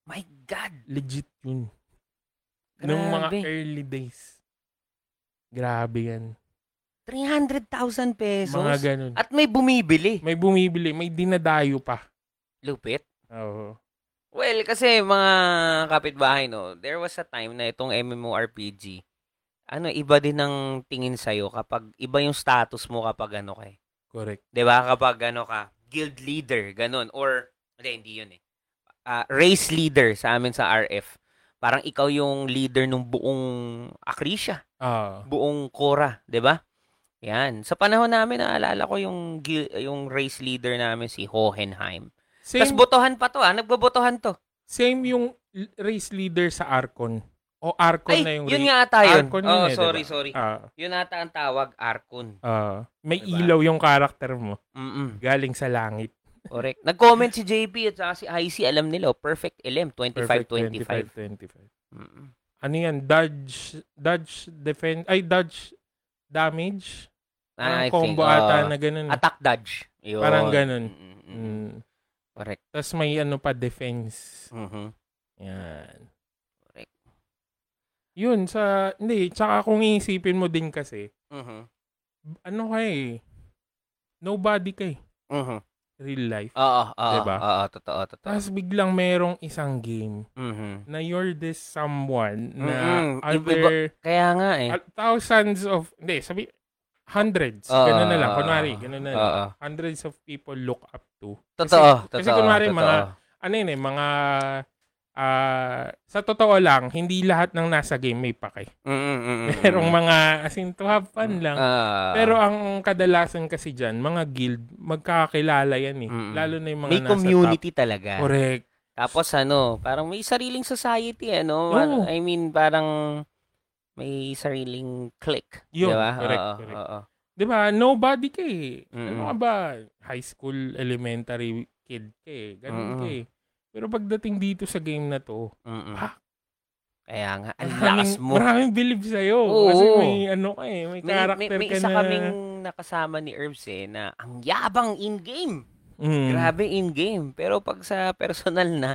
Speaker 1: My God.
Speaker 2: legit yun. Nung mga
Speaker 1: Grabe.
Speaker 2: early days. Grabe yan.
Speaker 1: 300,000 pesos?
Speaker 2: Mga ganun.
Speaker 1: At may bumibili.
Speaker 2: may bumibili, may dinadayo pa.
Speaker 1: Lupit.
Speaker 2: Oo.
Speaker 1: Well, kasi mga kapitbahay, no, there was a time na itong MMORPG, ano, iba din ang tingin sa'yo kapag, iba yung status mo kapag ano kay.
Speaker 2: Correct.
Speaker 1: 'Di ba Kapag ano ka, guild leader, ganun. Or, hindi, hindi yun eh. Ah, race leader sa amin sa RF. Parang ikaw yung leader ng buong Akrisha
Speaker 2: Ah.
Speaker 1: buong Cora, 'di ba? Yan. Sa panahon namin naalala ko yung gil- yung race leader namin si Hohenheim. Tapos
Speaker 2: Same,
Speaker 1: botohan pa to, ah. nagbobotohan to.
Speaker 2: same yung l- race leader sa Arcon. O Arcon
Speaker 1: Ay,
Speaker 2: na yung
Speaker 1: yun
Speaker 2: race.
Speaker 1: nga ata yun.
Speaker 2: Arcon yun
Speaker 1: oh,
Speaker 2: eh,
Speaker 1: sorry,
Speaker 2: diba?
Speaker 1: sorry.
Speaker 2: Ah.
Speaker 1: Yun ata ang tawag, Arkon.
Speaker 2: ah. may
Speaker 1: Diba?
Speaker 2: ilaw yung karakter mo.
Speaker 1: Mm-mm.
Speaker 2: Galing sa langit.
Speaker 1: Correct. Nag-comment si JP at saka si IC, alam nila, oh, perfect LM,
Speaker 2: Perfect
Speaker 1: 25-25.
Speaker 2: 25-25.
Speaker 1: Mm-mm.
Speaker 2: Ano yan? Dodge, dodge defense, ay dodge damage. Parang
Speaker 1: Ah, I think,
Speaker 2: combo ata
Speaker 1: oh,
Speaker 2: na ganun. eh.
Speaker 1: attack dodge. Yun.
Speaker 2: Parang ganun.
Speaker 1: Mm-mm.
Speaker 2: Mm.
Speaker 1: Correct.
Speaker 2: Tapos may ano pa, defense.
Speaker 1: Mhm.
Speaker 2: Yan.
Speaker 1: Correct.
Speaker 2: Yun, sa, hindi, tsaka kung iisipin mo din kasi,
Speaker 1: Mhm.
Speaker 2: b- ano ka eh, nobody ka eh,
Speaker 1: Mhm.
Speaker 2: real life.
Speaker 1: Oo, oo,
Speaker 2: Diba?
Speaker 1: oo, totoo, totoo.
Speaker 2: Tapos biglang merong isang game
Speaker 1: Mhm.
Speaker 2: na you're this someone
Speaker 1: Mm-mm.
Speaker 2: na
Speaker 1: Iba-
Speaker 2: other
Speaker 1: Kaya nga eh.
Speaker 2: thousands of, hindi, sabi, hundreds,
Speaker 1: Oo,
Speaker 2: ganun na lang,
Speaker 1: oo,
Speaker 2: kunwari,
Speaker 1: oo,
Speaker 2: ganun na
Speaker 1: oo,
Speaker 2: lang,
Speaker 1: oo.
Speaker 2: hundreds of people look up to.
Speaker 1: Totoo, totoo.
Speaker 2: kasi kunwari,
Speaker 1: totoo.
Speaker 2: mga- ano yun eh, mga, ah, sa totoo lang, hindi lahat ng nasa game may pake. <laughs>
Speaker 1: Mm, mm, mm, mm,
Speaker 2: Merong
Speaker 1: mm.
Speaker 2: mga, as in, to have fun lang.
Speaker 1: Ah.
Speaker 2: Pero ang kadalasan kasi dyan, mga guild, magkakakilala yan eh.
Speaker 1: Mm-mm.
Speaker 2: Lalo na yung mga
Speaker 1: may
Speaker 2: nasa top.
Speaker 1: community talaga.
Speaker 2: Correct.
Speaker 1: Tapos ano, parang may sariling society ano.
Speaker 2: Oo.
Speaker 1: I mean, parang may sariling clique.
Speaker 2: Yun,
Speaker 1: diba?
Speaker 2: correct,
Speaker 1: Oo,
Speaker 2: correct.
Speaker 1: oo.
Speaker 2: Di ba? Nobody ka eh. Ano
Speaker 1: Mm-mm.
Speaker 2: ka ba? High school, elementary kid ka eh. Ganun
Speaker 1: Mm-mm.
Speaker 2: ka eh. Pero pagdating dito sa game na to,
Speaker 1: Mm-mm.
Speaker 2: Ah.
Speaker 1: Mm, Kaya nga, ang lakas
Speaker 2: maraming,
Speaker 1: mo.
Speaker 2: maraming believe sa'yo.
Speaker 1: Oo.
Speaker 2: Kasi may ano ka eh, may,
Speaker 1: May, may,
Speaker 2: character
Speaker 1: may
Speaker 2: ka
Speaker 1: isa
Speaker 2: na.
Speaker 1: kaming nakasama ni Herbs eh, na ang yabang in-game.
Speaker 2: Mm.
Speaker 1: Grabe in-game. Pero pag sa personal na,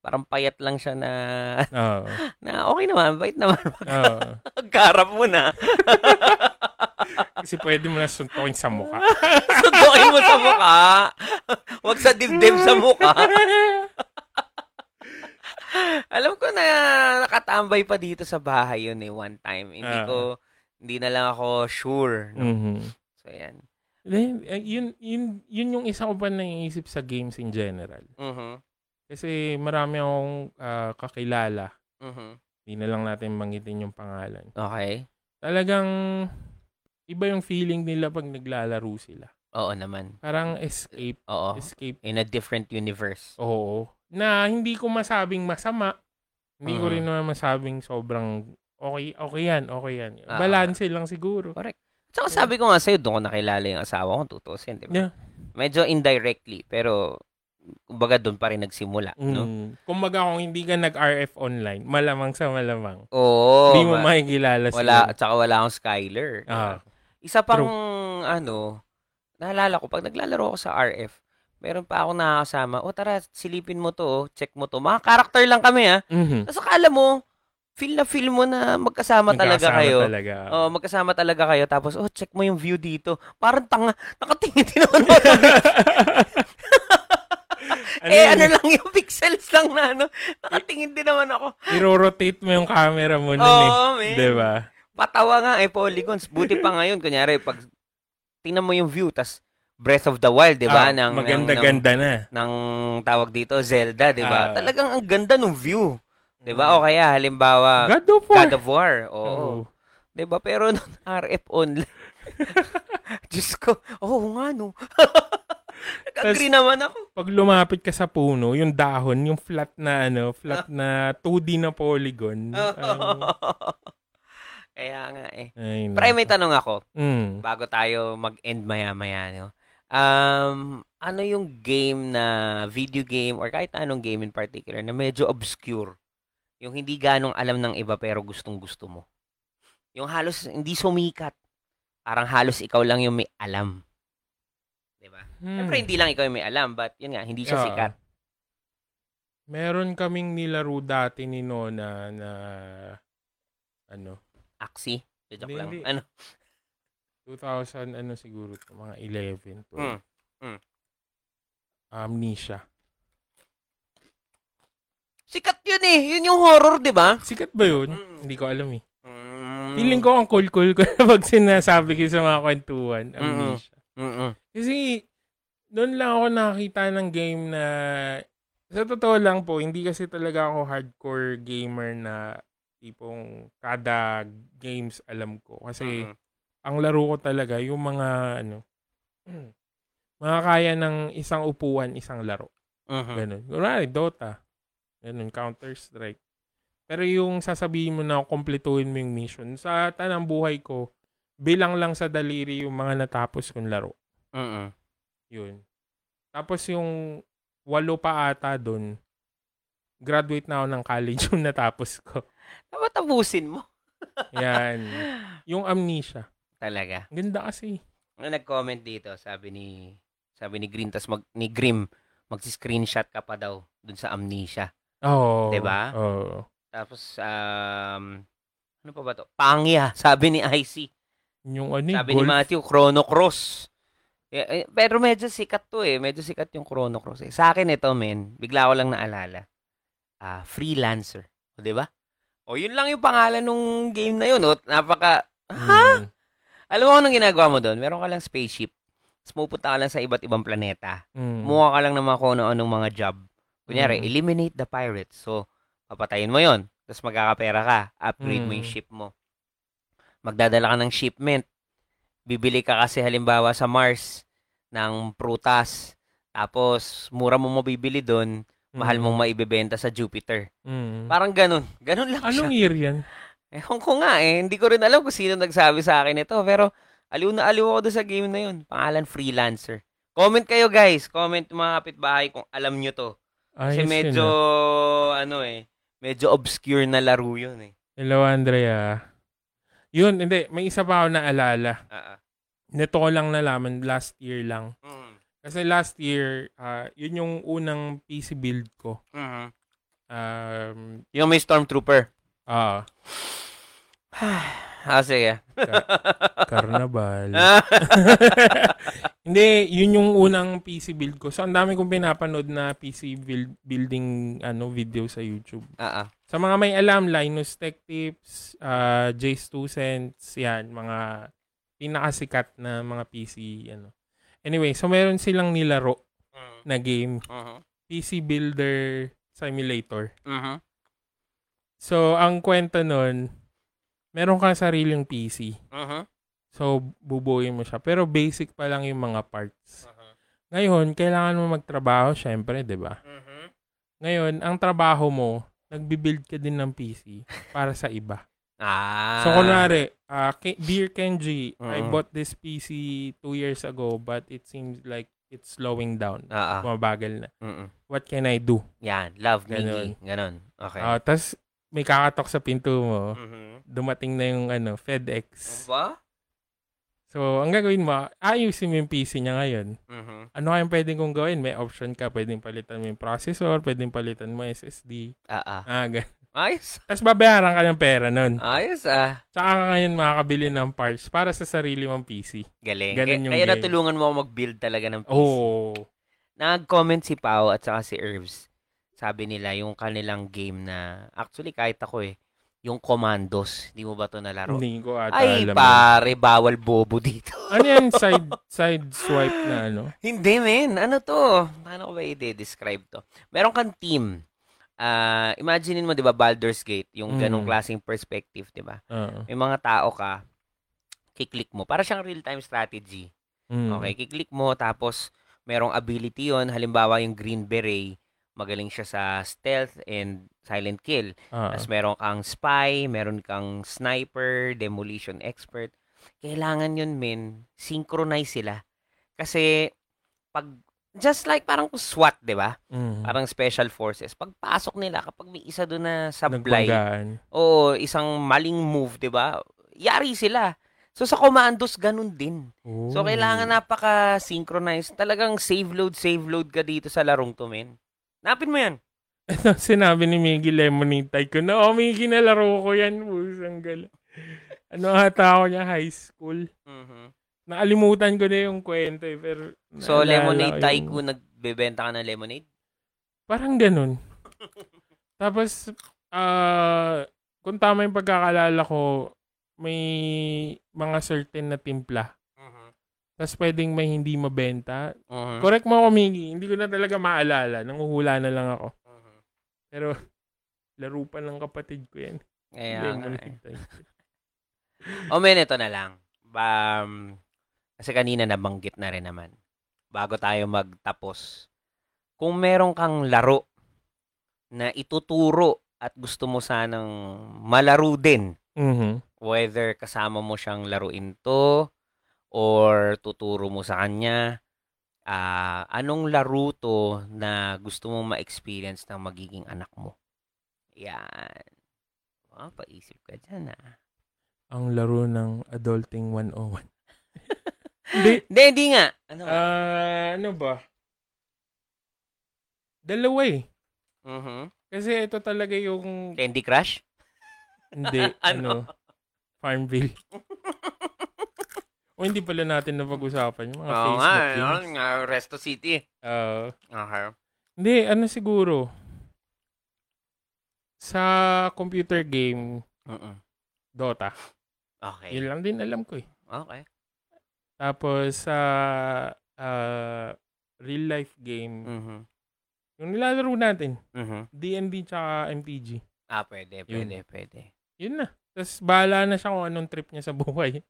Speaker 1: parang payat lang siya na, <laughs>
Speaker 2: Oo.
Speaker 1: na okay naman, bait naman. <laughs>
Speaker 2: Oo.
Speaker 1: Pagkarap mo na.
Speaker 2: Kasi pwede mo na suntukin
Speaker 1: <laughs>
Speaker 2: sa mukha.
Speaker 1: Sundukin mo sa mukha. Huwag sa dibdib sa mukha. Ano? Alam ko na nakatambay pa dito sa bahay yun eh, one time. Hindi
Speaker 2: Ah.
Speaker 1: ko, hindi na lang ako sure. no?
Speaker 2: Mhm.
Speaker 1: So, yan.
Speaker 2: Then, eh, yun, yun, yun yung isa ko pa naiisip sa games in general.
Speaker 1: Mhm.
Speaker 2: Kasi marami akong ah, kakilala.
Speaker 1: Mhm.
Speaker 2: Hindi na lang natin manggitin yung pangalan.
Speaker 1: Okay.
Speaker 2: Talagang iba yung feeling nila pag naglalaro sila.
Speaker 1: Oo naman.
Speaker 2: Parang escape.
Speaker 1: Oo.
Speaker 2: Escape.
Speaker 1: In a different universe.
Speaker 2: Oo. Na hindi ko masabing masama. Hindi ko
Speaker 1: Mm.
Speaker 2: rin naman masabing sobrang okay, okay yan, okay yan.
Speaker 1: Ah,
Speaker 2: Balance lang siguro.
Speaker 1: Tsaka sabi ko nga sa'yo, doon ko nakilala yung asawa ko, tutusin, di ba?
Speaker 2: Yeah.
Speaker 1: Medyo indirectly, pero kumbaga doon pa rin nagsimula, no?
Speaker 2: Mm. Kumbaga kung hindi ka nag-RF online, malamang sa malamang.
Speaker 1: Oo.
Speaker 2: hindi mo
Speaker 1: ma-
Speaker 2: makikilala sila.
Speaker 1: wala, tsaka wala akong Skyler. di ba?
Speaker 2: Ah.
Speaker 1: Isa pang, ano, naalala ko, pag naglalaro ako sa RF, meron pa akong nakakasama, o tara, silipin mo to, oh, check mo to. Mga character lang kami, ha?
Speaker 2: Mhm.
Speaker 1: Tapos akala mo, feel na feel mo na magkasama talaga
Speaker 2: Magkakasama
Speaker 1: kayo.
Speaker 2: talaga.
Speaker 1: Oo, magkasama talaga kayo. Tapos, oh, check mo
Speaker 2: <laughs>
Speaker 1: yung view dito. Parang tanga. Nakatingin din ako.
Speaker 2: Ano
Speaker 1: eh,
Speaker 2: yun
Speaker 1: ano
Speaker 2: eh?
Speaker 1: lang yung pixels lang na ano. Nakatingin din naman ako.
Speaker 2: Iro-rotate mo yung camera mo nun
Speaker 1: Oo,
Speaker 2: eh.
Speaker 1: man.
Speaker 2: Diba?
Speaker 1: Patawa nga eh, polygons. Buti pa ngayon, kunyari, pag tingnan mo yung view, tas Breath of the Wild, di ba?
Speaker 2: Ah,
Speaker 1: Ng- ng- ng-
Speaker 2: Maganda-ganda na.
Speaker 1: ng tawag dito, Zelda, di ba?
Speaker 2: Ah. Mm.
Speaker 1: Talagang ang ganda ng view. Di ba? O kaya, halimbawa,
Speaker 2: God of War.
Speaker 1: Ah, God of War. Oo.
Speaker 2: Oo.
Speaker 1: Di ba? Pero <laughs> nung RF online, <laughs> Diyos ko, oo oh, nga no. <laughs> Nag-agree naman ako.
Speaker 2: Pag lumapit ka sa puno, yung dahon, yung flat na ano, flat
Speaker 1: Ah.
Speaker 2: na 2D na
Speaker 1: <laughs>
Speaker 2: polygon. parang-
Speaker 1: kaya nga eh.
Speaker 2: Ay,
Speaker 1: Pre,
Speaker 2: nako.
Speaker 1: may tanong ako
Speaker 2: Mm.
Speaker 1: bago tayo mag-end maya-maya. No? Um, ano yung game na video game or kahit anong game in particular na medyo obscure? Yung hindi ganong alam ng iba pero gustong-gusto mo. Yung halos hindi sumikat. Parang halos ikaw lang yung may alam. Di ba? Siyempre,
Speaker 2: Hmm.
Speaker 1: hindi lang ikaw yung may alam, but yun nga, hindi siya
Speaker 2: Oo.
Speaker 1: sikat.
Speaker 2: Meron kaming nilaro dati ni Nona na ano,
Speaker 1: Axie. Joke lang.
Speaker 2: Hindi, hindi.
Speaker 1: Ano?
Speaker 2: 2000 ano siguro to, mga 11 to.
Speaker 1: Mm. Mm.
Speaker 2: Amnesia.
Speaker 1: Sikat yun eh. Yun yung horror, di ba?
Speaker 2: Sikat ba 'yun?
Speaker 1: Mm.
Speaker 2: Hindi ko alam eh.
Speaker 1: Mm.
Speaker 2: Feeling ko ang cool-cool ko na <laughs> pag sinasabi ko sa mga kwentuhan, Amnesia.
Speaker 1: Mm-mm.
Speaker 2: Kasi doon lang ako nakakita ng game na sa totoo lang po, hindi kasi talaga ako hardcore gamer na tipong kada games alam ko. Kasi
Speaker 1: Mm-mm.
Speaker 2: ang laro ko talaga yung mga ano <clears throat> mga kaya ng isang upuan, isang laro.
Speaker 1: Mhm.
Speaker 2: Ganun. Kunwari, Dota. Ganun, Counter-Strike. Pero yung sasabihin mo na kumpletuhin mo yung mission, sa tanang buhay ko, bilang lang sa daliri yung mga natapos kong laro.
Speaker 1: Mm-mm.
Speaker 2: Yun. Tapos yung walo pa ata doon, graduate na ako ng college <laughs> yung natapos ko.
Speaker 1: Dapat tapusin mo.
Speaker 2: Yan. Yung amnesia.
Speaker 1: Talaga.
Speaker 2: Ang Ganda kasi.
Speaker 1: Ano nag-comment dito, sabi ni sabi ni Green tas mag ni Grim, magsi-screenshot ka pa daw dun sa amnesia.
Speaker 2: Oo.
Speaker 1: Diba?
Speaker 2: Oo.
Speaker 1: Tapos um ano pa ba to? Pangya, <laughs> sabi ni IC.
Speaker 2: Yung ano,
Speaker 1: Sabi ni
Speaker 2: golf.
Speaker 1: Matthew, Chrono Cross. Eh, eh, Pero medyo sikat to eh. Medyo sikat yung Chrono Cross eh. Sa akin ito, men, bigla ko lang naalala. Ah, freelancer. O, di ba? O, yun lang yung pangalan nung game na yun. O, napaka, ha?
Speaker 2: Mm.
Speaker 1: Alam mo anong ginagawa mo doon? Meron ka lang spaceship. Tapos pupunta ka lang sa iba't ibang planeta.
Speaker 2: Mm.
Speaker 1: Kumuha ka lang ng mga kung ano-anong mga job. Kunyari,
Speaker 2: Mm.
Speaker 1: eliminate the pirates. So, papatayin mo yon Tapos magkakapera ka. Upgrade mo yung
Speaker 2: Mm.
Speaker 1: ship mo. Magdadala ka ng shipment. Bibili ka kasi halimbawa sa Mars ng prutas. Tapos, mura mo mabibili doon. Mahal mong maibebenta sa Jupiter.
Speaker 2: Mm. Ano
Speaker 1: Parang ganun. Ganun lang siya.
Speaker 2: Anong year yan?
Speaker 1: Ewan ko nga eh. Hindi ko rin alam kung sino nagsabi sa akin ito. Pero aliw na aliw ako doon sa game na yun. Pangalan Freelancer. Comment kayo guys. Comment mga kapitbahay kung alam nyo to. Kasi
Speaker 2: Ayos
Speaker 1: medyo,
Speaker 2: yun, ah.
Speaker 1: ano eh, medyo obscure na laro yun eh.
Speaker 2: Hello, Andrea. Yun, hindi. May isa pa ako naalala.
Speaker 1: Ah, ah.
Speaker 2: Neto ko lang nalaman last year lang.
Speaker 1: Mm.
Speaker 2: Kasi last year, ah, yun yung unang PC build ko.
Speaker 1: Mhm.
Speaker 2: Um,
Speaker 1: Yung may Stormtrooper. <sighs>
Speaker 2: ah,
Speaker 1: Ah,
Speaker 2: <laughs>
Speaker 1: sige.
Speaker 2: Carnival.
Speaker 1: Ah,
Speaker 2: <laughs> Hindi, yun yung unang PC build ko. So, ang dami kong pinapanood na PC build, building ano video sa YouTube.
Speaker 1: ah.
Speaker 2: Sa mga may alam, Linus Tech Tips, uh, Jace Two Cents, yan, mga pinakasikat na mga PC. Ano. Anyway, so meron silang nilaro
Speaker 1: Mm.
Speaker 2: na game,
Speaker 1: Mhm.
Speaker 2: PC Builder Simulator.
Speaker 1: Mhm.
Speaker 2: So, ang kwento nun, meron kang sariling PC.
Speaker 1: Mhm.
Speaker 2: So, bubuoy mo siya. Pero basic pa lang yung mga parts.
Speaker 1: Uh-huh.
Speaker 2: Ngayon, kailangan mo magtrabaho, syempre, di ba?
Speaker 1: Mhm.
Speaker 2: Ngayon, ang trabaho mo, nagbibuild ka din ng PC para sa iba.
Speaker 1: Ah.
Speaker 2: So, kunwari, ah, Ke- Dear Kenji, I
Speaker 1: Mm.
Speaker 2: bought this PC two years ago but it seems like it's slowing down.
Speaker 1: Ah, ah.
Speaker 2: Mabagal na.
Speaker 1: Mm-mm.
Speaker 2: What can I do?
Speaker 1: Yan. Love, Nikki. Ganon. Okay.
Speaker 2: Ah, tas may kakatok sa pinto mo.
Speaker 1: Mhm.
Speaker 2: Dumating na yung ano, FedEx.
Speaker 1: Ano ba?
Speaker 2: So, ang gagawin mo, ayusin mo yung PC niya ngayon.
Speaker 1: Mhm.
Speaker 2: ano kayang pwedeng kong gawin? May option ka. Pwedeng palitan mo yung processor, pwedeng palitan mo SSD.
Speaker 1: Ah, ah.
Speaker 2: Ah, ganun.
Speaker 1: <laughs> Ayos.
Speaker 2: <laughs> Tapos babayaran ka ng pera nun.
Speaker 1: Ayos ah.
Speaker 2: Tsaka ka ngayon makakabili ng parts para sa sarili mong PC.
Speaker 1: Galing.
Speaker 2: Ganun
Speaker 1: Kaya-
Speaker 2: yung
Speaker 1: Kaya
Speaker 2: game.
Speaker 1: natulungan mo ako mag-build talaga ng PC.
Speaker 2: Oh.
Speaker 1: Nag-comment si Pau at saka si Irvs. Sabi nila yung kanilang game na, actually kahit ako eh, yung Commandos. Di mo ba to nalaro?
Speaker 2: Hindi ko ata
Speaker 1: Ay,
Speaker 2: alam.
Speaker 1: pare, bawal bobo dito. <laughs>
Speaker 2: Ano yan? Side, side swipe na ano?
Speaker 1: Hindi, men. Ano to? Paano ko ba i-describe to? Meron kang team. Ah, imaginein mo, di ba, Baldur's Gate, yung ganong
Speaker 2: Mm.
Speaker 1: klaseng perspective, di ba?
Speaker 2: Oo.
Speaker 1: May mga tao ka, kiklik mo. Para siyang real-time strategy.
Speaker 2: Mm.
Speaker 1: Okay, kiklik mo, tapos merong ability yon Halimbawa, yung Green Beret, magaling siya sa stealth and silent kill.
Speaker 2: Ah.
Speaker 1: Tapos meron kang spy, meron kang sniper, demolition expert. Kailangan yun, men. Synchronize sila. Kasi, pag, just like parang kung SWAT, di ba?
Speaker 2: Mm.
Speaker 1: Parang special forces. Pagpasok nila, kapag may isa doon na sablay,
Speaker 2: Nagbanggaan.
Speaker 1: o isang maling move, di ba? Yari sila. So, sa commandos, ganun din. So,
Speaker 2: Oh.
Speaker 1: kailangan napaka-synchronize. Talagang save load, save load ka dito sa larong to, men. Napin mo yan.
Speaker 2: <laughs> Sinabi ni Miggy Lemonade Tycoon na, oh, Miggy, nalaro ko yan. Pusang gala. Ano ata ako niya, high school.
Speaker 1: Mhm.
Speaker 2: Nakalimutan ko na yung kwento eh, pero...
Speaker 1: So,
Speaker 2: naalala
Speaker 1: lemonade
Speaker 2: ko yung-
Speaker 1: tycoon, nagbebenta ka ng lemonade?
Speaker 2: Parang ganun. <laughs> Tapos, ah, kung tama yung pagkakalala ko, may mga certain na timpla.
Speaker 1: Mhm.
Speaker 2: Tapos pwedeng may hindi mabenta.
Speaker 1: Mhm.
Speaker 2: Correct mo ako, Miggy. Hindi ko na talaga maalala. Nanguhula na lang ako.
Speaker 1: Mhm.
Speaker 2: Pero, laro pa ng kapatid ko yan.
Speaker 1: Kaya nga eh.
Speaker 2: Lemonade Tycoon.
Speaker 1: O men, ito na lang. Ba, um, kasi kanina nabanggit na rin naman. Bago tayo magtapos. Kung meron kang laro na ituturo at gusto mo sanang malaro din,
Speaker 2: Mhm.
Speaker 1: whether kasama mo siyang laruin to or tuturo mo sa kanya, ah, anong laro to na gusto mong ma-experience ng magiging anak mo? Yan. Ah, paisip ka dyan ah.
Speaker 2: ang laro ng Adulting 101.
Speaker 1: <laughs>
Speaker 2: Hindi.
Speaker 1: Hindi, hindi nga. Ano?
Speaker 2: Ah, ano ba? Dalawa eh.
Speaker 1: Mhm.
Speaker 2: Kasi ito talaga
Speaker 1: <laughs>
Speaker 2: yung...
Speaker 1: Candy Crush?
Speaker 2: Hindi. ano? Farmville. o hindi pala natin napag-usapan yung mga
Speaker 1: Oo nga, eh,
Speaker 2: Ah, Facebook
Speaker 1: yun,
Speaker 2: games.
Speaker 1: nga, Resto City.
Speaker 2: Ah,
Speaker 1: Okay.
Speaker 2: hindi, ano siguro? Sa computer game,
Speaker 1: Mm-mm.
Speaker 2: Dota.
Speaker 1: Okay.
Speaker 2: Yun lang din alam ko eh.
Speaker 1: Okay.
Speaker 2: Tapos sa ah, real life game,
Speaker 1: Mhm.
Speaker 2: yung nilalaro natin,
Speaker 1: Mhm.
Speaker 2: D&D tsaka MTG.
Speaker 1: Ah, pwede,
Speaker 2: Yun.
Speaker 1: pwede, pwede.
Speaker 2: Yun na. Tapos bahala na siya kung anong trip niya sa buhay.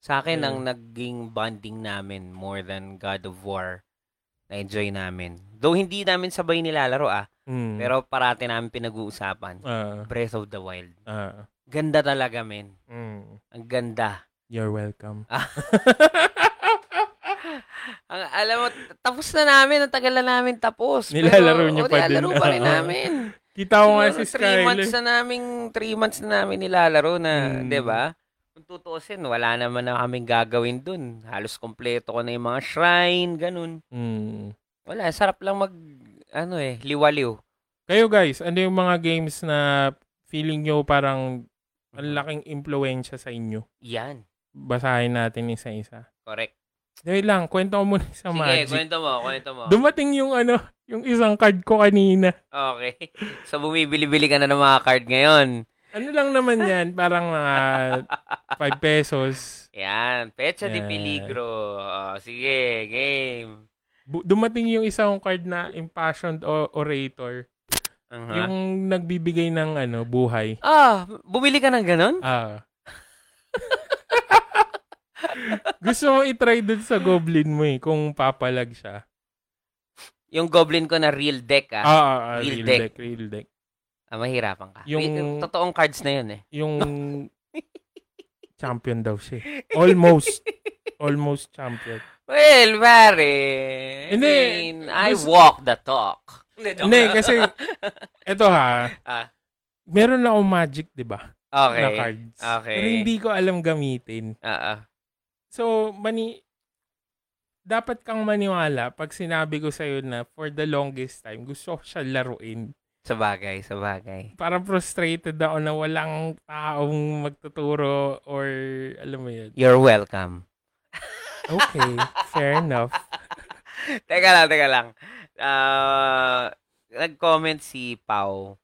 Speaker 1: Sa akin,
Speaker 2: Yeah.
Speaker 1: ang naging bonding namin more than God of War, na-enjoy namin. Though hindi namin sabay nilalaro ah,
Speaker 2: Mm.
Speaker 1: pero parati namin pinag-uusapan.
Speaker 2: Ah,
Speaker 1: Breath of the Wild.
Speaker 2: ah,
Speaker 1: Ganda talaga, men.
Speaker 2: mm.
Speaker 1: Ang ganda.
Speaker 2: You're welcome.
Speaker 1: Ang, alam mo, tapos na namin. Ang tagal na namin tapos. Pero,
Speaker 2: Nilalaro niyo
Speaker 1: oh,
Speaker 2: pa din.
Speaker 1: nilalaro pa rin
Speaker 2: <laughs> Oo.
Speaker 1: namin.
Speaker 2: Kita ko nga si
Speaker 1: Siguro three months
Speaker 2: Skyler.
Speaker 1: na namin, three months na namin nilalaro na,
Speaker 2: Mm.
Speaker 1: di ba? Kung tutuusin, wala naman na kaming gagawin dun. Halos kompleto ko na yung mga shrine, ganun.
Speaker 2: Mm.
Speaker 1: Wala, sarap lang mag, ano eh, liwaliw.
Speaker 2: Kayo guys, ano yung mga games na feeling nyo parang ang laking impluensya sa inyo?
Speaker 1: Yan.
Speaker 2: Basahin natin isa-isa.
Speaker 1: Correct.
Speaker 2: Dahil lang, kwento ko muna sa
Speaker 1: Sige,
Speaker 2: Magic.
Speaker 1: kwento mo, kwento mo.
Speaker 2: Dumating yung ano, yung isang card ko kanina.
Speaker 1: okay. <laughs> So, bumibili-bili ka na ng mga card ngayon.
Speaker 2: Ano lang
Speaker 1: <laughs>
Speaker 2: naman yan, parang mga 5 pesos.
Speaker 1: Yan. Pecha di
Speaker 2: Yan.
Speaker 1: peligro. Oh, sige, game.
Speaker 2: Bu- dumating yung isang card na impassioned o- orator,
Speaker 1: Aha.
Speaker 2: yung nagbibigay ng ano, buhay.
Speaker 1: Uh-huh. Ah, bumili ka ng ganun?
Speaker 2: Ah. <laughs> Gusto mo itry dun sa goblin mo eh, kung papalag siya.
Speaker 1: Yung goblin ko na real deck, ah.
Speaker 2: Ah, ah, ah,
Speaker 1: real
Speaker 2: real,
Speaker 1: deck.
Speaker 2: deck. real deck.
Speaker 1: Ah, mahirapan ka.
Speaker 2: Yung-
Speaker 1: Yung... Totoong cards na yun eh.
Speaker 2: Yung champion daw siya. eh. Almost. Almost champion.
Speaker 1: Well, pare.
Speaker 2: Hindi.
Speaker 1: I mean, I
Speaker 2: Gusto-
Speaker 1: walk the talk.
Speaker 2: Hindi, kasi, eto ha,
Speaker 1: Ah.
Speaker 2: meron na akong magic, di ba?
Speaker 1: Okay.
Speaker 2: Na cards.
Speaker 1: Okay.
Speaker 2: Pero hindi ko alam gamitin.
Speaker 1: Ah, ah.
Speaker 2: So, mani dapat kang maniwala pag sinabi ko sa'yo na for the longest time, gusto ko siya laruin.
Speaker 1: Sabagay, sabagay.
Speaker 2: Parang frustrated ako na walang taong magtuturo or alam mo yun.
Speaker 1: You're welcome.
Speaker 2: Okay, fair enough.
Speaker 1: teka lang, teka lang. Ah, nag-comment si Pau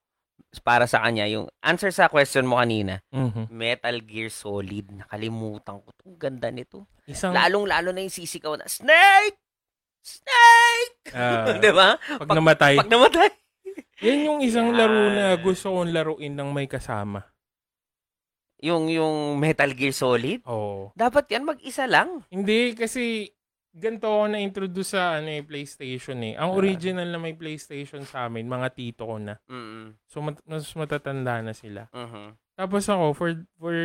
Speaker 1: para sa kanya yung answer sa question mo kanina.
Speaker 2: Mhm.
Speaker 1: Metal Gear Solid. Nakalimutan ko. Ang ganda nito.
Speaker 2: Isang,
Speaker 1: Lalong-lalo na yung sisikaw na, Snake! Snake!
Speaker 2: ah,
Speaker 1: <laughs> Di ba?
Speaker 2: pag <laughs> namatay.
Speaker 1: Pag namatay.
Speaker 2: yan yung isang
Speaker 1: Yan.
Speaker 2: laro na gusto kong laruin ng may kasama.
Speaker 1: Yung, yung Metal Gear Solid.
Speaker 2: Oo.
Speaker 1: Dapat yan, mag-isa lang.
Speaker 2: Hindi, kasi ganito ako na-introduce sa ano, eh, PlayStation eh.
Speaker 1: Ah.
Speaker 2: Ang original na may PlayStation sa amin, mga tito ko na.
Speaker 1: Mm-mm.
Speaker 2: So, mat- mas matatanda na sila.
Speaker 1: Mhm.
Speaker 2: Tapos ako, for, for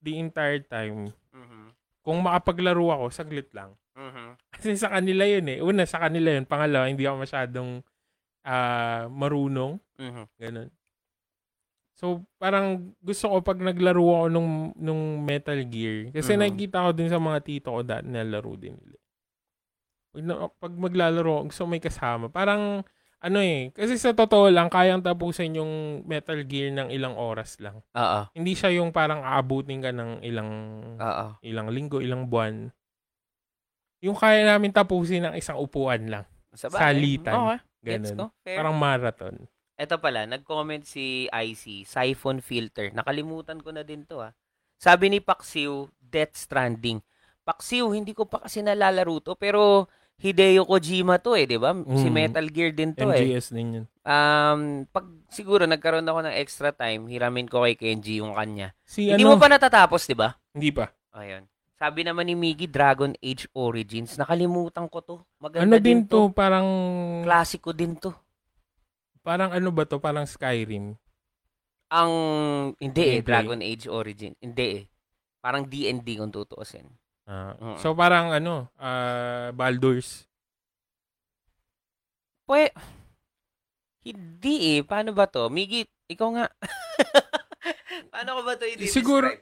Speaker 2: the entire time,
Speaker 1: Mhm.
Speaker 2: kung makapaglaro ako, saglit lang.
Speaker 1: Mhm.
Speaker 2: Kasi sa kanila yun eh. Una, sa kanila yun. Pangalawa, hindi ako masyadong ah, marunong.
Speaker 1: Mhm.
Speaker 2: Ganun. So, parang gusto ko pag naglaro ako nung, nung Metal Gear. Kasi
Speaker 1: Mhm.
Speaker 2: nakikita ko din sa mga tito ko dati nalaro din nila. Pag, na, pag maglalaro, gusto may kasama. Parang, ano eh, kasi sa totoo lang, kayang tapusin yung Metal Gear ng ilang oras lang.
Speaker 1: Oo.
Speaker 2: Hindi siya yung parang aabutin ka ng ilang,
Speaker 1: Oo.
Speaker 2: ilang linggo, ilang buwan. Yung kaya namin tapusin ng isang upuan lang.
Speaker 1: bagay.
Speaker 2: Salitan.
Speaker 1: Okay. Gets ko.
Speaker 2: Ganun.
Speaker 1: Fair.
Speaker 2: Parang marathon.
Speaker 1: Ito pala, nag-comment si IC, Siphon Filter. Nakalimutan ko na din to ha. Sabi ni Paxiw, Death Stranding. Paxiw, hindi ko pa kasi nalalaro to, pero Hideo Kojima to eh, di ba? Si
Speaker 2: Mm.
Speaker 1: Metal Gear din to eh.
Speaker 2: MGS din yun.
Speaker 1: Um, pag siguro nagkaroon ako ng extra time, hiramin ko kay Kenji yung kanya.
Speaker 2: Si
Speaker 1: Hindi
Speaker 2: ano?
Speaker 1: mo pa natatapos, di ba?
Speaker 2: Hindi pa.
Speaker 1: Ayun. Sabi naman ni Miggy, Dragon Age Origins. Nakalimutan ko to.
Speaker 2: Ano
Speaker 1: Maganda
Speaker 2: din to? Parang
Speaker 1: Klasiko din to.
Speaker 2: parang ano ba to? Parang Skyrim.
Speaker 1: Ang hindi eh,
Speaker 2: Gameplay.
Speaker 1: Dragon Age Origin. Hindi eh. Parang D&D kung tutuusin.
Speaker 2: Ah.
Speaker 1: Mm.
Speaker 2: So parang ano, ah Baldur's.
Speaker 1: Pwe, hindi eh. Paano ba to? Migit, ikaw nga. <laughs> Paano ko ba to i-describe?
Speaker 2: Siguro-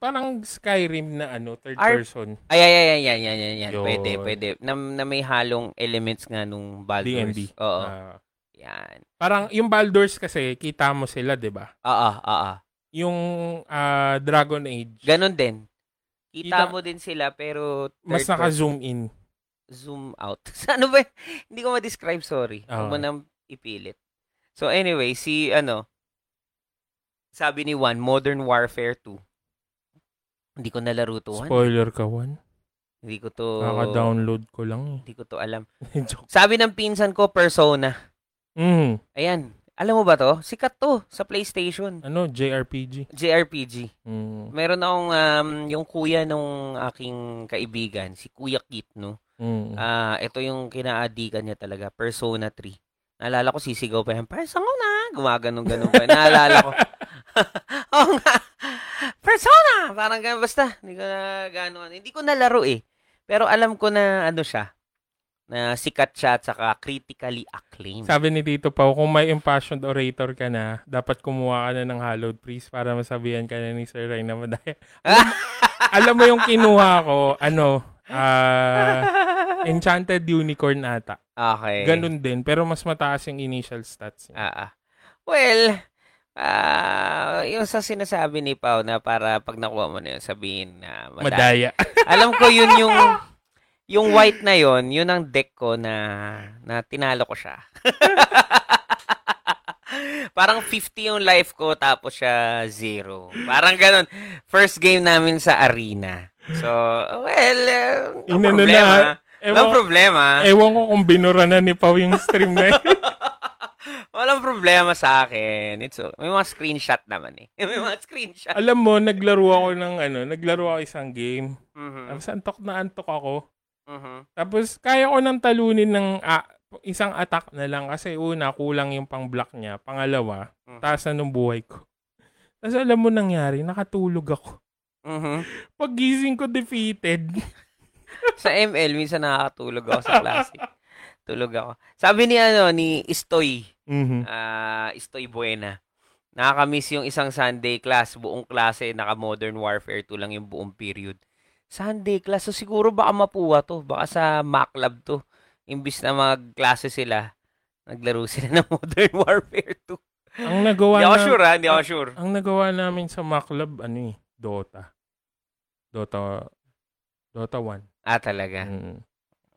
Speaker 2: Parang Skyrim na ano, third
Speaker 1: Ar-
Speaker 2: person
Speaker 1: Ay, ay, ay, ay, ay, ay, ay, ay.
Speaker 2: Yun.
Speaker 1: Pwede, pwede. Na, na may halong elements nga nung Baldur's.
Speaker 2: D&D.
Speaker 1: Oo.
Speaker 2: Ah.
Speaker 1: Yan.
Speaker 2: parang yung Baldur's kasi kita mo sila, 'di ba?
Speaker 1: Oo, oo.
Speaker 2: Yung ah, Dragon Age,
Speaker 1: Ganon din. Kita,
Speaker 2: Kita-
Speaker 1: mo din sila, pero third
Speaker 2: mas
Speaker 1: person.
Speaker 2: naka-zoom in.
Speaker 1: zoom out. <laughs> Sa ano ba? Hindi ko ma-describe, sorry. Huwag mo
Speaker 2: Okay.
Speaker 1: nang ipilit. So anyway, si ano, sabi ni Juan, Modern Warfare 2. Hindi ko nalaro to, Juan.
Speaker 2: Spoiler ka, Juan.
Speaker 1: Hindi ko to,
Speaker 2: Kaka-download ko lang.
Speaker 1: hindi ko to alam.
Speaker 2: eh. <laughs> Joke.
Speaker 1: Sabi ng pinsan ko, Persona.
Speaker 2: Mm.
Speaker 1: Ayan. Alam mo ba to? Sikat to sa PlayStation.
Speaker 2: Ano, JRPG.
Speaker 1: JRPG.
Speaker 2: Mm.
Speaker 1: Meron akong um, yung kuya nung aking kaibigan, si Kuya Kit, no?
Speaker 2: Mm.
Speaker 1: Ah, ito yung kinaadikan niya talaga, Persona 3. Naalala ko sisigaw pa yan, Persona na, gumaganong ganon pa. yan. Naalala ko. <laughs> Oo nga. Persona! Parang ganun, basta. Hindi ko na gano'n. Hindi ko nalaro eh. Pero alam ko na ano siya, na sikat siya at saka critically acclaimed.
Speaker 2: Sabi ni Tito Pao, kung may impassioned orator ka na, dapat kumuha ka na ng hallowed priest para masabihan ka na ni Sir Ray na
Speaker 1: <laughs>
Speaker 2: madaya. Alam, alam mo yung kinuha ko, ano, ah, Enchanted Unicorn ata.
Speaker 1: okay.
Speaker 2: Ganun din, pero mas mataas yung initial stats. niya.
Speaker 1: Eh. Ah, ah. Well, ah, yung sa sinasabi ni Pao na para pag nakuha mo na yun, sabihin na madali.
Speaker 2: Madaya.
Speaker 1: <laughs> Alam ko yun yung yung white na yun, yun ang deck ko na na tinalo ko siya. <laughs> Parang 50 yung life ko tapos siya zero. Parang ganun. First game namin sa arena. So, well, eh, no
Speaker 2: Inano
Speaker 1: problema.
Speaker 2: na, Eh,
Speaker 1: Walang
Speaker 2: ewan,
Speaker 1: problema.
Speaker 2: ewan ko kung binura na ni Pao yung stream na yun. <laughs>
Speaker 1: Walang problema sa akin. It's, o- may mga screenshot naman eh. <laughs> May mga screenshot.
Speaker 2: alam mo, naglaro ako ng ano, naglaro ako isang game.
Speaker 1: Mhm.
Speaker 2: Tapos antok na antok ako.
Speaker 1: Mhm.
Speaker 2: Tapos, kaya ko nang talunin ng ah, isang attack na lang kasi una, kulang yung pang-block niya. Pangalawa,
Speaker 1: Mhm.
Speaker 2: taas na nung buhay ko. <laughs> Tapos alam mo nangyari, nakatulog ako.
Speaker 1: Mhm.
Speaker 2: Pagising ko defeated.
Speaker 1: sa ML, minsan nakakatulog ako sa classic. Tulog ako. Sabi ni ano, ni Istoy,
Speaker 2: Mhm.
Speaker 1: ah Istoy Buena, nakakamiss yung isang Sunday class, buong klase, naka Modern Warfare 2 lang yung buong period. Sunday class, so siguro baka mapuha to, baka sa Mac Lab to. Imbis na magklase sila, naglaro <laughs> sila ng Modern Warfare 2.
Speaker 2: <laughs> Ang nagawa
Speaker 1: Hindi ako
Speaker 2: na-
Speaker 1: sure ha, hindi ako sure.
Speaker 2: Ang nagawa namin sa Maclub, ano eh, Dota. Dota Dota 1.
Speaker 1: Ah, talaga.
Speaker 2: Mm.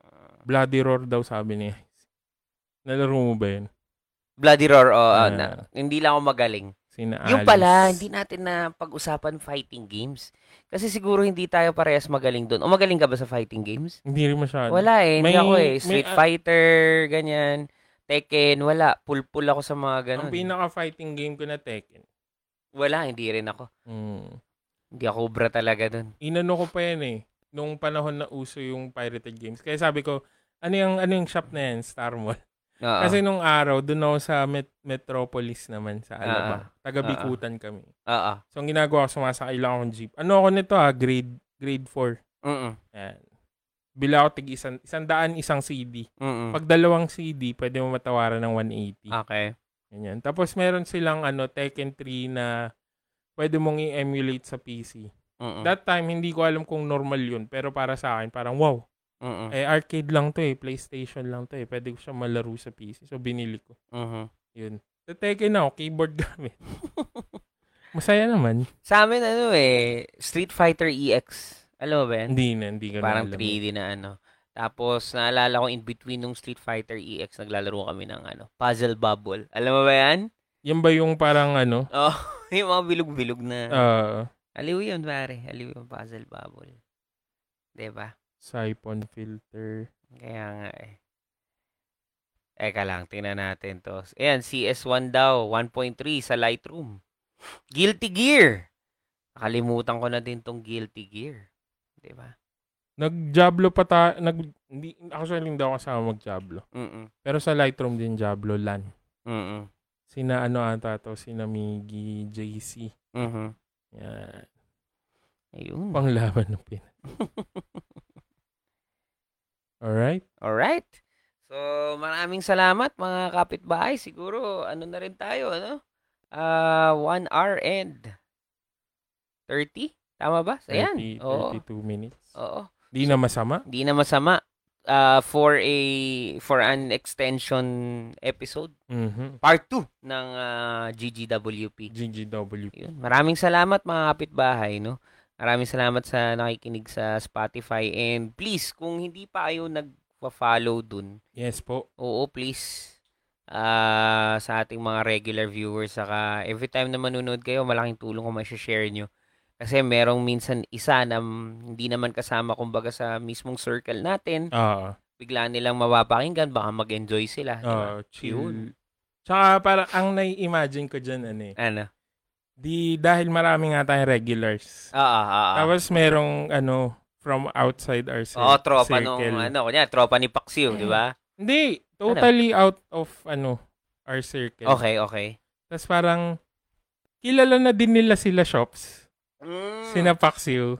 Speaker 1: Ah,
Speaker 2: Bloody roar daw sabi niya. Nalaro mo ba yun?
Speaker 1: Bloody Roar, oo. oo,
Speaker 2: Ah.
Speaker 1: na, hindi lang ako magaling.
Speaker 2: Sina
Speaker 1: Yung
Speaker 2: Alice.
Speaker 1: pala, hindi natin na pag-usapan fighting games. Kasi siguro hindi tayo parehas magaling doon. O magaling ka ba sa fighting games?
Speaker 2: Hindi rin masyado.
Speaker 1: Wala eh. Hindi
Speaker 2: Ano? May-
Speaker 1: ako eh.
Speaker 2: may,
Speaker 1: Street
Speaker 2: ah,
Speaker 1: Fighter, ganyan. Tekken, wala. Pulpul ako sa mga ganun.
Speaker 2: Ang pinaka-fighting game ko na Tekken.
Speaker 1: Wala, hindi rin ako.
Speaker 2: Mm.
Speaker 1: Hindi ako obra talaga doon.
Speaker 2: Inano ko pa yan eh. Nung panahon na uso yung pirated games. Kaya sabi ko, ano yung, ano yung shop na yan? Star Mall.
Speaker 1: Oo.
Speaker 2: Kasi nung araw, doon ako sa Met- Metropolis naman, sa Alaba. Taga-Bikutan kami.
Speaker 1: Oo.
Speaker 2: So, ang ginagawa ko, sumasakay lang akong jeep. Ano ako nito ah, grade, grade 4.
Speaker 1: Mm-mm.
Speaker 2: Ayan. Bila ako tig isang, isang daan isang CD.
Speaker 1: Mm-mm.
Speaker 2: Pag dalawang CD, pwede mo matawaran ng 180.
Speaker 1: Okay.
Speaker 2: Ganyan. Tapos meron silang ano, Tekken 3 na pwede mong i-emulate sa PC.
Speaker 1: Mm-mm.
Speaker 2: That time, hindi ko alam kung normal yun. Pero para sa akin, parang wow.
Speaker 1: Mm-mm.
Speaker 2: Eh, arcade lang to eh. PlayStation lang to eh. Pwede ko siya malaro sa PC. So, binili ko.
Speaker 1: Mhm.
Speaker 2: Yun. Sa Tekken na ako, keyboard gamit. <laughs> Masaya naman.
Speaker 1: Sa amin, ano eh, Street Fighter EX. Alam mo ba yan?
Speaker 2: Hindi na, hindi ko na
Speaker 1: Parang
Speaker 2: alam.
Speaker 1: 3D na ano. Tapos, naalala ko in between nung Street Fighter EX, naglalaro kami ng ano, Puzzle Bubble. Alam mo ba yan? <laughs>
Speaker 2: Yan ba yung parang ano?
Speaker 1: Oh, yung mga bilog-bilog na.
Speaker 2: Uh,
Speaker 1: Aliw yun, pare. Aliw yung Puzzle Bubble. 'Di ba?
Speaker 2: siphon filter.
Speaker 1: Kaya nga eh. Eka lang, tingnan natin to. Ayan, CS1 daw, 1.3 sa Lightroom. Guilty Gear! Nakalimutan ko na din tong Guilty Gear. 'Di ba?
Speaker 2: Nag-Jablo pa ta... Nag, hindi, actually, hindi ako kasama mag-Jablo.
Speaker 1: Mm-mm.
Speaker 2: Pero sa Lightroom din, Jablo LAN.
Speaker 1: Mm-mm.
Speaker 2: Sina ano ata to? Sina Miggy, JC.
Speaker 1: Mhm.
Speaker 2: Yan.
Speaker 1: Ayun.
Speaker 2: Panglaban ng Pinas.
Speaker 1: <laughs>
Speaker 2: Alright.
Speaker 1: Alright. So, maraming salamat mga kapitbahay. Siguro, ano na rin tayo, ano? Ah, 1 hour and 30? Tama ba? So, yan.
Speaker 2: 30,
Speaker 1: Oo. Oh.
Speaker 2: 32 minutes.
Speaker 1: Oo.
Speaker 2: Di na masama.
Speaker 1: Di na masama. Ah, for a for an extension episode
Speaker 2: Mhm.
Speaker 1: part 2 ng ah, GGWP.
Speaker 2: GGW.
Speaker 1: Yun. Maraming salamat mga kapitbahay, no? Maraming salamat sa nakikinig sa Spotify and please kung hindi pa kayo nagpa-follow dun,
Speaker 2: Yes po.
Speaker 1: Oo, please. Ah, sa ating mga regular viewers saka every time na manunood kayo, malaking tulong kung ma-share nyo. Kasi merong minsan isa na mm, hindi naman kasama kumbaga sa mismong circle natin,
Speaker 2: Ah,
Speaker 1: bigla nilang mapapakinggan, baka mag-enjoy sila. di ba?
Speaker 2: ah, chill. Tsaka parang ang nai-imagine ko dyan, ano eh.
Speaker 1: Ano?
Speaker 2: Di, dahil marami nga tayong regulars.
Speaker 1: Oo, oo, oo.
Speaker 2: Tapos merong ano from outside our cir-
Speaker 1: Ah. Oo, tropa nung,
Speaker 2: circle.
Speaker 1: ano, kunya, tropa ni Paxiu, di ba?
Speaker 2: Hindi, totally out of ano our circle.
Speaker 1: Okay, okay.
Speaker 2: Tapos parang kilala na din nila sila shops.
Speaker 1: Mm,
Speaker 2: Sina Paxiu.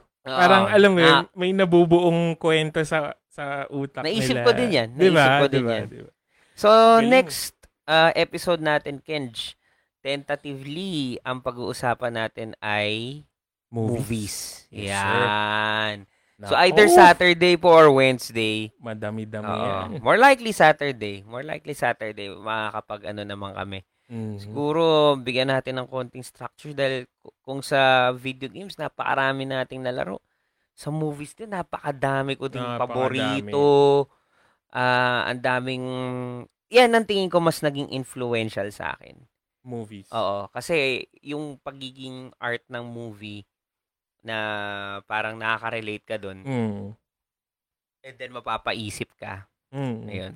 Speaker 1: oo.
Speaker 2: Parang alam mo yun,
Speaker 1: Ah,
Speaker 2: may nabubuong kwento sa sa utak
Speaker 1: Naisip
Speaker 2: nila.
Speaker 1: ko din yan.
Speaker 2: Di ba?
Speaker 1: Naisip ko din
Speaker 2: Di ba?
Speaker 1: yan.
Speaker 2: Di ba?
Speaker 1: So,
Speaker 2: Galing.
Speaker 1: next uh, episode natin, Kenj, tentatively, ang pag-uusapan natin ay movies.
Speaker 2: Yes,
Speaker 1: Yan.
Speaker 2: Na-
Speaker 1: So, either
Speaker 2: Oh,
Speaker 1: Saturday po or Wednesday.
Speaker 2: Madami-dami yan.
Speaker 1: Oo. more likely Saturday. More likely Saturday. Makakapag ano naman kami.
Speaker 2: Mhm.
Speaker 1: Siguro, bigyan natin ng konting structure dahil ku- kung sa video games, napakarami nating nalaro. Sa movies din, napakadami ko din
Speaker 2: Napakadami.
Speaker 1: paborito. Ah, ang daming... Yan ang tingin ko mas naging influential sa akin.
Speaker 2: Movies.
Speaker 1: Oo, kasi yung pagiging art ng movie na parang nakaka-relate ka doon
Speaker 2: Mm.
Speaker 1: and then mapapaisip ka.
Speaker 2: Mm.
Speaker 1: Ayun,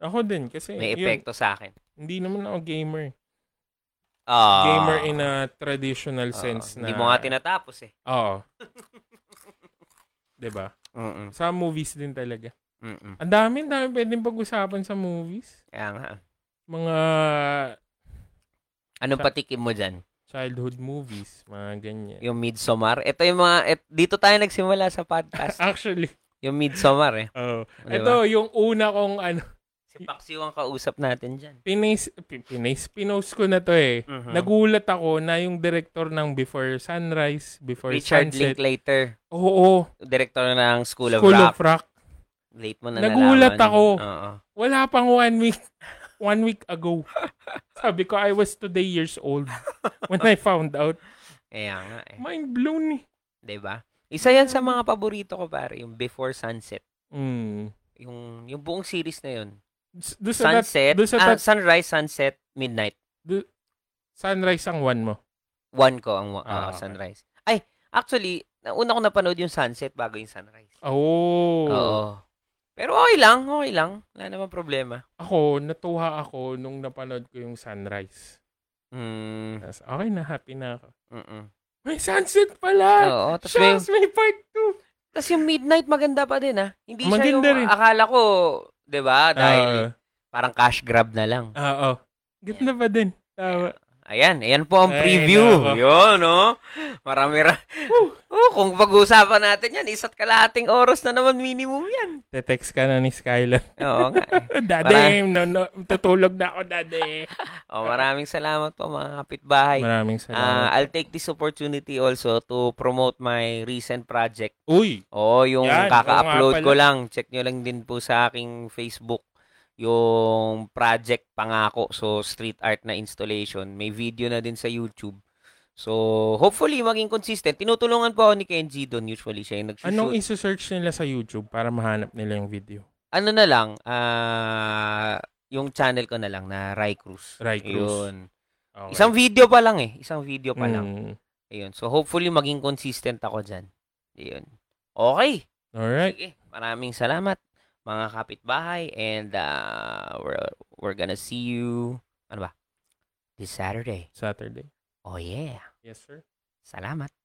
Speaker 2: Ako din kasi
Speaker 1: may
Speaker 2: yun,
Speaker 1: epekto sa akin.
Speaker 2: hindi naman ako gamer.
Speaker 1: Ah.
Speaker 2: gamer in a traditional
Speaker 1: Oo,
Speaker 2: sense na
Speaker 1: Hindi mo nga tinatapos eh.
Speaker 2: Oo. 'Di ba?
Speaker 1: Mm-mm.
Speaker 2: Sa movies din talaga.
Speaker 1: Mm-mm.
Speaker 2: Ang dami, dami pwedeng pag-usapan sa movies.
Speaker 1: Kaya nga.
Speaker 2: Mga
Speaker 1: Anong
Speaker 2: Sa-
Speaker 1: patikim Ano mo dyan?
Speaker 2: childhood movies, mga ganyan.
Speaker 1: Yung Midsommar. Ito yung mga, et, dito tayo nagsimula sa
Speaker 2: <laughs>
Speaker 1: podcast.
Speaker 2: Actually,
Speaker 1: yung Midsommar eh.
Speaker 2: oh.
Speaker 1: Di
Speaker 2: Ito
Speaker 1: ba?
Speaker 2: yung una kong ano,
Speaker 1: Si Paxiu ang kausap natin dyan.
Speaker 2: pinis, pi- pinis, pinos ko na to eh.
Speaker 1: Mhm.
Speaker 2: Nagulat ako na yung director ng Before Sunrise, Before
Speaker 1: Richard
Speaker 2: Sunset.
Speaker 1: Linklater,
Speaker 2: Oo,
Speaker 1: director ng School of Rock. Late mo na
Speaker 2: Nagulat
Speaker 1: nalaman.
Speaker 2: ako.
Speaker 1: Oo.
Speaker 2: Wala pang one week. <laughs> One week ago. Sabi ko, I was today years old <laughs> when I found out.
Speaker 1: Kaya nga eh.
Speaker 2: Mind blown eh.
Speaker 1: 'Di ba? Isa yan sa mga paborito ko pare, yung Before Sunset.
Speaker 2: Mm.
Speaker 1: Yung, yung buong series na yun.
Speaker 2: S- Doon sa tat-
Speaker 1: Sunset,
Speaker 2: doon sa
Speaker 1: ah,
Speaker 2: tat-
Speaker 1: sunrise, sunset, midnight.
Speaker 2: sunrise ang one mo.
Speaker 1: One ko ang wa-
Speaker 2: Ah,
Speaker 1: ah,
Speaker 2: okay.
Speaker 1: sunrise. Ay, actually, una ko napanood yung sunset bago yung sunrise.
Speaker 2: Oh.
Speaker 1: Oo. Pero okay lang, okay lang. Wala naman problema.
Speaker 2: Ako, natuwa ako nung napanood ko yung sunrise.
Speaker 1: Mm,
Speaker 2: Tas, okay na, happy na ako.
Speaker 1: mm-mm.
Speaker 2: May sunset pala!
Speaker 1: Oo, tapos may,
Speaker 2: Shucks, may part 2!
Speaker 1: tas yung midnight maganda pa din ah. Hindi
Speaker 2: Maganda
Speaker 1: siya yung
Speaker 2: rin.
Speaker 1: akala ko, 'di ba? Dahil parang cash grab na lang.
Speaker 2: Oo. Ganda pa din. Tama.
Speaker 1: Ayan, ayan po ang
Speaker 2: Ay,
Speaker 1: preview.
Speaker 2: nako.
Speaker 1: Yun, no? Marami ra. Oh, kung pag-uusapan natin yan, isa't kalahating oras na naman minimum yan.
Speaker 2: Te-text ka na ni <laughs> Skylar.
Speaker 1: <laughs> Oo nga. eh.
Speaker 2: Daddy, no, no, tutulog na ako, daddy.
Speaker 1: Oh, maraming salamat po mga kapitbahay.
Speaker 2: Maraming
Speaker 1: Ah,
Speaker 2: salamat.
Speaker 1: I'll take this opportunity also to promote my recent project.
Speaker 2: Uy!
Speaker 1: Oo, yung
Speaker 2: Yan, oo nga
Speaker 1: kaka-upload
Speaker 2: pala.
Speaker 1: ko lang. Check nyo lang din po sa aking Facebook yung project pangako. So, street art na installation. May video na din sa YouTube. So, hopefully, maging consistent. Tinutulungan po ako ni Kenji doon. Usually, siya yung nagsushoot.
Speaker 2: Anong isa-search nila sa YouTube para mahanap nila yung video?
Speaker 1: ano na lang, ah, yung channel ko na lang na Rai Cruz.
Speaker 2: Rai Cruz.
Speaker 1: Yun.
Speaker 2: Okay.
Speaker 1: Isang video pa lang eh. Isang video pa lang.
Speaker 2: Mm.
Speaker 1: Ayun. So, hopefully, maging consistent ako dyan. Ayun. Okay.
Speaker 2: Alright.
Speaker 1: Sige. Maraming salamat, mga kapitbahay. And uh, we're, we're gonna see you, ano ba? This Saturday.
Speaker 2: Saturday.
Speaker 1: Oh, yeah.
Speaker 2: Yes, sir.
Speaker 1: Salamat.